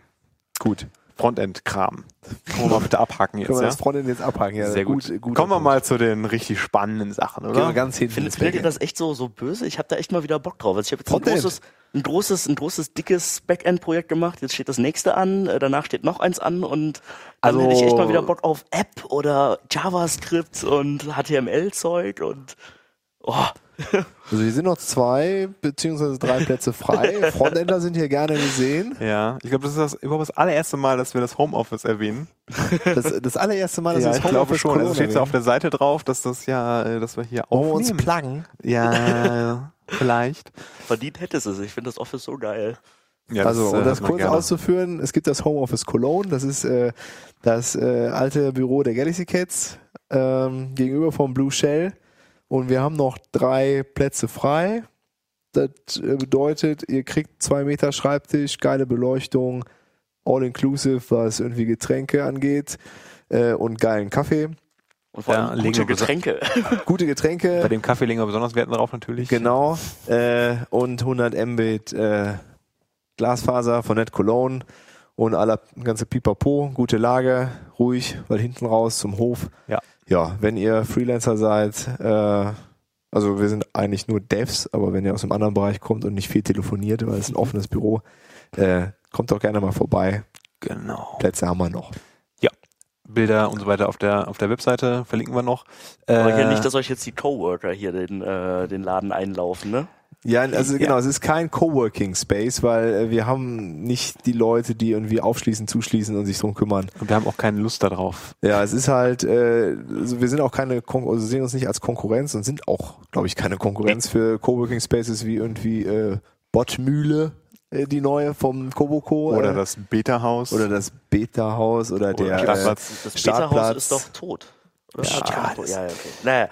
B: gut. Frontend-Kram. Können wir mal bitte abhaken jetzt.
A: Können wir
B: ja?
A: das Frontend jetzt abhaken? Ja,
B: Sehr gut.
A: guter
B: Kommen wir
A: Punkt.
B: mal zu den richtig spannenden Sachen,
A: Gehen wir
B: oder?
A: ganz hinten.
C: Findet,
A: ins
C: findet ihr
A: Backend.
C: das echt so, so böse? Ich habe da echt mal wieder Bock drauf. Also ich habe jetzt ein
A: Frontend.
C: großes, ein großes, ein großes, dickes Backend-Projekt gemacht. Jetzt steht das nächste an, äh, danach steht noch eins an und dann
B: Also-
C: hätte ich echt mal wieder Bock auf App oder JavaScript und HTML-Zeug und oh,
A: Also hier sind noch zwei beziehungsweise drei Plätze <laughs> frei. Frontender sind hier gerne gesehen.
B: Ja, ich glaube, das ist das, überhaupt das allererste Mal, dass wir das Homeoffice erwähnen.
A: Das, das allererste Mal, dass wir das Homeoffice Corona
B: Es Also steht ja auf
A: nehmen.
B: der Seite drauf, dass das ja, äh, dass wir hier
A: Wollen wir uns
B: aufnehmen.
A: pluggen?
B: ja, <laughs> vielleicht.
C: verdient hättest du es. Ich finde das Office so geil.
B: Ja,
A: Also,
B: äh,
A: um das
B: hat man
A: kurz
B: gerne.
A: auszuführen, es gibt das Homeoffice Cologne, das ist äh, das äh, alte Büro der Galaxy Cats ähm, gegenüber vom Blue Shell und wir haben noch drei Plätze frei. Das äh, bedeutet, ihr kriegt zwei Meter Schreibtisch, geile Beleuchtung, all-inclusive, was irgendwie Getränke angeht äh, und geilen Kaffee.
C: Und vor
B: Ja,
C: allem
B: legen
C: gute
B: wir besa-
C: Getränke.
A: Gute Getränke.
B: Bei dem Genau. Kaffee legen wir besonders Wert darauf natürlich.
A: Genau. Äh, und 100 Mbit äh, Glasfaser von Net Cologne und aller ganze Pipapo, gute Lage, ruhig, weil hinten raus zum Hof.
B: Ja.
A: Ja, wenn ihr Freelancer seid, äh, also wir sind eigentlich nur Devs, aber wenn ihr aus einem anderen Bereich kommt und nicht viel telefoniert, weil es ein offenes Büro, äh, kommt doch gerne mal vorbei.
B: Genau.
A: Plätze haben wir noch.
B: Bilder und so weiter auf der, auf der Webseite verlinken wir noch.
C: Aber hier
B: Äh,
C: nicht, dass euch jetzt die Coworker hier den, äh, den Laden einlaufen, ne?
A: Ja, also genau, es ist kein Coworking Space, weil äh, wir haben nicht die Leute, die irgendwie aufschließen, zuschließen und sich drum kümmern.
B: und wir haben auch keine Lust darauf.
A: Ja, es ist halt, äh, also wir sind auch keine, Kon also sehen uns nicht als Konkurrenz und sind auch, glaube ich, keine Konkurrenz für Coworking Spaces wie irgendwie äh, Bottmühle, äh, die neue vom Koboko. äh,
B: das Beta-Haus.
A: oder das Beta-Haus oder, der äh,
B: Platz.
C: Das
A: Startplatz.
C: Peterhaus ist doch tot. Oder?
A: Ja,
C: Ah,
A: das-
C: ja, ja, okay. Naja,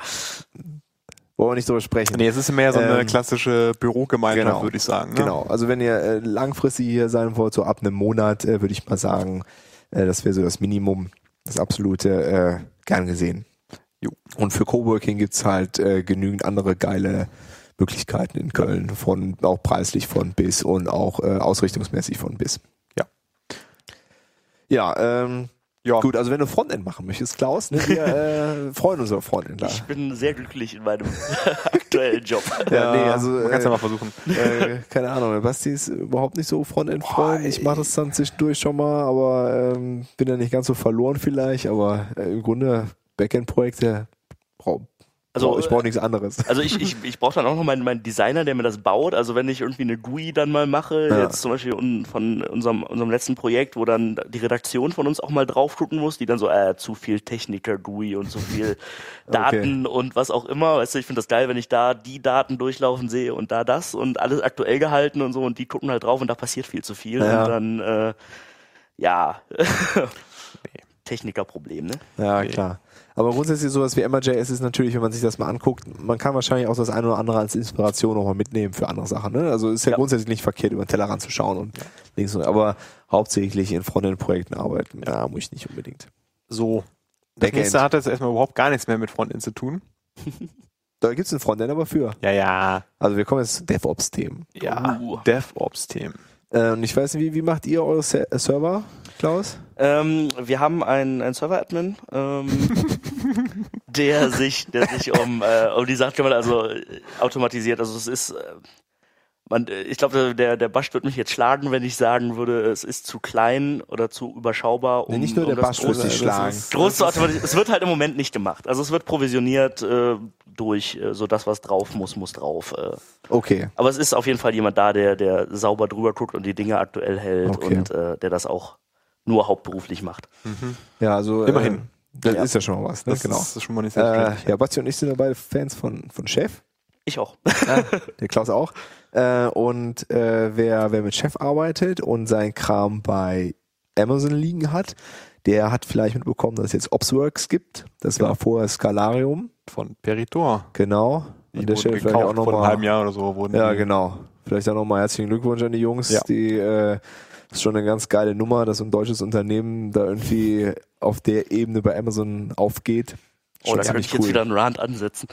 A: wollen wir nicht drüber sprechen.
B: Nee, es ist mehr so eine
A: Ähm,
B: klassische Bürogemeinschaft,
A: genau.
B: würde ich sagen. Ne?
A: Genau, also wenn ihr äh, langfristig hier sein wollt, so ab einem Monat, äh, würde ich mal sagen, äh, das wäre so das Minimum, das absolute, äh, gern gesehen.
B: Jo.
A: Und für Coworking gibt's halt äh, genügend andere geile Möglichkeiten in Köln, von auch preislich von bis und auch äh, ausrichtungsmäßig von bis.
B: Ja.
A: Ja, ähm,
B: Ja,
A: gut, also wenn du Frontend machen möchtest, Klaus, ne,
B: <laughs>
A: wir äh, freuen uns über Frontend.
C: ich bin sehr glücklich in meinem <laughs> aktuellen Job.
A: Ja, nee, also,
B: man kann es ja
A: äh,
B: mal versuchen.
A: äh, keine Ahnung, der Basti ist überhaupt nicht so Frontend-Freund. Ich mache das dann zwischendurch schon mal, aber ähm, bin da nicht ganz so verloren vielleicht. Aber äh, im Grunde Backend-Projekte, brau-
C: Also,
A: brau- ich brauche nichts anderes.
C: <laughs>
B: äh,
C: Also ich, ich, ich brauche dann auch noch meinen, meinen Designer, der mir das baut. Also wenn ich irgendwie eine GUI dann mal mache,
A: Ja.
C: jetzt zum Beispiel un, von unserem, unserem letzten Projekt, wo dann die Redaktion von uns auch mal drauf gucken muss, die dann so, äh, zu viel Techniker-GUI und
A: <laughs>
C: zu viel Daten und was auch immer. Weißt du, ich finde das geil, wenn ich da die Daten durchlaufen sehe und da das und alles aktuell gehalten und so und die gucken halt drauf und da passiert viel zu viel.
A: Ja.
C: Und dann, äh, ja. <laughs> Technikerproblem, ne?
A: Ja, klar. Aber grundsätzlich sowas wie MRJS ist natürlich, wenn man sich das mal anguckt, man kann wahrscheinlich auch das eine oder andere als Inspiration nochmal mitnehmen für andere Sachen. Ne? Also ist ja,
C: Ja.
A: grundsätzlich nicht verkehrt, über den Tellerrand zu schauen und links und aber hauptsächlich in Frontend-Projekten arbeiten. Ja, muss ich nicht unbedingt.
B: So. Das
A: Backend.
B: nächste hat jetzt erstmal überhaupt gar nichts mehr mit Frontend zu tun.
A: Da gibt's ein Frontend aber für.
B: Ja, ja.
A: Also wir kommen jetzt zu DevOps-Themen.
B: Ja.
C: Uh.
B: DevOps-Themen.
A: Äh, und ich weiß nicht, wie, wie macht ihr eure Se äh, Server, Klaus?
C: Ähm, wir haben einen, einen Server-Admin, ähm, der sich, der sich um, äh, um die Sachen kümmert, also äh, automatisiert. Also es ist, äh, man, äh, ich glaube, der, der Basch wird mich jetzt schlagen, wenn ich sagen würde, es ist zu klein oder zu überschaubar. Um,
A: Nee, nicht nur
C: um
A: der Basch wird sich schlagen.
C: Groß zu automatisieren. Es wird halt im Moment nicht gemacht. Also es wird provisioniert äh, durch äh, so das, was drauf muss, muss drauf. Äh.
A: Okay.
C: Aber es ist auf jeden Fall jemand da, der, der sauber drüber guckt und die Dinge aktuell hält
A: Okay.
C: und äh, der das auch nur hauptberuflich macht.
A: Ja, also.
B: Immerhin.
A: Äh, das
C: Ja.
A: ist ja schon mal was, ne?
B: Das
A: genau.
B: ist schon mal nicht sehr
A: Äh,
B: schlecht.
A: ja, Basti und ich sind ja beide Fans von, von
B: <laughs>
A: Chef.
C: Ich auch.
A: Der Klaus auch. Äh, und äh, wer, wer mit Chef arbeitet und seinen Kram bei Amazon liegen hat, der hat vielleicht mitbekommen, dass es jetzt Opsworks gibt. Das
B: Genau.
A: war vorher Scalarium.
B: Von Peritor.
A: Genau. An der Stelle vielleicht auch
B: vor einem halben
A: nochmal.
B: Jahr oder so. Wurden
A: Ja,
B: die-
A: genau. Vielleicht auch nochmal herzlichen Glückwunsch an die Jungs.
B: Ja.
A: Die äh, ist schon eine ganz geile Nummer, dass so ein deutsches Unternehmen da irgendwie auf der Ebene bei Amazon aufgeht.
C: Oh, da kann ich jetzt wieder einen Rant ansetzen.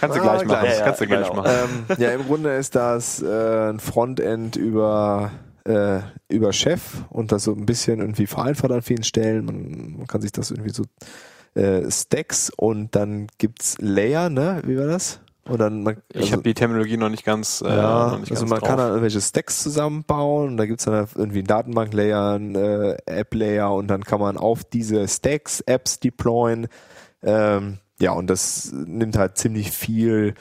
B: Kannst du
A: Ah,
B: gleich machen.
A: gleich.
C: Ja,
B: Kannst du
C: ja,
B: gleich
C: genau.
B: machen.
A: ähm, ja, im Grunde ist das äh, ein Frontend über, äh, über Chef und das so ein bisschen irgendwie vereinfacht an vielen Stellen. Man, man kann sich das irgendwie so äh, Stacks und dann gibt's Layer, ne? Wie war das? Und dann man, also
B: Ich habe die Terminologie noch nicht ganz. äh,
A: Ja,
B: noch nicht
A: also
B: ganz
A: man
B: drauf.
A: kann dann irgendwelche Stacks zusammenbauen und da gibt's dann irgendwie einen Datenbank-Layer, einen äh, App-Layer und dann kann man auf diese Stacks Apps deployen. Ähm, ja, und das nimmt halt ziemlich viel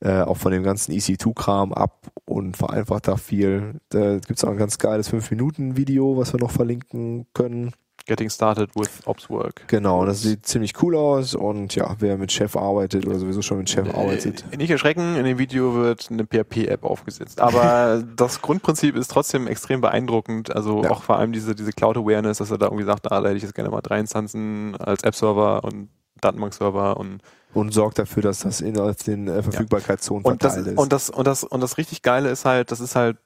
A: äh, auch von dem ganzen EC2-Kram ab und vereinfacht da viel. Da gibt's auch ein ganz geiles 5-Minuten-Video, was wir noch verlinken können.
B: Getting started with Ops Work.
A: Genau, das sieht ziemlich cool aus und ja, wer mit Chef arbeitet oder sowieso schon mit Chef arbeitet.
B: Äh, Nicht erschrecken, in dem Video wird eine PHP-App aufgesetzt. <laughs> Aber das Grundprinzip ist trotzdem extrem beeindruckend. Also
A: Ja.
B: auch vor allem diese, diese Cloud-Awareness, dass er da irgendwie sagt, ah, da hätte ich jetzt gerne mal drei Instanzen als App-Server und Datenbank-Server und,
A: und sorgt dafür, dass das innerhalb den äh, Verfügbarkeitszonen
B: und, das,
A: verteilt ist.
B: und, das, und, das, und das richtig Geile ist halt, das ist halt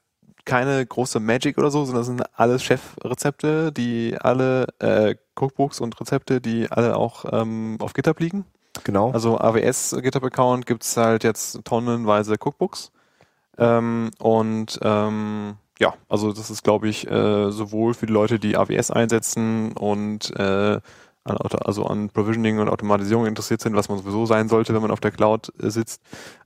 B: keine große Magic oder so, sondern das sind alles Chefrezepte, die alle äh, Cookbooks und Rezepte, die alle auch ähm, auf GitHub liegen.
A: genau.
B: äh, Also AWS GitHub-Account gibt's halt jetzt tonnenweise Cookbooks. Ähm, und ähm, ja, also das ist, glaube ich, äh, sowohl für die Leute, die AWS einsetzen und äh, an, Auto- also an Provisioning und Automatisierung interessiert sind, was man sowieso sein sollte, wenn man auf der Cloud äh, sitzt,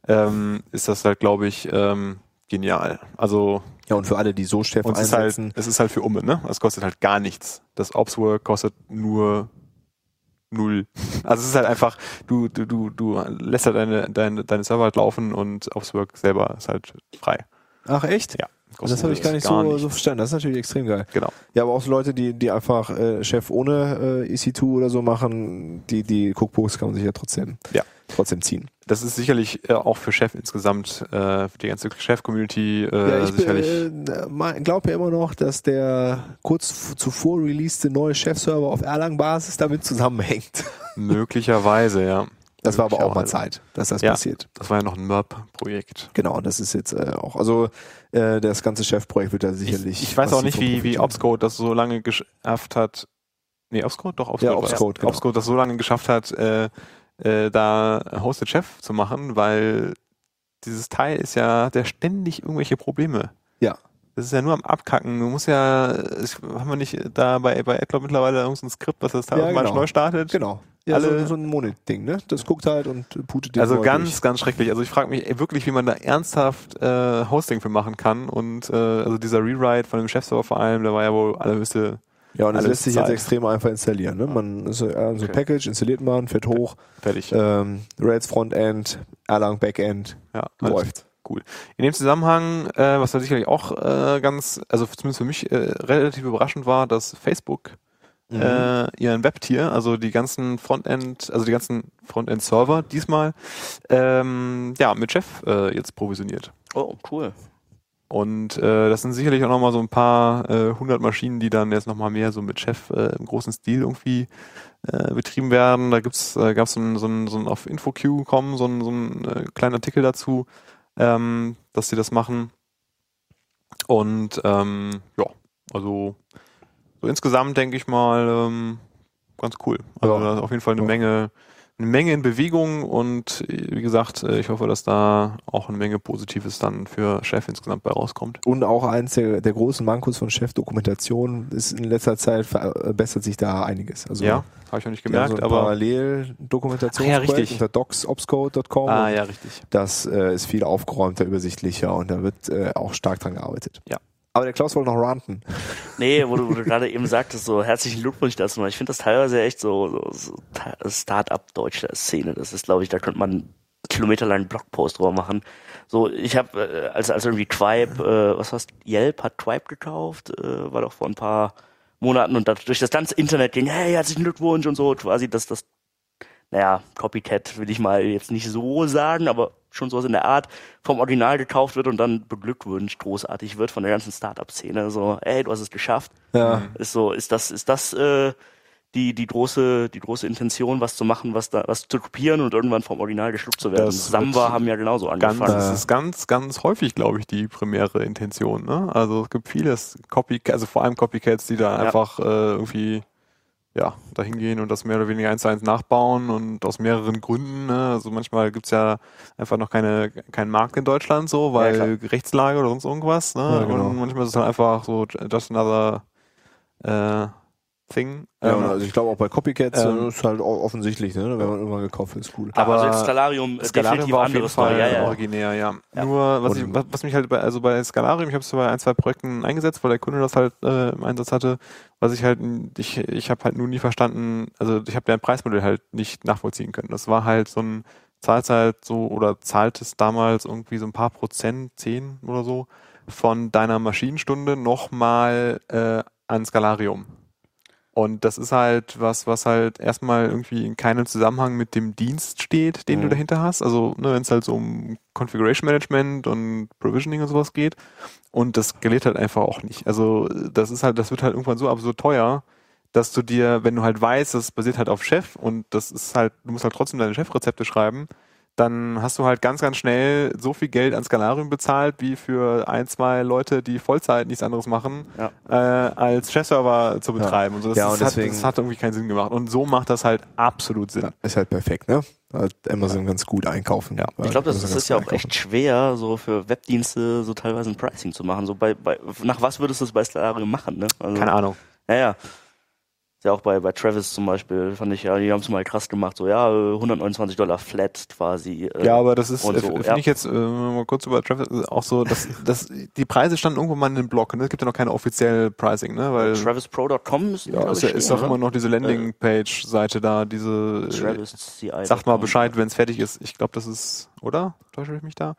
B: ähm, ist das halt, glaube ich, ähm, genial. Also
A: Ja, und für alle, die so Chef
B: und es ist, halt,
A: einsetzen,
B: es ist halt für Umme, ne? Es kostet halt gar nichts. Das Opswork kostet nur null. Also es ist halt einfach, du, du, du, du lässt halt deine, deine, deine Server halt laufen und Opswork selber ist halt frei. halt
A: ach echt?
B: Ja.
A: Also Das habe ich gar nicht, so, so verstanden. Das ist natürlich extrem geil.
B: Genau.
A: Ja, aber auch so Leute, die, die einfach äh, Chef ohne äh, EC2 oder so machen, die, die Cookbooks kann man sich ja trotzdem,
B: Ja.
A: trotzdem ziehen.
B: Das ist sicherlich äh, auch für Chef insgesamt, äh, für die ganze Chef-Community äh,
A: ja, ich <laughs> äh,
B: sicherlich.
A: glaube ja immer noch, dass der kurz f- zuvor releaste neue Chef-Server auf Erlang-Basis damit zusammenhängt.
B: möglicherweise, ja.
A: Das war aber auch mal
B: Möglicherweise.
A: Zeit, dass das
B: Ja.
A: passiert.
B: Das war ja noch ein MERP-Projekt.
A: Genau, und das ist jetzt äh, auch, also äh, das ganze Chef-Projekt wird da sicherlich.
B: Ich, ich weiß auch
A: massiv
B: nicht, wie, wie
A: profitieren.
B: Obscode das so lange geschafft hat. Nee, Obscode? Doch, Obscode.
A: Ja,
B: war's.
A: Obscode, genau.
B: Obscode das so lange geschafft hat, äh, äh, da Hosted Chef zu machen, weil dieses Teil ist ja, hat ja ständig irgendwelche Probleme.
A: Ja.
B: Das ist ja nur am Abkacken. Du musst ja, es- haben wir nicht da bei, bei AdCloud mittlerweile irgendein Skript, was das Teil
A: Ja,
B: automatisch
A: genau.
B: neu startet?
A: Genau. Ja,
B: Alle-
A: so, so ein Monit-Ding, ne? Das guckt halt und putet die
B: Also
A: Leute
B: ganz,
A: durch.
B: ganz schrecklich. Also ich frage mich ey, wirklich, wie man da ernsthaft äh, Hosting für machen kann. Und äh, also dieser Rewrite von dem Chefserver vor allem, der war ja wohl allerhöchste
A: Ja, und das
B: Alles
A: lässt sich
B: Zeit.
A: jetzt extrem einfach installieren. Ne? Man ist äh, so ein
B: Okay.
A: Package, installiert man, fährt hoch,
B: fertig.
A: ähm, Rails Frontend, Erlang Backend,
B: ja, alles
A: läuft.
B: In dem Zusammenhang, äh, was da sicherlich auch äh, ganz, also zumindest für mich äh, relativ überraschend war, dass Facebook äh, ihren Webtier, also die ganzen Frontend, also die ganzen Frontend-Server diesmal, ähm, ja, mit Chef äh, jetzt provisioniert.
C: Oh, cool.
B: Und äh, das sind sicherlich auch nochmal so ein paar äh, hundert Maschinen, die dann jetzt nochmal mehr so mit Chef äh, im großen Stil irgendwie äh, betrieben werden. Da gibt's, äh, gab es so ein, so ein, so ein auf InfoQ kommen, so ein, so ein äh, kleinen Artikel dazu, ähm, dass sie das machen. Und ähm, ja, also so insgesamt denke ich mal ähm, ganz cool. Also
A: Ja.
B: da ist auf jeden Fall eine
A: Ja.
B: Menge, eine Menge in Bewegung und äh, wie gesagt, äh, ich hoffe, dass da auch eine Menge Positives dann für Chef insgesamt bei rauskommt.
A: Und auch eins der, der großen Mankos von Chefdokumentation ist in letzter Zeit verbessert sich da einiges. Also
B: ja, habe ich noch nicht
A: die haben
B: gemerkt,
A: so
B: aber
A: parallel Dokumentation
B: Ah, ja, richtig.
A: unter docsopscode.com.
B: ah
A: und
B: ja, richtig.
A: Das äh, ist viel aufgeräumter, übersichtlicher und da wird äh, auch stark dran gearbeitet.
B: Ja.
A: Aber der Klaus wollte noch ranten.
C: Nee, wo du, wo du gerade eben sagtest, so herzlichen Glückwunsch dazu. Ich finde das teilweise echt so, so, so Ta- Start-up deutscher Szene. Das ist, glaube ich, da könnte man kilometerlang einen Blogpost drüber machen. So, ich habe, äh, als, als irgendwie Tribe, äh, was war's, Yelp hat Tribe gekauft, äh, war doch vor ein paar Monaten und das, durch das ganze Internet ging, hey, herzlichen Glückwunsch und so, quasi das, das, naja, Copycat will ich mal jetzt nicht so sagen, aber schon sowas in der Art, vom Original gekauft wird und dann beglückwünscht, großartig wird von der ganzen Startup-Szene. So, ey, du hast es geschafft.
B: Mhm.
A: Ja.
C: Ist so, ist das, ist das äh, die, die große, die große Intention, was zu machen, was da, was zu kopieren und irgendwann vom Original geschluckt zu werden.
B: Das
C: Samba
B: wird
C: haben ja genauso
B: Ganz,
C: angefangen.
B: das ist ganz, ganz häufig, glaube ich, die primäre Intention. Ne? Also es gibt vieles Copycat, also vor allem Copycats, die da
C: Ja.
B: einfach äh, irgendwie ja, dahin gehen und das mehr oder weniger eins zu eins nachbauen und aus mehreren Gründen. Ne? Also manchmal gibt's ja einfach noch keine, keinen Markt in Deutschland so, weil
C: Ja,
B: Rechtslage oder sonst irgendwas. Ne?
A: Ja, genau.
B: Und manchmal ist es dann einfach so just another äh, thing.
A: Ja,
B: Ähm,
A: und also ich glaube auch bei Copycats
B: ähm,
A: äh, ist halt o- offensichtlich, ne? wenn man irgendwann gekauft wird, ist cool.
C: aber also
B: aber
C: jetzt Scalarium, äh,
B: Scalarium
C: definitiv
B: war auf jeden
C: anderes
B: Fall
C: Story. ja, ja.
B: originär, ja.
C: Ja.
B: Nur, was,
A: Und-
B: ich, was, was mich halt bei, also bei Scalarium, ich habe es bei ein, zwei Projekten eingesetzt, weil der Kunde das halt äh, im Einsatz hatte, was ich halt, n- ich, ich habe halt nur nie verstanden, also ich habe deren Preismodell halt nicht nachvollziehen können. Das war halt so ein, zahlt halt so oder zahlt es damals irgendwie so ein paar Prozent, zehn oder so, von deiner Maschinenstunde nochmal äh, an Scalarium. Und das ist halt was, was halt erstmal irgendwie in keinem Zusammenhang mit dem Dienst steht, den du
A: Mhm.
B: dahinter hast. Also, ne, wenn es halt so um Configuration Management und Provisioning und sowas geht. Und das skaliert halt einfach auch nicht. Also, das ist halt, das wird halt irgendwann so absurd teuer, dass du dir, wenn du halt weißt, das basiert halt auf Chef und das ist halt, du musst halt trotzdem deine Chefrezepte schreiben, dann hast du halt ganz, ganz schnell so viel Geld an Skalarium bezahlt, wie für ein, zwei Leute, die Vollzeit nichts anderes machen,
C: Ja.
B: äh, als Chef-Server zu betreiben. Und so, das,
A: Ja,
B: ist-
A: und
B: das,
A: deswegen-
B: hat, das hat irgendwie keinen Sinn gemacht. Und so macht das halt absolut Sinn.
A: Ist halt perfekt, ne? Hat Amazon ganz gut einkaufen. Ja,
C: Ich glaube, das, das ist ja auch echt schwer, so für Webdienste so teilweise ein Pricing zu machen. So bei, bei, nach was würdest du es bei Stellarium machen? Ne? Also,
B: Keine Ahnung.
C: Naja. Ist ja auch bei, bei Travis zum Beispiel, fand ich ja, die haben es mal krass gemacht, so ja, äh, 129 Dollar flat quasi. äh,
B: Ja, aber das ist,
C: und
B: äh,
C: so,
B: finde
C: ja.
B: ich jetzt, äh, wenn wir mal kurz über Travis, äh, auch so, dass, dass die Preise standen irgendwo mal in einem Blog, ne? Es gibt ja noch keine offizielle Pricing, ne? Weil
C: TravisPro.com müssen die,
B: ja,
C: glaub
B: ist,
C: ich, ne?
B: ja- ist
C: stehen,
B: doch immer noch diese Landingpage-Seite da, diese
C: oder?
B: äh,
C: Travis halt CI.
B: Sagt mal Bescheid, wenn es fertig ist. Ich glaube, das ist, oder? Täusche ich mich da?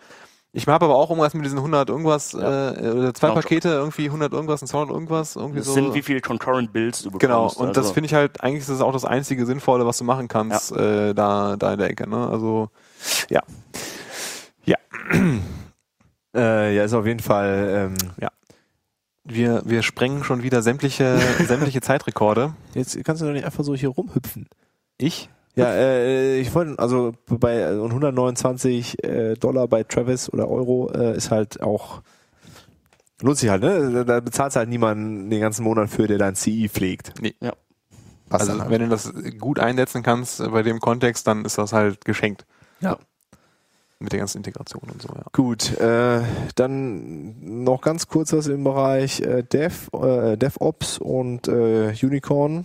B: Ich habe aber auch irgendwas mit diesen 100 irgendwas,
C: Ja.
B: äh, oder zwei
C: Genau.
B: Pakete, irgendwie 100 irgendwas und 200 irgendwas, irgendwie
C: Das
B: so.
C: sind wie viele Concurrent Builds du
B: Also,
C: also
B: genau,
C: bekommst.
B: und das finde ich halt, eigentlich ist das auch das einzige Sinnvolle, was du machen kannst, äh, da, da in der Ecke, ne? Also, ja.
A: Äh, ja, ist auf jeden Fall. Ähm,
B: Wir, wir sprengen schon wieder
C: <laughs>
B: sämtliche, sämtliche Zeitrekorde.
A: jetzt kannst du doch nicht einfach so hier rumhüpfen.
B: Ich?
A: Ja, äh, ich wollte, also bei und 129 äh, Dollar bei Travis oder Euro äh, ist halt auch, lohnt sich halt, ne? Da- Da bezahlst du halt niemanden den ganzen Monat für, der dein CI pflegt.
B: Nee.
C: Ja.
A: Passt
B: Also,
A: dann halt.
B: wenn du das gut einsetzen kannst äh, bei dem Kontext, dann ist das halt geschenkt.
A: Ja.
B: Mit der ganzen Integration und so, ja.
A: Gut, äh, dann noch ganz kurz was im Bereich äh, Dev, äh, DevOps und äh, Unicorn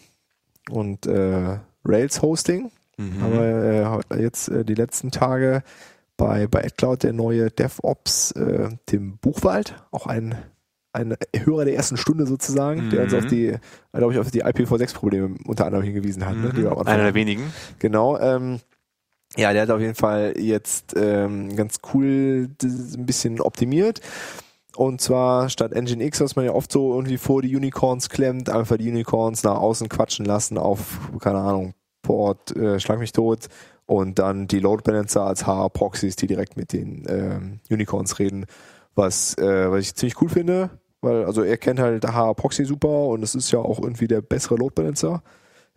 A: und äh, Rails Hosting.
B: Mhm.
A: Aber äh, jetzt äh, die letzten Tage bei, bei AdCloud der neue DevOps, äh, Tim Buchwald, auch ein, ein Hörer der ersten Stunde sozusagen, der uns
B: Mhm.
A: auf die, glaube ich, auf die IPv6-Probleme unter anderem hingewiesen hat, ne, die wir am Anfang
B: Einer der wenigen.
A: Genau. Ähm, ja, der hat auf jeden Fall jetzt ähm, ganz cool das ein bisschen optimiert. Und zwar statt Engine X, was man ja oft so irgendwie vor die Unicorns klemmt, einfach die Unicorns nach außen quatschen lassen auf, keine Ahnung, Port, äh, schlag mich tot. Und dann die Load Balancer als HR-Proxys, die direkt mit den ähm, Unicorns reden, was, äh, was ich ziemlich cool finde, weil also er kennt halt HR-Proxy super und es ist ja auch irgendwie der bessere Load Balancer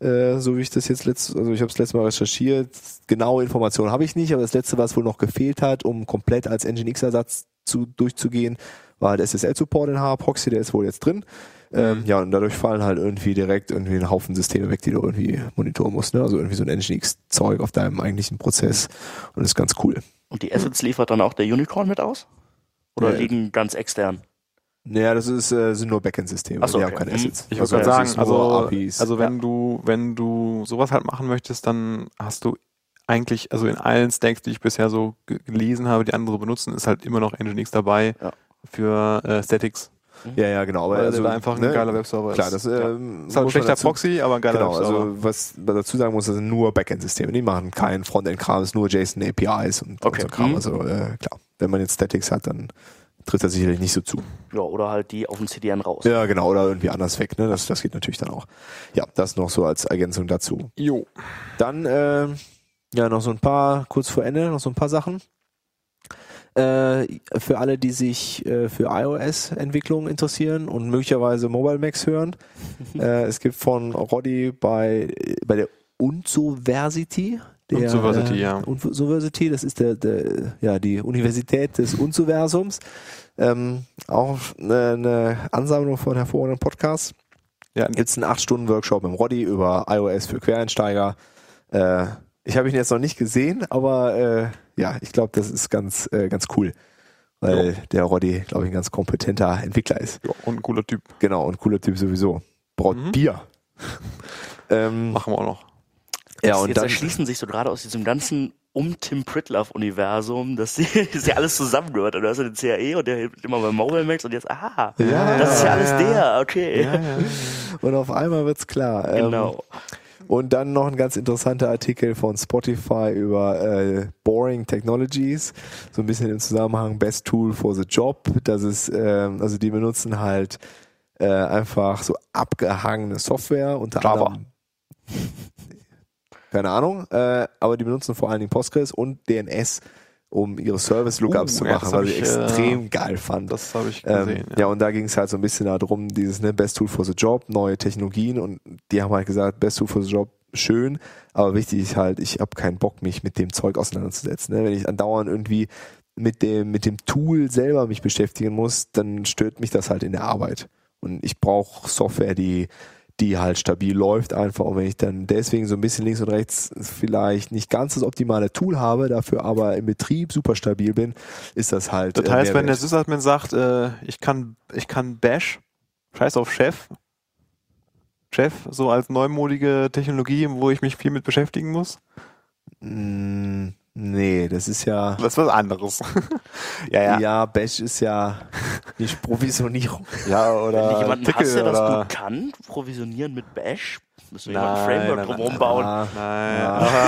A: äh, so wie ich das jetzt letzt, also ich habe es letztes Mal recherchiert. Genaue Informationen habe ich nicht, aber das letzte, was wohl noch gefehlt hat, um komplett als Nginx-Ersatz zu, durchzugehen, war halt SSL-Support in HA-Proxy, der ist wohl jetzt drin. Ähm, ja, und dadurch fallen halt irgendwie direkt irgendwie ein Haufen Systeme weg, die du irgendwie monitoren musst, ne? Also irgendwie so ein Nginx-Zeug auf deinem eigentlichen Prozess und das ist ganz cool.
C: und die Assets liefert dann auch der Unicorn mit aus? Oder
A: Nee.
C: liegen ganz extern?
A: Naja, das ist, äh, sind nur Backend-Systeme,
C: Ach so,
A: die
C: okay.
A: haben keine
C: Hm,
A: Assets.
B: Ich wollte gerade
A: es ist
B: sagen,
A: nur
B: also,
A: APIs.
B: also wenn du, wenn du sowas halt machen möchtest, dann hast du eigentlich, also in allen Stacks, die ich bisher so ge- gelesen habe, die andere benutzen, ist halt immer noch Nginx dabei
C: Ja.
B: für äh, Statics.
A: ja, ja, genau. Aber
B: Weil
A: also,
B: da einfach
A: ne,
B: ein geiler Webserver
A: Klar,
B: ist.
A: das ähm,
B: ja. ist halt ein
A: muss man
B: schlechter
A: dazu-
B: Proxy, aber ein geiler
A: Genau,
B: Webserver.
A: also was man dazu sagen muss, das sind nur Backend-Systeme. Die machen keinen Frontend-Kram, es ist nur JSON-APIs und,
C: Okay.
A: und so Kram.
C: Mhm.
A: Also äh, klar, wenn man jetzt Statics hat, dann tritt er sicherlich nicht so zu.
C: Ja, oder halt die auf dem CDN raus.
A: Ja, genau, oder irgendwie anders weg. Ne? Das, das geht natürlich dann auch. Ja, das noch so als Ergänzung dazu.
B: jo.
A: Dann ähm, ja noch so ein paar, kurz vor Ende, noch so ein paar Sachen. Äh, für alle, die sich äh, für iOS-Entwicklung interessieren und möglicherweise Mobile Max hören. äh, es gibt von Roddy bei, bei der Unzoversity. Der,
B: Unzoversity,
A: äh,
B: ja.
A: Unzoversity, das ist der, der, ja, die Universität des Unzoversums. Ähm, auch eine, eine Ansammlung von hervorragenden Podcasts
B: Ja,
A: gibt es einen 8-Stunden-Workshop im Roddy über iOS für Quereinsteiger. Äh, ich habe ihn jetzt noch nicht gesehen, aber äh, ja, ich glaube, das ist ganz, äh, ganz cool. Weil der Roddy, glaube ich, ein ganz kompetenter Entwickler ist.
B: ja, und ein cooler Typ.
A: Genau, und cooler Typ sowieso. Braut
B: Mhm.
A: Bier. <laughs> ähm,
B: Machen wir auch noch.
A: ja,
C: Jetzt-
A: und
C: jetzt
A: dann,
C: erschließen sich so gerade aus diesem ganzen um Tim Pritlove-Universum, dass sie, <laughs> dass sie alles zusammengehört. Und Du hast ja den CAE E und der hilft immer bei Mobile Max und jetzt, aha,
A: Ja,
C: das ist ja
B: ja,
C: alles
B: ja.
C: der, okay.
A: und auf einmal wird's klar. Ähm,
C: Genau.
A: Und dann noch ein ganz interessanter Artikel von Spotify über äh, Boring Technologies, so ein bisschen im Zusammenhang Best Tool for the Job. Das ist, ähm, also die benutzen halt äh, einfach so abgehangene Software unter
B: Java.
A: anderem. Keine Ahnung, äh, aber die benutzen vor allen Dingen Postgres und DNS, um ihre Service-Lookups
B: Uh,
A: zu
B: ja,
A: machen,
B: das
A: was
B: hab
A: ich
B: ich, äh,
A: extrem geil fand.
B: Das habe ich
A: Ähm,
B: gesehen.
A: ja. und da ging es halt so ein bisschen darum, dieses ne, Best Tool for the Job, neue Technologien und die haben halt gesagt, Best Tool for the Job schön, aber wichtig ist halt, ich habe keinen Bock, mich mit dem Zeug auseinanderzusetzen. Ne? Wenn ich andauernd irgendwie mit dem, mit dem Tool selber mich beschäftigen muss, dann stört mich das halt in der Arbeit. Und ich brauche Software, die, die halt stabil läuft einfach. Und wenn ich dann deswegen so ein bisschen links und rechts vielleicht nicht ganz das optimale Tool habe, dafür aber im Betrieb super stabil bin, ist das halt.
B: Das heißt, wenn der Sysadmin sagt, äh, ich kann, ich kann Bash, scheiß auf Chef, Chef, so als neumodige Technologie, wo ich mich viel mit beschäftigen muss?
A: Mm, nee, das ist ja.
B: Das ist was <laughs> anderes.
A: ja, ja. Ja, Bash ist ja <laughs> nicht Provisionierung.
B: ja, oder.
C: Wenn jemanden hast, der das
B: äh, oder-
C: gut kann, provisionieren mit Bash, müssen wir
B: Nein,
C: jemanden ein Framework
B: nein,
C: drum
B: nein,
C: rumbauen.
A: Ah,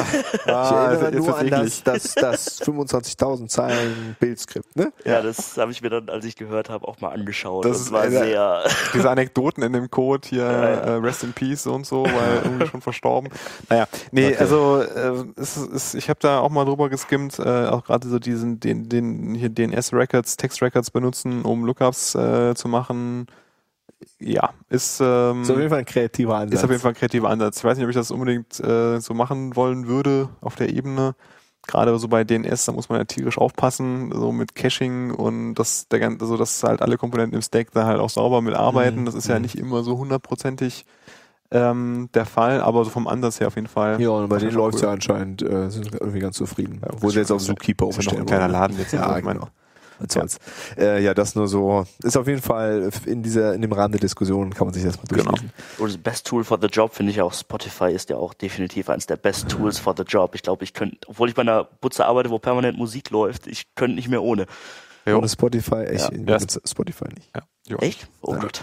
B: Nein.
A: Ja.
B: <laughs>
A: ich
B: Ah,
A: erinnere
B: ist- ist
A: nur
B: das
A: an das,
B: eklig.
A: das, <laughs> das 25.000 Zeilen Bildskript, ne?
C: Ja, das habe ich mir dann, als ich gehört habe, auch mal angeschaut.
B: Das
C: Das,
B: ist
C: war
B: einer-
C: sehr. <laughs>
B: diese Anekdoten in dem Code hier,
C: ja.
B: äh, Rest in Peace und so,
C: <laughs>
B: weil irgendwie schon verstorben. Naja, nee,
A: Okay.
B: also äh, es, ist- es, ich habe da auch mal drüber geskimmt, äh, auch gerade so diesen, den, den hier DNS-Records, Text-Records benutzen, um Lookups äh, zu machen. Ja, ist, ähm,
A: Ist auf jeden Fall ein kreativer Ansatz.
B: ist auf jeden Fall ein kreativer Ansatz. Ich weiß nicht, ob ich das unbedingt äh, so machen wollen würde auf der Ebene. Gerade so bei DNS, da muss man ja tierisch aufpassen, so mit Caching und dass der ganze, also dass halt alle Komponenten im Stack da halt auch sauber mitarbeiten.
A: Mhm.
B: Das ist ja
A: Mhm.
B: nicht immer so hundertprozentig ähm, der Fall, aber so vom Ansatz her auf jeden Fall.
A: Ja, und bei
B: Das ist
A: denen
B: schon
A: läuft
B: cool.
A: ja anscheinend, äh, sind irgendwie ganz zufrieden.
B: Ja,
A: Obwohl sie jetzt auf
B: schon-
A: Zookeeper
B: ist ja noch
A: umstellen.
B: ein kleiner
A: wollen.
B: Laden jetzt.
A: Ja,
B: ich meine,
A: genau. Was soll's. Äh, ja, das nur so. Ist auf jeden Fall in dieser, in dem Rahmen der Diskussion kann man sich das mal
B: Genau.
A: durchlesen.
C: Und das Best Tool for the Job finde ich auch. Spotify ist ja auch definitiv eines der Best Tools for the Job. Ich glaube, ich könnte, obwohl ich bei einer Butze arbeite, wo permanent Musik läuft, ich könnte nicht mehr ohne.
B: Jo.
A: Ohne Spotify, äh, ich
B: Ja.
A: benutze Spotify nicht.
B: Ja, jo.
C: Echt? Oh
A: Ja.
C: Gott.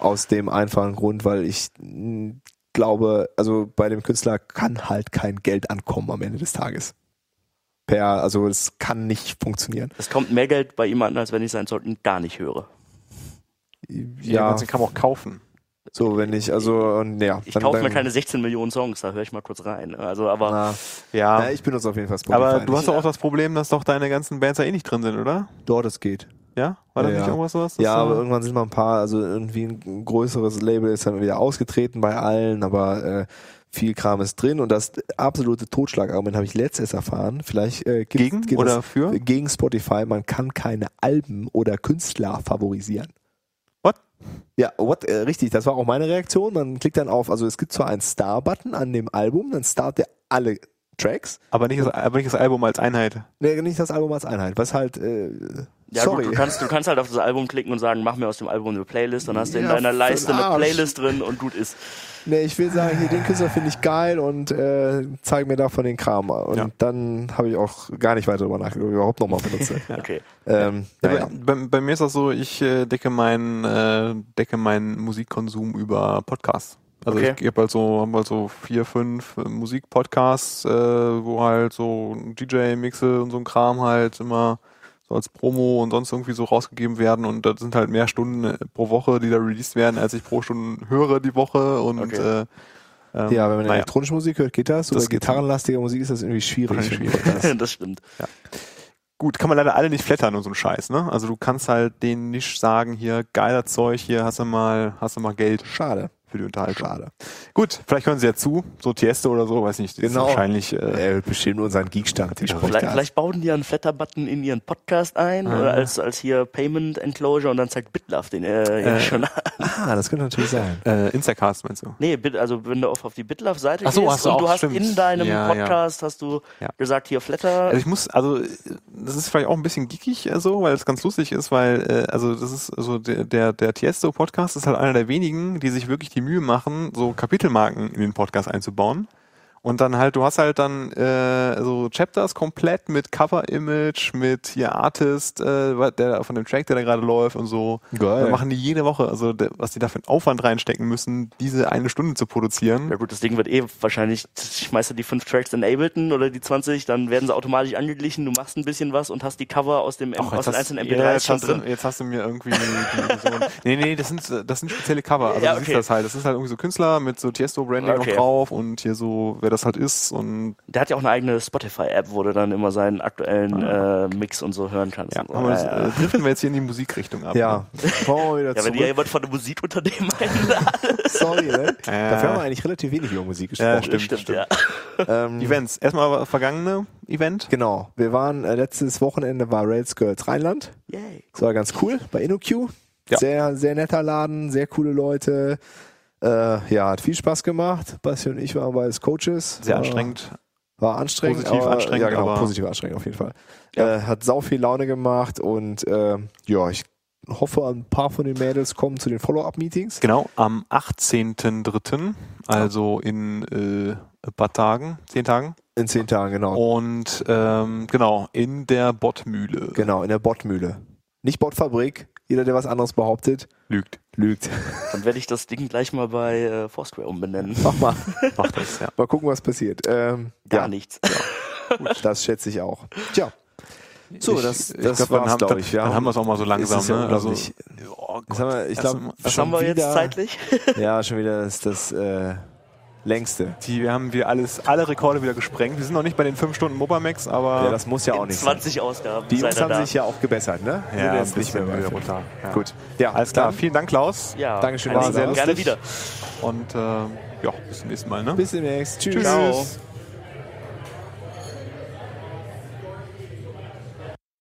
A: Aus dem einfachen Grund, weil ich mh, glaube, also bei dem Künstler kann halt kein Geld ankommen am Ende des Tages. Per, also es kann nicht funktionieren.
C: Es kommt mehr Geld bei ihm an, als wenn ich sein sollten, gar nicht höre.
B: Ja, den
A: Ja,
B: ganzen kann man auch kaufen.
A: so wenn ich, also, und ja.
C: Ich kaufe mir keine 16 Millionen Songs, da höre ich mal kurz rein. Also, aber
A: Na,
B: Ja.
A: na, ich benutze auf jeden Fall Spotify.
B: aber du
A: nicht.
B: hast doch auch das Problem, dass doch deine ganzen Bands da eh nicht drin sind, oder?
A: Dort, es geht.
B: Ja? War das
A: Ja,
B: nicht
A: ja.
B: irgendwas sowas? dass
A: Ja,
B: da-
A: aber irgendwann sind mal ein paar, also irgendwie ein größeres Label ist dann wieder ausgetreten bei allen, aber äh, viel Kram ist drin und das absolute Totschlagargument habe ich letztes erfahren. Vielleicht äh, gibt-
B: gegen
A: geht
B: oder
A: das
B: für?
A: gegen Spotify, man kann keine Alben oder Künstler favorisieren.
B: What?
A: Ja, what? Äh, richtig, das war auch meine Reaktion. Man klickt dann auf, also es gibt zwar einen Star-Button an dem Album, dann startet er alle Tracks.
B: Aber nicht, das, aber nicht das Album als Einheit.
A: Nee, nicht das Album als Einheit, was halt äh,
C: ja,
A: sorry.
C: gut, du kannst, du kannst halt auf das Album klicken und sagen, mach mir aus dem Album eine Playlist, dann hast du in
A: Ja,
C: deiner
A: für
C: Leiste
A: den
C: eine
A: Arsch.
C: Playlist drin und gut ist.
A: Nee, ich will sagen, hier, den Künstler finde ich geil und äh, zeig mir davon den Kram. Und
B: Ja.
A: dann habe ich auch gar nicht weiter darüber nachgedacht, ob ich überhaupt nochmal benutze.
C: Okay.
A: ähm, naja.
B: Bei, bei, bei mir ist das so, ich äh, decke meinen äh, decke meinen Musikkonsum über Podcasts. Also
C: Okay.
B: ich habe halt so, hab halt so vier, fünf äh, Musikpodcasts, äh, wo halt so DJ-Mixe und so ein Kram halt immer so als Promo und sonst irgendwie so rausgegeben werden und das sind halt mehr Stunden äh, pro Woche, die da released werden, als ich pro Stunde höre die Woche und
C: Okay.
B: äh, ähm,
A: Ja, wenn man
B: naja.
A: elektronische Musik hört, geht das.
B: Das
A: Oder
B: geht.
A: gitarrenlastige Musik ist das irgendwie schwierig. <laughs>
B: Wahrscheinlich
C: <laughs> das stimmt.
B: gut, kann man leider alle nicht flattern und so ein Scheiß, ne? Also du kannst halt denen nicht sagen, hier geiler Zeug, hier hast du mal, hast du mal Geld
A: Schade,
B: für die Unterhaltung.
A: schade.
B: Gut, vielleicht hören sie ja zu, so Tiesto oder so, weiß nicht, das
A: Genau.
B: ist wahrscheinlich äh,
A: Er bestimmt unseren Geekstand. den spricht
C: Vielleicht,
A: er an.
C: vielleicht bauen die einen Flatter-Button in ihren Podcast ein
B: Ah.
C: oder als, als hier Payment Enclosure und dann zeigt BitLove den äh, ja schon an.
A: Ah, das könnte natürlich sein.
B: äh, Instacast, meinst du?
C: Nee, Bit- also wenn du auf, auf die BitLove-Seite
B: Ach so,
C: gehst
B: hast du
C: und du
B: auch,
C: hast
B: stimmt.
C: in deinem
B: Ja, ja.
C: Podcast hast du
B: Ja.
C: gesagt, hier Flatter.
B: Also ich muss, also äh, das ist vielleicht auch ein bisschen geekig äh, so, weil es ganz lustig ist, weil äh, also das ist also der der, der Tiesto Podcast ist halt einer der wenigen, die sich wirklich die Mühe machen, so Kapitelmarken in den Podcast einzubauen. Und dann halt, du hast halt dann äh, so Chapters komplett mit Cover-Image, mit hier Artist, äh, der von dem Track, der da gerade läuft und so.
A: Geil.
B: Dann machen die jede Woche, also der, was die da für einen Aufwand reinstecken müssen, diese eine Stunde zu
C: ja
B: produzieren.
C: gut, das Ding wird eh wahrscheinlich, schmeißt du die fünf Tracks in Ableton oder die 20, dann werden sie automatisch angeglichen, du machst ein bisschen was und hast die Cover aus, dem, M- aus den einzelnen
B: ja,
C: MP3s
B: jetzt,
C: schon
B: hast du,
C: drin.
B: jetzt hast du mir irgendwie die, die, so
C: <laughs>
B: ein, Nee, nee, das sind, äh, das sind spezielle Cover. Also
C: Ja,
B: du
C: okay.
B: siehst das halt. Das ist halt irgendwie so Künstler mit so Tiesto-Branding
C: Okay.
B: noch drauf und hier so, wer das halt ist und
C: Der hat ja auch eine eigene Spotify-App, wo du dann immer seinen aktuellen äh, Mix und so hören kannst.
A: Ja,
C: und so.
B: aber das,
C: Ah, ja,
B: äh, driften wir jetzt hier in die Musikrichtung ab.
A: Ja, fahren wir wieder
C: ja wenn
A: zurück.
C: dir jemand von einem Musikunternehmen <laughs> einladen.
A: Sorry, ne?
B: Ja.
A: Dafür haben wir eigentlich relativ wenig über Musik
B: Ja,
A: gesprochen.
B: stimmt, stimmt.
C: ja.
A: Ähm,
B: ne? Events. Erstmal vergangene Event.
A: Genau. Wir waren äh, letztes Wochenende war Rails Girls Rheinland.
C: Yay.
A: Das war ganz cool bei InnoQ.
B: Ja.
A: Sehr, sehr netter Laden, sehr coole Leute. Äh, ja, hat viel Spaß gemacht. Basti und ich waren beides Coaches.
B: Sehr
A: War-
B: anstrengend.
A: War anstrengend.
B: Positiv
A: aber,
B: anstrengend,
A: Ja, genau,
B: aber-
A: positiv anstrengend auf jeden Fall.
B: Ja.
A: Äh, hat sau viel Laune gemacht und äh, ja, ich hoffe, ein paar von den Mädels kommen zu den Follow-up-Meetings.
B: Genau, am 18.03., also in äh, ein paar Tagen, zehn Tagen.
A: In zehn Tagen, genau.
B: Oh. Und ähm, genau, in der Bottmühle
A: Genau, in der Bottmühle. Nicht Bottfabrik. Jeder, der was anderes behauptet,
B: lügt.
A: lügt. <laughs>
C: Dann werde ich das Ding gleich mal bei äh, Foursquare umbenennen.
A: Mach mal.
B: Macht das, ja.
A: Mal gucken, was passiert. Ähm,
C: Gar
A: ja,
C: nichts.
A: das schätze ich auch. Tja. So, das-
B: ich
A: das
B: glaub, dann
A: war's,
B: haben-
A: glaub
B: dann-
A: ich. Wir
B: Dann
A: haben-
B: haben wir es auch mal so langsam.
A: Es ist ja
B: ne? also,
A: unglaublich.
B: oh Gott.
A: Jetzt haben wir, ich glaube,
B: Erstmal-
C: Was haben wir jetzt zeitlich?
A: <laughs> Ja, schon wieder ist das äh, längste.
B: Die, wir haben wir alles, alle Rekorde wieder gesprengt. Wir sind noch nicht bei den 5 Stunden Mobamax, aber
A: Ja, das muss ja auch
C: <laughs>
A: nicht sein.
C: 20 Ausgaben.
A: Die
C: seid
A: Jungs
C: ihr
A: haben
C: da.
A: sich ja auch gebessert, ne?
B: Ja,
A: Sind
B: ein
A: jetzt nicht mehr
B: bisschen
A: bei
B: wieder
A: fünf.
B: runter. Ja.
A: Gut. Ja,
B: Alles klar,
A: Dann
B: vielen Dank, Klaus.
C: Ja,
A: Dankeschön,
C: kein
A: war
C: Ding.
A: sehr
C: Gerne
A: lustig.
C: wieder.
B: Und äh, ja, bis zum nächsten Mal. Ne?
A: bis demnächst. Tschüss.
C: Ciao.